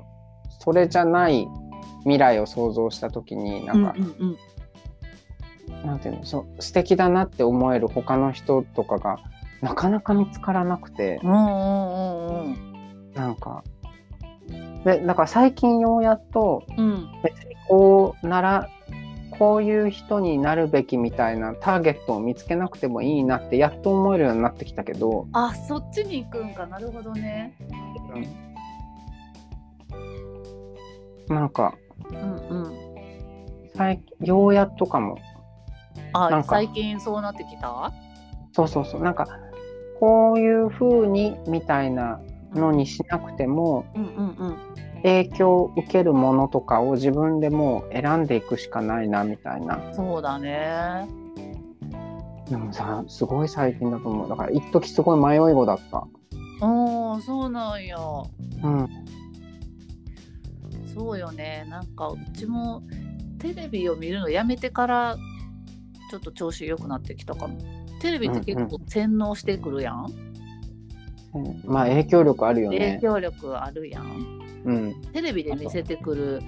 A: それじゃない未来を想像した時に、なんか、
B: うんうん
A: なんていうのそう素敵だなって思える他の人とかが、なかなか見つからなくて、
B: うんうんうん
A: なんか、で、だから最近ようやっと、
B: うん
A: 別にこうならこういう人になるべきみたいなターゲットを見つけなくてもいいなってやっと思えるようになってきたけど、
B: あそっちに行くんかなるほどね
A: なんか
B: うんうん
A: 最近ようやっとかもな
B: あ
A: んか
B: 最近そうなってきた
A: そうそうそうなんかこういう風にみたいなのにしなくても
B: うんうんうん
A: 影響を受けるものとかを自分でもう選んでいくしかないなみたいな
B: そうだね
A: でもさすごい最近だと思うだから一時すごい迷い子だった。
B: ああそうなんや
A: うん
B: そうよねなんかうちもテレビを見るのやめてからちょっと調子良くなってきたかもテレビって結構洗脳してくるやん、
A: まあ影響力あるよ
B: 影
A: ね。
B: 響力あるやん
A: うん、
B: テレビで見せてくる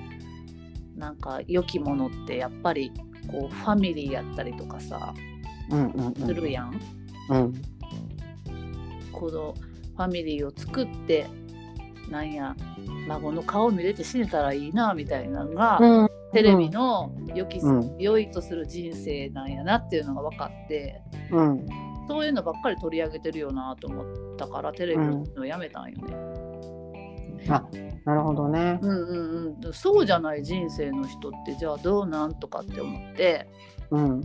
B: なんか良きものってやっぱりこうファミリーやったりとかさ
A: うん、うん、うん。
B: するやん
A: うん、
B: このファミリーを作ってなんや孫の顔見れて死ねたらいいなみたいなのが、
A: うん、
B: テレビの良き、
A: うん
B: 良いとする人生なんやなっていうのが分かって
A: うん、
B: そういうのばっかり取り上げてるよなと思ったからテレビののやめたんよね、
A: なるほどね。
B: うんうんうん、そうじゃない人生の人ってじゃあどうなんとかって思って
A: うん、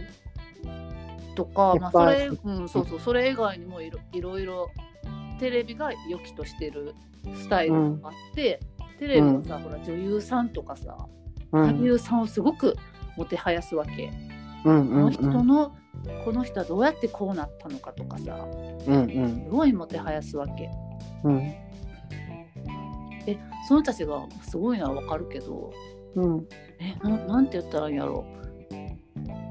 B: とか、まあ、そ
A: い
B: れ
A: っ,、
B: うん、そうそうそれ以外にもいろいろいろテレビが良きとしてるスタイルがあって、テレビはさ、ほら女優さんとかさ
A: う
B: 俳
A: ん、
B: 優さんをすごくもてはやすわけ。
A: うん、
B: こ
A: う
B: の
A: ん、
B: 人のこの人はどうやってこうなったのかとかさ
A: うん、
B: すごいもてはやすわけ
A: うん、
B: えその人たちがすごいのはわかるけど
A: うん、
B: えななんて言ったらいいんやろ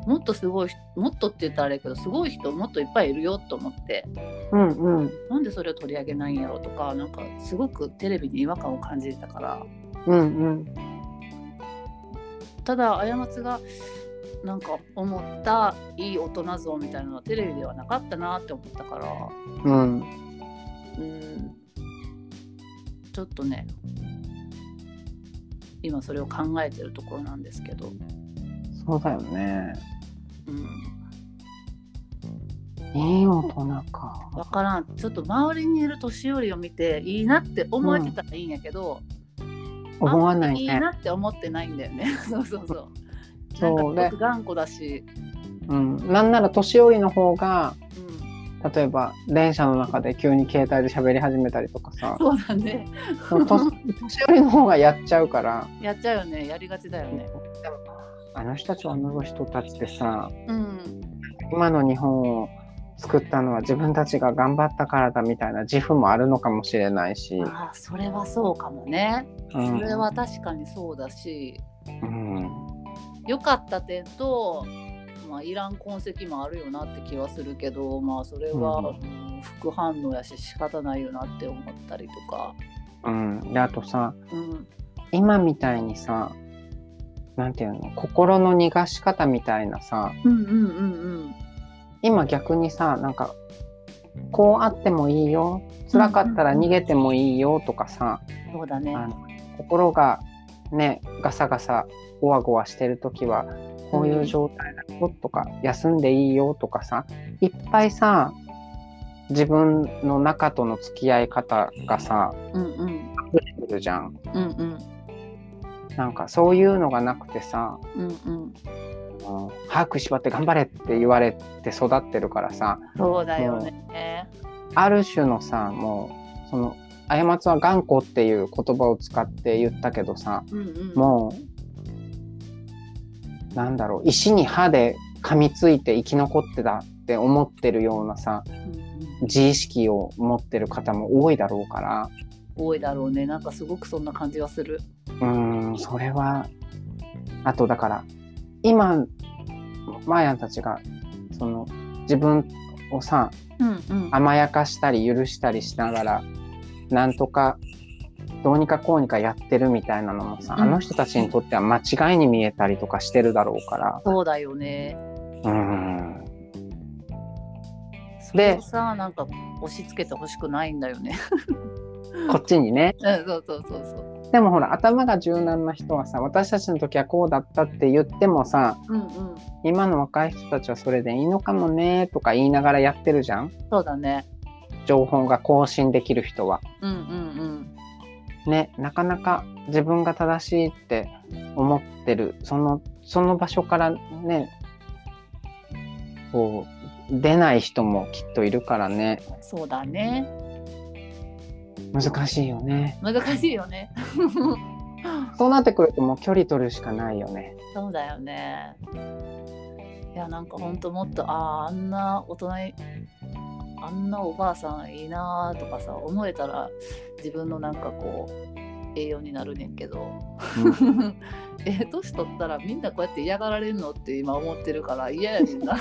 B: もっとすごい人もっとって言ったらあれやけどすごい人もっといっぱいいるよと思って
A: うん、うん、
B: なんでそれを取り上げないんやろとかなんかすごくテレビに違和感を感じてたから
A: うん、
B: ただ過ちがなんか思ったいい大人像みたいなのはテレビではなかったなって思ったか
A: う
B: ら。
A: ん、
B: うんちょっとね今それを考えてるところなんですけど、
A: そうだよね。
B: うん、
A: いい大人か。
B: 分からんちょっと周りにいる年寄りを見ていいなって思えてたらいいんやけど、
A: 思わない
B: いい
A: ね。
B: なって思ってないんだよね <laughs> そうそうそう
A: そう
B: な
A: ね
B: んか頑固だし、
A: うん、なんなら年寄りの方が、
B: うん、
A: 例えば電車の中で急に携帯で喋り始めたりとかさ。
B: そうだね
A: その年年寄りの方がやっちゃうから。
B: <laughs> やっちゃうよねやりがちだよね
A: あの人たちあの人たちってさ、
B: うん
A: 今の日本を作ったのは自分たちが頑張ったからだみたいな自負もあるのかもしれないし、
B: ああそれはそうかもね
A: う
B: そ
A: ん
B: れは確かにそうだし、
A: うん
B: 良かった点と、まあ、いらん痕跡もあるよなって気はするけど、まあ、それは、
A: うん
B: うん副反応やし仕方ないよなって思ったりとか、
A: うん、であとさ
B: うん、
A: 今みたいにさなんていうの心の逃がし方みたいなさ
B: うんうんうん
A: 今逆にさなんかこうあってもいいよ辛かったら逃げてもいいよとかさ、
B: そうだね
A: あの心がねガサガサゴワゴワしてる時はこういう状態だよとか、休んでいいよとかさいっぱいさ自分の中との付き合い方がさ
B: うんうん
A: 出てくるじゃん
B: うんうん
A: なんかそういうのがなくてさ
B: うんうん
A: 「もう歯食いしばって頑張れ」って言われて育ってるからさ
B: そうだよね、
A: ある種のさもうその「過ちは頑固」っていう言葉を使って言ったけどさ
B: うんうん、
A: もうなんだろう石に歯で噛みついて生き残ってたって思ってるようなさ
B: うんうん
A: 自意識を持ってる方も多いだろうから
B: 多いだろうねなんかすごくそんな感じがする
A: うーんそれはあとだから今マーヤンたちがその自分をさ
B: うんうん
A: 甘やかしたり許したりしながらなんとかどうにかこうにかやってるみたいなのもさ、
B: うん
A: あの人たちにとっては間違いに見えたりとかしてるだろうから
B: そうだよね
A: うん
B: それをさなんか押し付けてほしくないんだよね
A: こっちにね
B: うん <laughs> そうそうそうそう
A: でもほら頭が柔軟な人はさ私たちの時はこうだったって言ってもさ
B: うんうん
A: 今の若い人たちはそれでいいのかもねとか言いながらやってるじゃん
B: そうだね
A: 情報が更新できる人は。
B: うんうん
A: ねなかなか自分が正しいって思ってるそのその場所からねこう出ない人もきっといるからね
B: うんそうだね
A: 難しいよね
B: 難しいよね
A: そうなってくるともう距離取るしかないよね
B: そうだよねいやなんかほんともっとあああんな大人いあんなおばあさんいいなーとかさ思えたら自分のなんかこう栄養になるねんけど、
A: う
B: <laughs> え年取ったらみんなこうやって嫌がられるのって今思ってるから嫌やねんな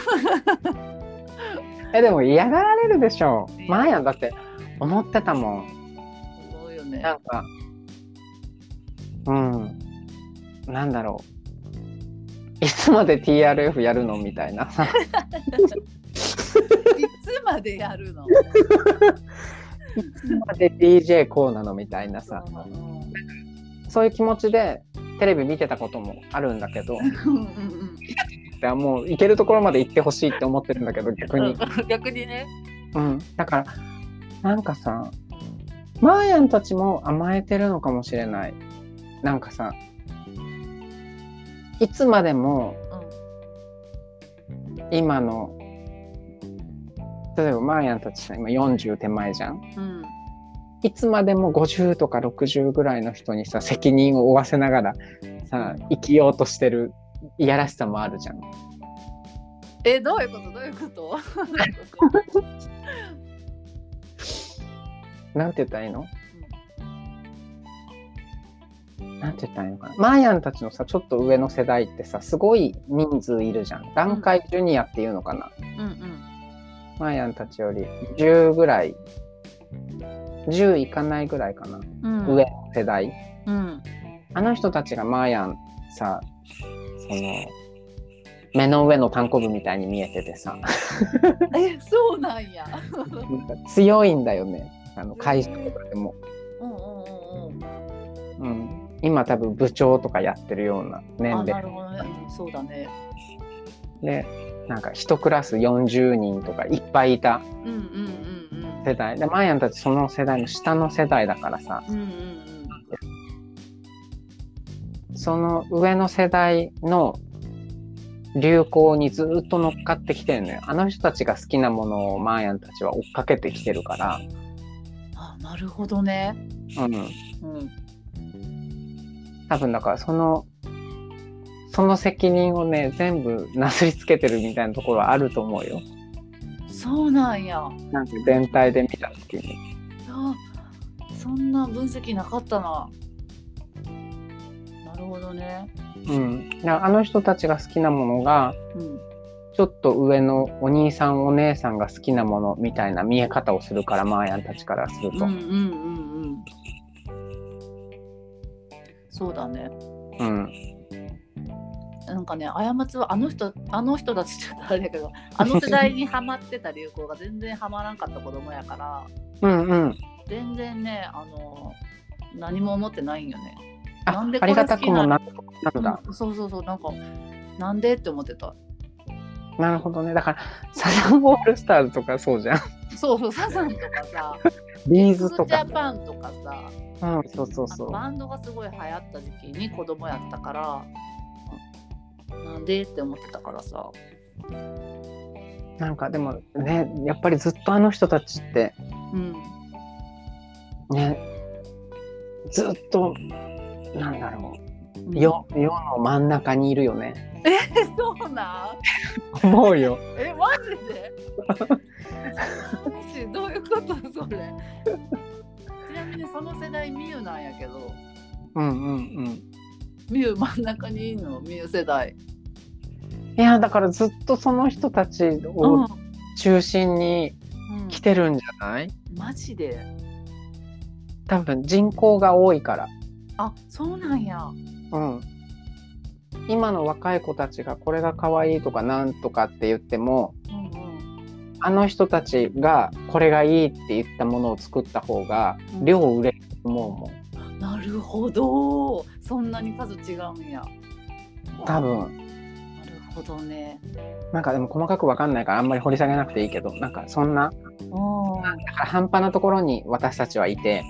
B: <laughs>
A: えでも嫌がられるでしょ
B: いや
A: マーヤンだって思ってたもん
B: 思うよね
A: なんかうんなんだろういつまで TRF やるのみたいなさ
B: いつまでやるの
A: いつまで DJ こうなのみたいなさ
B: うん
A: そういう気持ちでテレビ見てたこともあるんだけど
B: うんうん
A: いやもう行けるところまで行ってほしいって思ってるんだけど逆に、
B: うん <laughs> 逆にね
A: うん、だからなんかさマーヤンたちも甘えてるのかもしれないなんかさいつまでも今の例えばマーヤンたちさ今40手前じゃん
B: うん
A: いつまでも50とか60ぐらいの人にさ責任を負わせながらさ生きようとしてるいやらしさもあるじゃん。
B: えどういうことどう <laughs> いうこと
A: なんて言ったらいいの、なんて言ったらいいのかな。マーヤンたちのさ、ちょっと上の世代ってさ、すごい人数いるじゃん。段階ジュニアっていうのかな。
B: うんうん
A: マーヤンたちより10ぐらい、10いかないぐらいかな。
B: うん
A: 上の世代。
B: うん <laughs>
A: あの人たちがマーヤンさ、その、目の上のタンコブみたいに見えててさ、
B: えそうなんや。
A: なんか強いんだよね。あの会社とかでも。
B: うんうんうんうん。
A: うん。今多分部長とかやってるような年
B: あ
A: 齢
B: なるほどね。うんそうだね。
A: でなんか一クラス40人とかいっぱいいた
B: うんうんうん
A: 世代でマーヤンたちその世代の下の世代だからさ
B: うん。うんうん
A: その上の世代の流行にずっと乗っかってきてるのよあの人たちが好きなものをマーヤンたちは追っかけてきてるか
B: うん。あなるほどね。
A: ら、うん、
B: うん
A: 多分だからそのその責任をね全部なすりつけてるみたいなところはあると思うよ
B: そうなんや。
A: なんか全体で見た時に。
B: あそんな分析なかったな。なるほどね。
A: うん、だからあの人たちが好きなものが
B: うん。
A: ちょっと上のお兄さんお姉さんが好きなものみたいな見え方をするからマーヤンたちからする
B: うん
A: と、
B: う
A: うんん
B: うんうん。そうだね。なんかね過ちはあの人あの人たちちょっとあれだ
A: <laughs>
B: けどあの世代にはまってた流行が全然はまらんかった子供やから
A: うんうん
B: 全然ねあの何も思ってないんよね。な
A: あ
B: んで
A: あ
B: これ
A: り
B: 好きな
A: がた
B: の
A: くもななんだ、
B: うんそうそうそうなんかなんでって思ってた。
A: なるほどねだからサザンオールスターズとかそうじゃ
B: <laughs>
A: ん
B: そうそうサザンとかさ
A: ビー
B: ク
A: ズと
B: ジ
A: か
B: ャ、パンとかさ
A: うん、そうそう
B: あ
A: そ
B: の
A: う
B: バンドがすごい流行った時期に子供やったからなんでって思ってたからさ。
A: なんかでもねやっぱりずっとあの人たちって
B: うん
A: ねずっとなんだろ
B: うん
A: う世世の真ん中にいるよね
B: え <laughs> そうなん
A: 思うよ
B: えマジ <laughs> でマジどういうことそれちなみにその世代ミュウなんやけど
A: うんうんうん
B: ミュウ真ん中にいるのミュウ世代
A: いやだからずっとその人たちを
B: ん
A: 中心に
B: うん
A: 来てるんじゃない
B: マジで
A: 多分人口が多いから。
B: あそうなんや
A: うん。今の若い子たちがこれが可愛いとかなんとかって言っても、
B: うんうん
A: あの人たちがこれがいいって言ったものを作った方が
B: うん
A: 量売れると思うもん。
B: なるほどそんなに数違うんや
A: 多分。
B: なるほどね
A: なんかでも細かくわかんないからあんまり掘り下げなくていいけど、なんかそんな、
B: うん
A: だから半端なところに私たちはいて、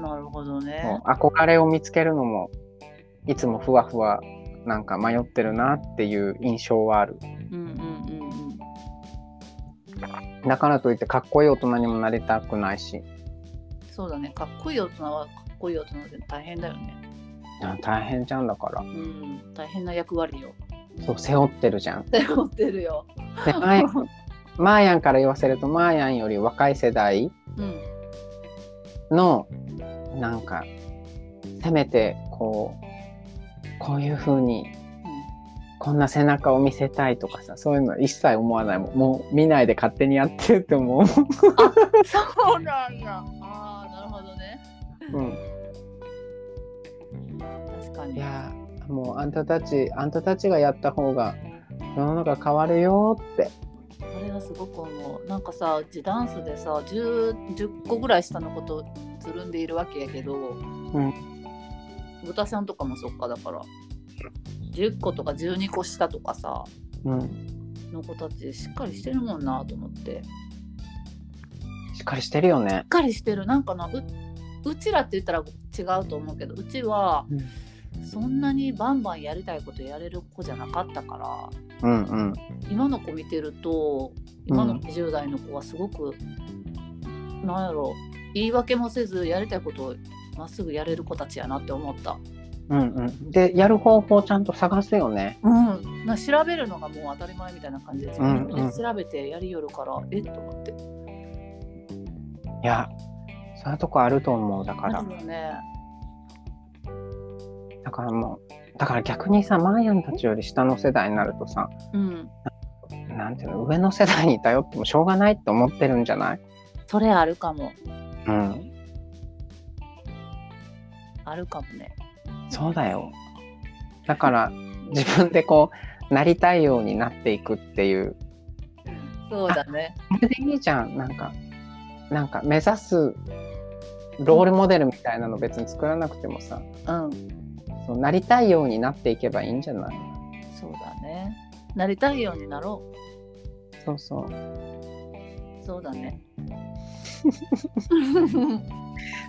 B: なるほどね
A: もう憧れを見つけるのも、いつもふわふわなんか迷ってるなっていう印象はある。
B: うんうんうんうん
A: だからといってかっこいい大人にもなりたくないし、
B: そうだねかっこいい大人はかっこいい大人で大変だよね
A: あ大変じゃんだから。
B: うん大変な役割を
A: そう背負ってるじゃん。
B: 背負ってるよ
A: でマーヤンマーヤンから言わせるとマーヤンより若い世代
B: うん
A: のなんかせめてこうこういう風にこんな背中を見せたいとかさそういうの一切思わないもんもう見ないで勝手にやってって思
B: そうなんやああなるほどね
A: う、う
B: 確か
A: ん、
B: に
A: いやーもうあんたたちあんたたちがやった方が世の中変わるよーって
B: それはすごく思うなんかさうちダンスでさ 10, 10個ぐらい下のことつるんでいるわけやけど
A: ん
B: 豚さんとかもそっかだから10個とか12個下とかさ
A: うん
B: の子たちしっかりしてるもんなと思ってし
A: しっかりしてるよね
B: っかりしてるなんかなううちらって言ったら違うと思うけどうちは
A: う
B: そんなにバンバンやりたいことやれる子じゃなかったから
A: うんうん
B: 今の子見てると今の20代の子はすごく、なんやろ言い訳もせずやりたいことをまっすぐやれる子たちやなって思った、
A: うんうんでやる方法をちゃんと探すよね
B: うん、な調べるのがもう当たり前みたいな感じで自分
A: うんう
B: で
A: ん
B: 調べてやりよるから、えっと思って
A: いやそういうとこあると思うだから
B: なるよね
A: だからもうだから逆にさマーヤンたちより下の世代になるとさ
B: うん
A: なんていうの上の世代に頼ってもしょうがないって思ってるんじゃない
B: それあるかも
A: うん
B: あるかもね
A: そうだよだから自分でこうなりたいようになっていくっていう
B: そうだね
A: それでいいじゃんなんかなんか目指すロールモデルみたいなの別に作らなくてもさ
B: うん
A: そうなりたいようになっていけばいいんじゃない
B: そうだねなりたいようになろ
A: そうそう
B: うそうだね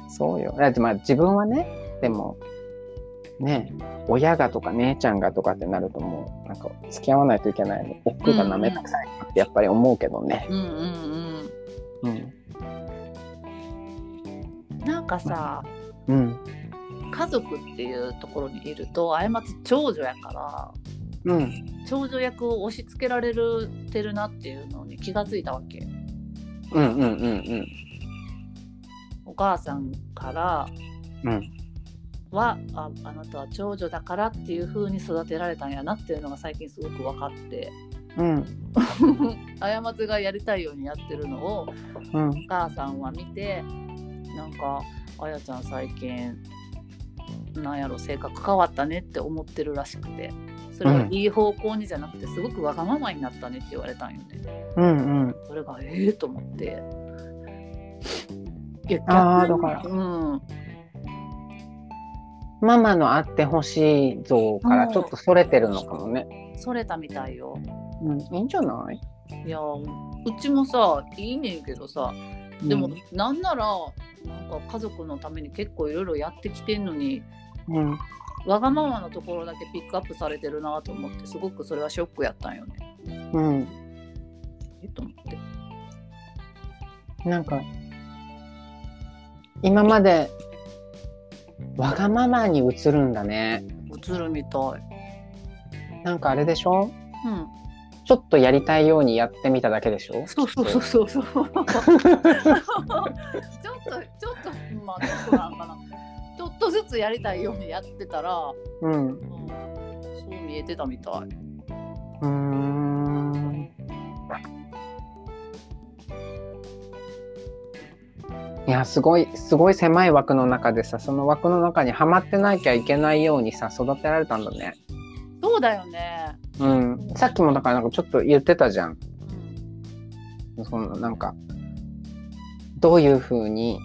A: そうよ。だってまあ自分はね、でも、ね、親がとか姉ちゃんがとかってなるともう、なんか付き合わないといけないの、奥が舐めたくさいなってやっぱり思うけどね。
B: うんうん
A: うん。
B: うんなんかさ、
A: うん。
B: 家族っていうところにいるとあやまつ長女やから
A: うん。
B: 長女役を押し付けられるてるなっていうのに気がついたわけ
A: うんうんうん
B: お母さんから
A: うん。うん。
B: はああなたは長女だからっていう風に育てられたんやなっていうのが最近すごく分かって
A: うん。
B: あやまつがやりたいようにやってるのを
A: うん
B: お。母さんは見てなんかあやちゃん最近なんやろ性格変わったねって思ってるらしくてそれ
A: う
B: は
A: ん
B: いい方向にじゃなくてすごくわがままになったねって言われたんよね
A: うんうん。
B: それがええと思っていや
A: あー
B: 逆に
A: だから
B: うん
A: ママのあってほしい像からちょっとそれてるのかもね。
B: それたみたいよ
A: うん。いいんじゃない
B: いやうちもさいいねんけどさでも、なんならなんか家族のために結構いろいろやってきてんのに
A: うん。
B: わがままのところだけピックアップされてるなと思ってすごくそれはショックやったんよね。
A: うん。
B: えっと思って。
A: なんか今までわがままに映るんだね
B: 映るみたい。
A: なんかあれでしょ
B: うん。
A: ちょっとやりたいようにやってみただけでしょ
B: そうそうそうそうそう。ちょっとちょっとまあどうなんかな。ちょっとずつやりたいようにやってたら、
A: うん
B: うん、そう見えてたみたい。
A: うーんいやすごいすごい狭い枠の中でさその枠の中にはまってなきゃいけないようにさ育てられたんだね。
B: そうだよね。
A: うん、さっきもだからなんかちょっと言ってたじゃん。そのなんかどういうふうに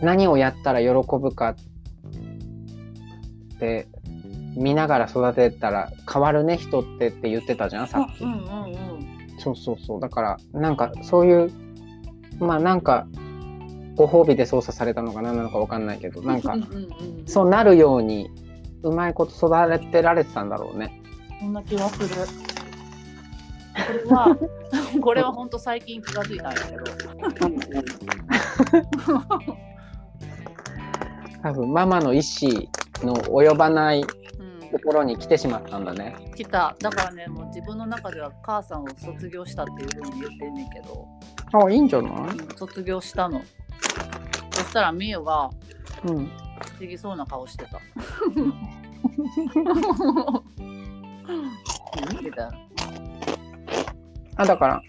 A: 何をやったら喜ぶかって見ながら育てたら変わるね人ってって言ってたじゃんさっき。
B: うんうんうん
A: そうそうそうだからなんかそういうまあなんかご褒美で操作されたのか何なのかわかんないけど
B: うん。
A: なん
B: <laughs>
A: か
B: うんうんうん
A: そうなるようにうまいこと育てられてたんだろうね。
B: そんな気はする。これは <laughs> これは本当最近気がついたんやけど。
A: 多分ママの意思の及ばないと
B: う
A: ころに来てしまったんだね。
B: ん、来ただからねもう自分の中では母さんを卒業したっていうふうに言ってんねんけど、
A: あいいんじゃない
B: うん卒業したのそしたらみゆが
A: うん。
B: 不思議そうな顔してた見てたよ
A: あだから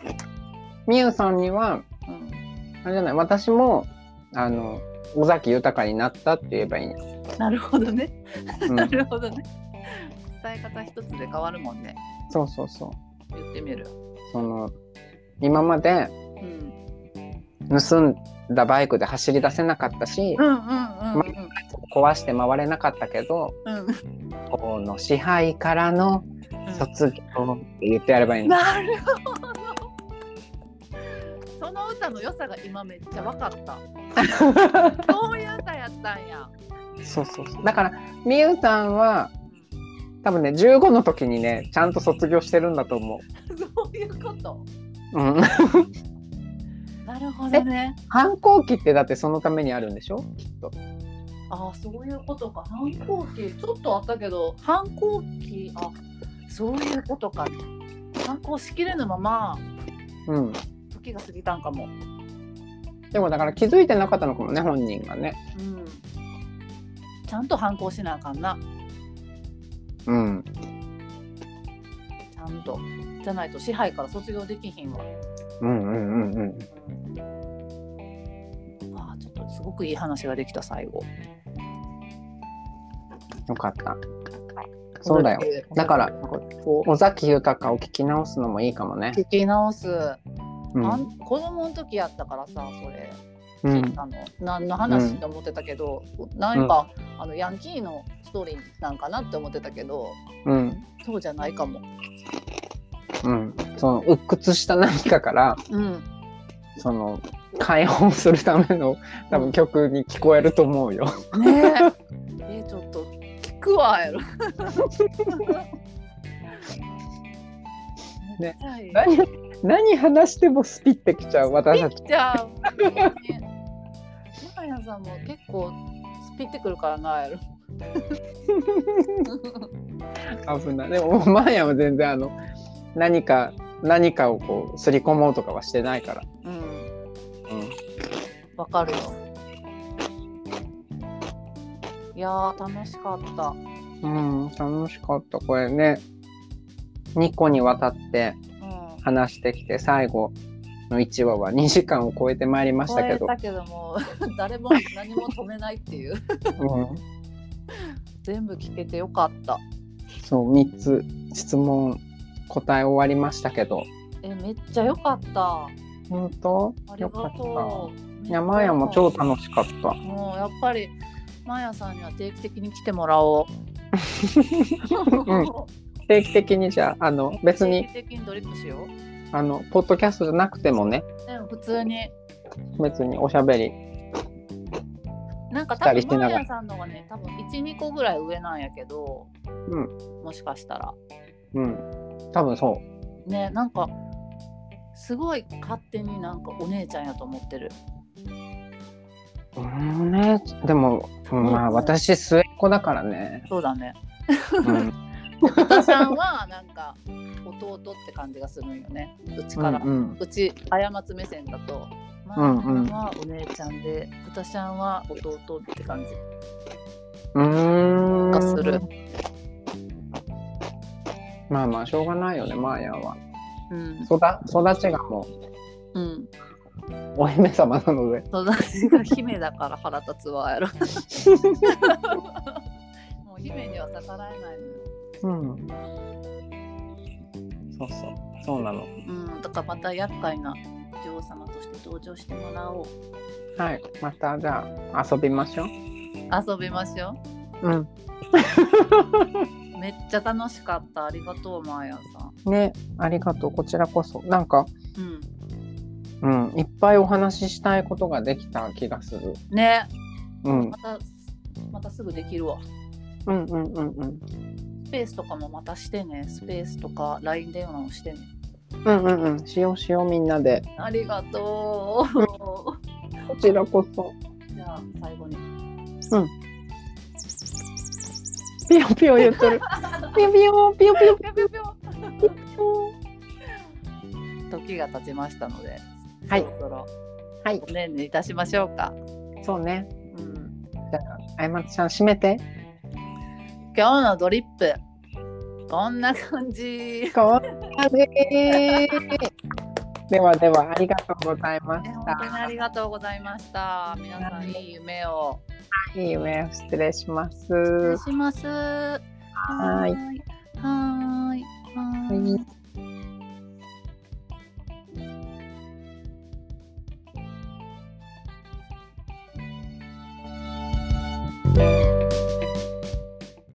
A: みゆさんには
B: うん
A: あれじゃない私もあの尾崎豊になったって言えばいいね。
B: なるほどね
A: う、
B: なん <laughs> るほどね伝え方一つで変わるもんね
A: そうそうそう。
B: 言ってみる
A: その今まで
B: うん
A: 盗んだバイクで走り出せなかったし
B: うんうん
A: 壊して回れなかったけど
B: うんうん
A: この支配からの卒業って言ってやればいいんだ。
B: なるほど。その歌の良さが今めっちゃ分かった。そういう歌やったんや。
A: そうそうそうだからみゆさんは多分ね15の時にねちゃんと卒業してるんだと思
B: そういうこと。
A: う。
B: <laughs>
A: うん、
B: なるほどね。
A: 反抗期ってだってそのためにあるんでしょきっと。
B: ああ、そういうことか。反抗期、ちょっとあったけど、反抗期、あそういうことか。反抗しきれぬまま、
A: うん、
B: 時が過ぎたんかも。
A: でもだから気づいてなかったのかもね本人がね。
B: うん。ちゃんと反抗しなあかんな。
A: うん、
B: ちゃんと。じゃないと支配から卒業できひんわ。
A: うんうんうんうん。
B: ああちょっとすごくいい話ができた最後。
A: よかった。そうだよ。だから
B: こう
A: 尾崎豊を聞き直すのもいいかもね。
B: 聞き直す、
A: う
B: あ
A: ん
B: ん、子供の時やったからさそれ、
A: うん、
B: あの何の話って思ってたけど、なんか、あのヤンキーのストーリーなんかなって思ってたけど
A: うん、
B: そうじゃないかも。
A: うん。その鬱屈した何かから
B: うん、
A: その解放するための多分曲に聞こえると思うよ。
B: ねえ <laughs> えちょっと聞く
A: <laughs>
B: わやろ。
A: ね
B: <laughs> めっちゃいい
A: 何何話してもスピってきちゃう私たち。
B: じゃあ、ね、マヤさんも結構スピってくるからなやろ。
A: 危ないでもマーヤは全然あの何か何かをこう刷り込もうとかはしてないから、
B: うん、
A: うん、
B: わかるよ。いやー楽しかった。
A: うん、楽しかった。これね、2個にわたって
B: うん。
A: 話してきて、最後の1話は2時間を超えてまいりまし
B: 超
A: たけ
B: え
A: ど、
B: たけども誰も何も止めないっていう
A: うん、
B: 全部聞けてよかった
A: そう、3つ質問答え終わりましたけど、
B: えめっちゃよかったあ
A: 本当
B: り
A: よ
B: が
A: かっ
B: とう
A: た。山やも超楽しかった。
B: もうやっぱりマヤさんには定期的に来てもらおう、
A: うん定期的にじゃあ、あの、別に、
B: 定期的にドリップしよう
A: あの、ポッドキャストじゃなくてもね、
B: でも普通に
A: 別におしゃべり。
B: なんか
A: 二
B: 多
A: 人して
B: 分
A: な
B: マー
A: がら
B: ヤさんのがね多分12個ぐらい上なんやけど、
A: ん
B: もしかしたら
A: うん。多分そ
B: ねなんかすごい勝手になんかお姉ちゃんやと思ってる
A: う。うんね、でも、まあ、私、末っ子だからね。
B: そうだね <laughs>
A: うん
B: 豚さん
A: <laughs>
B: はなんか弟って感じがするんよねうちから、う
A: うんうん
B: ち過つ目線だとまあ、
A: うんうん
B: はお姉ちゃんで豚ちゃんは弟って感じ
A: うーん
B: がする
A: まあまあしょうがないよねマーヤは
B: うん
A: 育育ちがも
B: うん
A: うお姫様なので。
B: 私が姫だから腹立つわ
A: <laughs>
B: やろもう姫には逆らえないのよ、
A: うん。
D: そうそう。そうなの。
B: うん、だからまた厄介な女王様として登場してもらおう
A: はい。またじゃあ遊びましょう。
B: 遊びましょ
A: うん。
B: うめっちゃ楽しかったありがとうマーヤンさん
A: ね、ありがとう。こちらこそ。なんか、
B: うん
A: うん、いっぱいお話ししたいことができた気がする。
B: ね
A: うん。
B: またまたすぐできるわ
A: うんうんうんうん。
B: スペースとかもまたしてねスペースとか LINE 電話をしてね
A: うんうんうん。しようしようみんなで。
B: ありがと
A: <laughs>
B: う
A: こちらこそ。
B: じゃあ最後に
A: ピヨピヨ言っとる。 <laughs> ピヨピヨピヨピヨピヨピヨ。
B: 時が経ちましたので、
A: はい
B: そろそろ
A: はい。
B: おねんねいたしましょうか、
A: そうね。
B: うん、
A: じゃあ、あやまつちゃん閉めて。
B: 今日のドリップこんな感じ
A: こんな感じ。ではでは、ありがとうございまし
B: 本当に
A: た。
B: ありがとうございました皆さんいい夢を
A: いい夢を失礼します。
B: 失礼しますはーいはーいはーい
A: はい